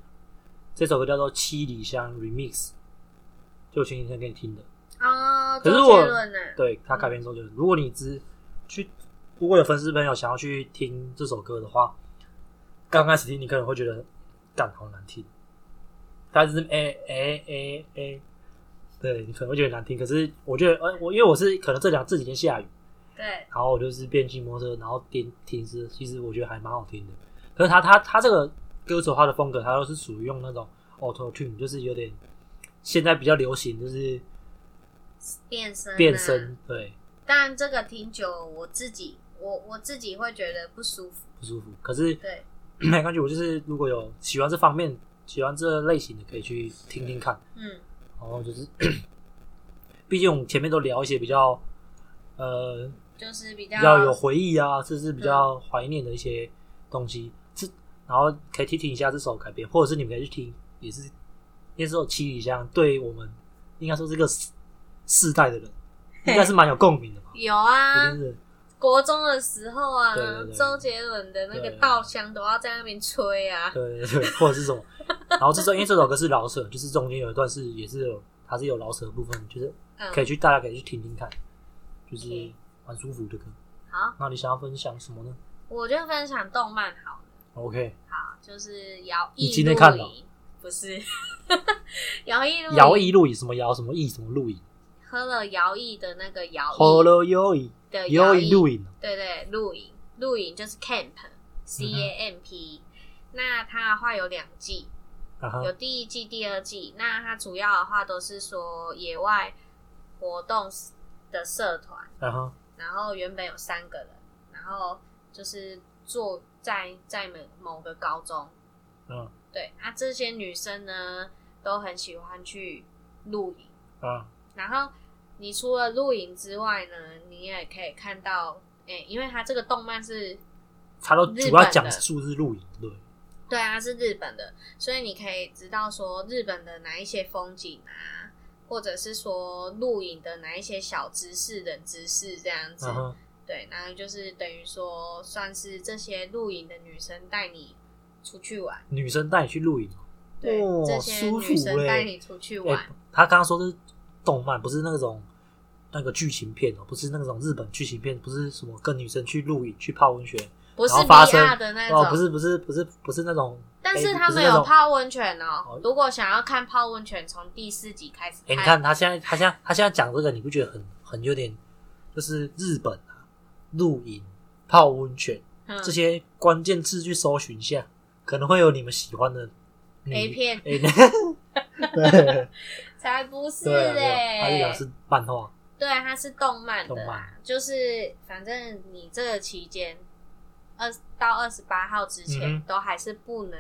[SPEAKER 1] 这首歌叫做《七里香 Remix》，就前几天给你听的。
[SPEAKER 2] 哦，
[SPEAKER 1] 可是
[SPEAKER 2] 周
[SPEAKER 1] 我
[SPEAKER 2] 杰伦呐，
[SPEAKER 1] 对他改编之后就是，如果你只去，如果有粉丝朋友想要去听这首歌的话，刚开始听你可能会觉得干好难听，但是哎哎哎哎，对你可能会觉得难听。可是我觉得，呃，我因为我是可能这两这几天下雨，
[SPEAKER 2] 对，
[SPEAKER 1] 然后我就是边骑摩托车，然后边听是，其实我觉得还蛮好听的。可是他他他这个歌手他的风格，他都是属于用那种 auto tune，就是有点现在比较流行，就是
[SPEAKER 2] 变身，啊
[SPEAKER 1] 变。声，对，
[SPEAKER 2] 但这个听久了，我自己，我我自己会觉得不舒服。
[SPEAKER 1] 不舒服。可是
[SPEAKER 2] 对，
[SPEAKER 1] 没关系，我就是如果有喜欢这方面、喜欢这类型的，可以去听听看。
[SPEAKER 2] 嗯，
[SPEAKER 1] 然后就是， 毕竟我们前面都聊一些比较呃
[SPEAKER 2] 就是比较
[SPEAKER 1] 比较有回忆啊，甚至比较怀念的一些东西。这然后可以听听一下这首改编，或者是你们可以去听，也是那时候七里香对我们应该说这个世世代的人，应该是蛮有共鸣的 吧？
[SPEAKER 2] 有
[SPEAKER 1] 一
[SPEAKER 2] 啊
[SPEAKER 1] 定，是
[SPEAKER 2] 国中的时候啊
[SPEAKER 1] 对对，对
[SPEAKER 2] 周杰伦的那个
[SPEAKER 1] 对
[SPEAKER 2] 稻香都要在那边吹啊。
[SPEAKER 1] 对对对，或者是什么。然后这首因为这首歌是老舍，就是中间有一段是也是有它是有老舍的部分，就是
[SPEAKER 2] 嗯
[SPEAKER 1] 可，以去大家可以去听听看，就是
[SPEAKER 2] 嗯
[SPEAKER 1] 蛮舒服的歌。
[SPEAKER 2] 好，
[SPEAKER 1] 那你想要分享什么呢
[SPEAKER 2] 我就分享动漫好了。
[SPEAKER 1] ？OK，
[SPEAKER 2] 好，就是摇
[SPEAKER 1] 你
[SPEAKER 2] 曳
[SPEAKER 1] 今天看了
[SPEAKER 2] 露营，不是 摇曳露
[SPEAKER 1] 摇
[SPEAKER 2] 营
[SPEAKER 1] 曳露营什么摇什么意什么露营，
[SPEAKER 2] 喝了摇曳的那个摇
[SPEAKER 1] 喝
[SPEAKER 2] 曳
[SPEAKER 1] 了摇曳
[SPEAKER 2] 的
[SPEAKER 1] 摇
[SPEAKER 2] 摇
[SPEAKER 1] 曳露营，嗯
[SPEAKER 2] 对对，露营，露营就是 camp C A M P、那它的话有两季，
[SPEAKER 1] 啊哈
[SPEAKER 2] 有，第一季、第二季。那它主要的话都是说野外活动的社团，
[SPEAKER 1] 啊哈，
[SPEAKER 2] 然后原本有三个人，然后就是坐在在某某个高中，
[SPEAKER 1] 嗯
[SPEAKER 2] 对，那、这些女生呢都很喜欢去露营。
[SPEAKER 1] 啊
[SPEAKER 2] 然后你除了露营之外呢，你也可以看到，诶、因为它这个动漫是，
[SPEAKER 1] 他都
[SPEAKER 2] 日
[SPEAKER 1] 主要
[SPEAKER 2] 本
[SPEAKER 1] 讲
[SPEAKER 2] 的
[SPEAKER 1] 述是露营，对，
[SPEAKER 2] 对啊，它是日本的，所以你可以知道说日本的哪一些风景啊，或者是说露营的哪一些小知识、冷知识这样子。
[SPEAKER 1] 啊哈，
[SPEAKER 2] 对，然后就是等于说，算是这些露营的女生带你出去玩，
[SPEAKER 1] 女生带你去露营，
[SPEAKER 2] 对，
[SPEAKER 1] 哦
[SPEAKER 2] 这些
[SPEAKER 1] 舒
[SPEAKER 2] 女
[SPEAKER 1] 服
[SPEAKER 2] 生
[SPEAKER 1] 嘞
[SPEAKER 2] 带你出去玩，
[SPEAKER 1] 欸他刚刚说的是动漫，不是那种那个剧情片哦，不是那种日本剧情片，不是什么跟女生去露营、去泡温泉
[SPEAKER 2] 不是
[SPEAKER 1] 然后
[SPEAKER 2] B
[SPEAKER 1] 发生
[SPEAKER 2] R 的那种，
[SPEAKER 1] 哦，不是不是不是不是那种，
[SPEAKER 2] 但是
[SPEAKER 1] 欸
[SPEAKER 2] 他
[SPEAKER 1] 不
[SPEAKER 2] 们
[SPEAKER 1] 那
[SPEAKER 2] 有
[SPEAKER 1] 种。
[SPEAKER 2] 泡温泉哦、
[SPEAKER 1] 哦
[SPEAKER 2] 如果想要看泡温泉，从第四集开始
[SPEAKER 1] 哎、
[SPEAKER 2] 看。
[SPEAKER 1] 你看他现在，他现在，他现在讲这个，你不觉得很很有点，就是日本啊，露营、泡温泉
[SPEAKER 2] 嗯
[SPEAKER 1] 这些关键字去搜寻一下，可能会有你们喜欢的女
[SPEAKER 2] A 片
[SPEAKER 1] 欸 对
[SPEAKER 2] 才不是
[SPEAKER 1] 对啊，对啊他就
[SPEAKER 2] 嘞、
[SPEAKER 1] 讲是漫画，
[SPEAKER 2] 对，它是动漫的
[SPEAKER 1] 动
[SPEAKER 2] 啦
[SPEAKER 1] 漫，
[SPEAKER 2] 就是反正你这个期间二到二十八号之前、
[SPEAKER 1] 嗯哼
[SPEAKER 2] 都还是不能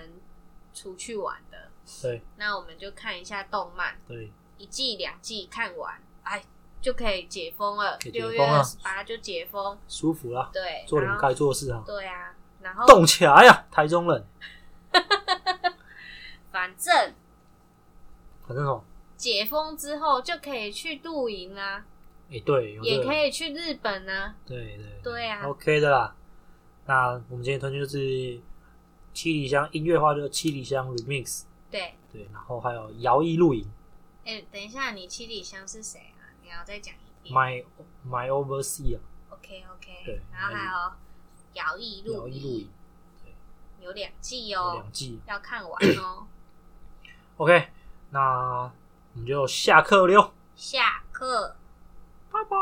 [SPEAKER 2] 出去玩的。
[SPEAKER 1] 对
[SPEAKER 2] 那我们就看一下动漫，
[SPEAKER 1] 对，
[SPEAKER 2] 一季两季看完，哎，就可以解封了。
[SPEAKER 1] 可以解
[SPEAKER 2] 六
[SPEAKER 1] 封
[SPEAKER 2] 月
[SPEAKER 1] 了
[SPEAKER 2] 二十八就解封，
[SPEAKER 1] 舒服啦，
[SPEAKER 2] 对，
[SPEAKER 1] 做你
[SPEAKER 2] 然
[SPEAKER 1] 们
[SPEAKER 2] 后
[SPEAKER 1] 该做的事啊，
[SPEAKER 2] 对啊，然后
[SPEAKER 1] 动起来呀，台中人，
[SPEAKER 2] 反正
[SPEAKER 1] 反正哦，
[SPEAKER 2] 解封之后就可以去露营啦、
[SPEAKER 1] 哎、对，有这
[SPEAKER 2] 也
[SPEAKER 1] 个
[SPEAKER 2] 可，以去日本呢、
[SPEAKER 1] 对对
[SPEAKER 2] 对啊
[SPEAKER 1] ，OK 的啦。那我们今天推荐就是七里香音乐化的七里香 Remix，
[SPEAKER 2] 对，
[SPEAKER 1] 对，然后还有摇曳露营
[SPEAKER 2] 哎、等一下，你七里香是谁啊？你要再讲一遍。
[SPEAKER 1] ，My My Oversea 啊，
[SPEAKER 2] OK OK。
[SPEAKER 1] 对
[SPEAKER 2] 然后还有摇曳
[SPEAKER 1] 摇
[SPEAKER 2] 露
[SPEAKER 1] 曳露营
[SPEAKER 2] 有两季
[SPEAKER 1] 有
[SPEAKER 2] 哦
[SPEAKER 1] 两，季。
[SPEAKER 2] 要看完哦。
[SPEAKER 1] OK，那我们就下课溜，
[SPEAKER 2] 下课。
[SPEAKER 1] 拜拜。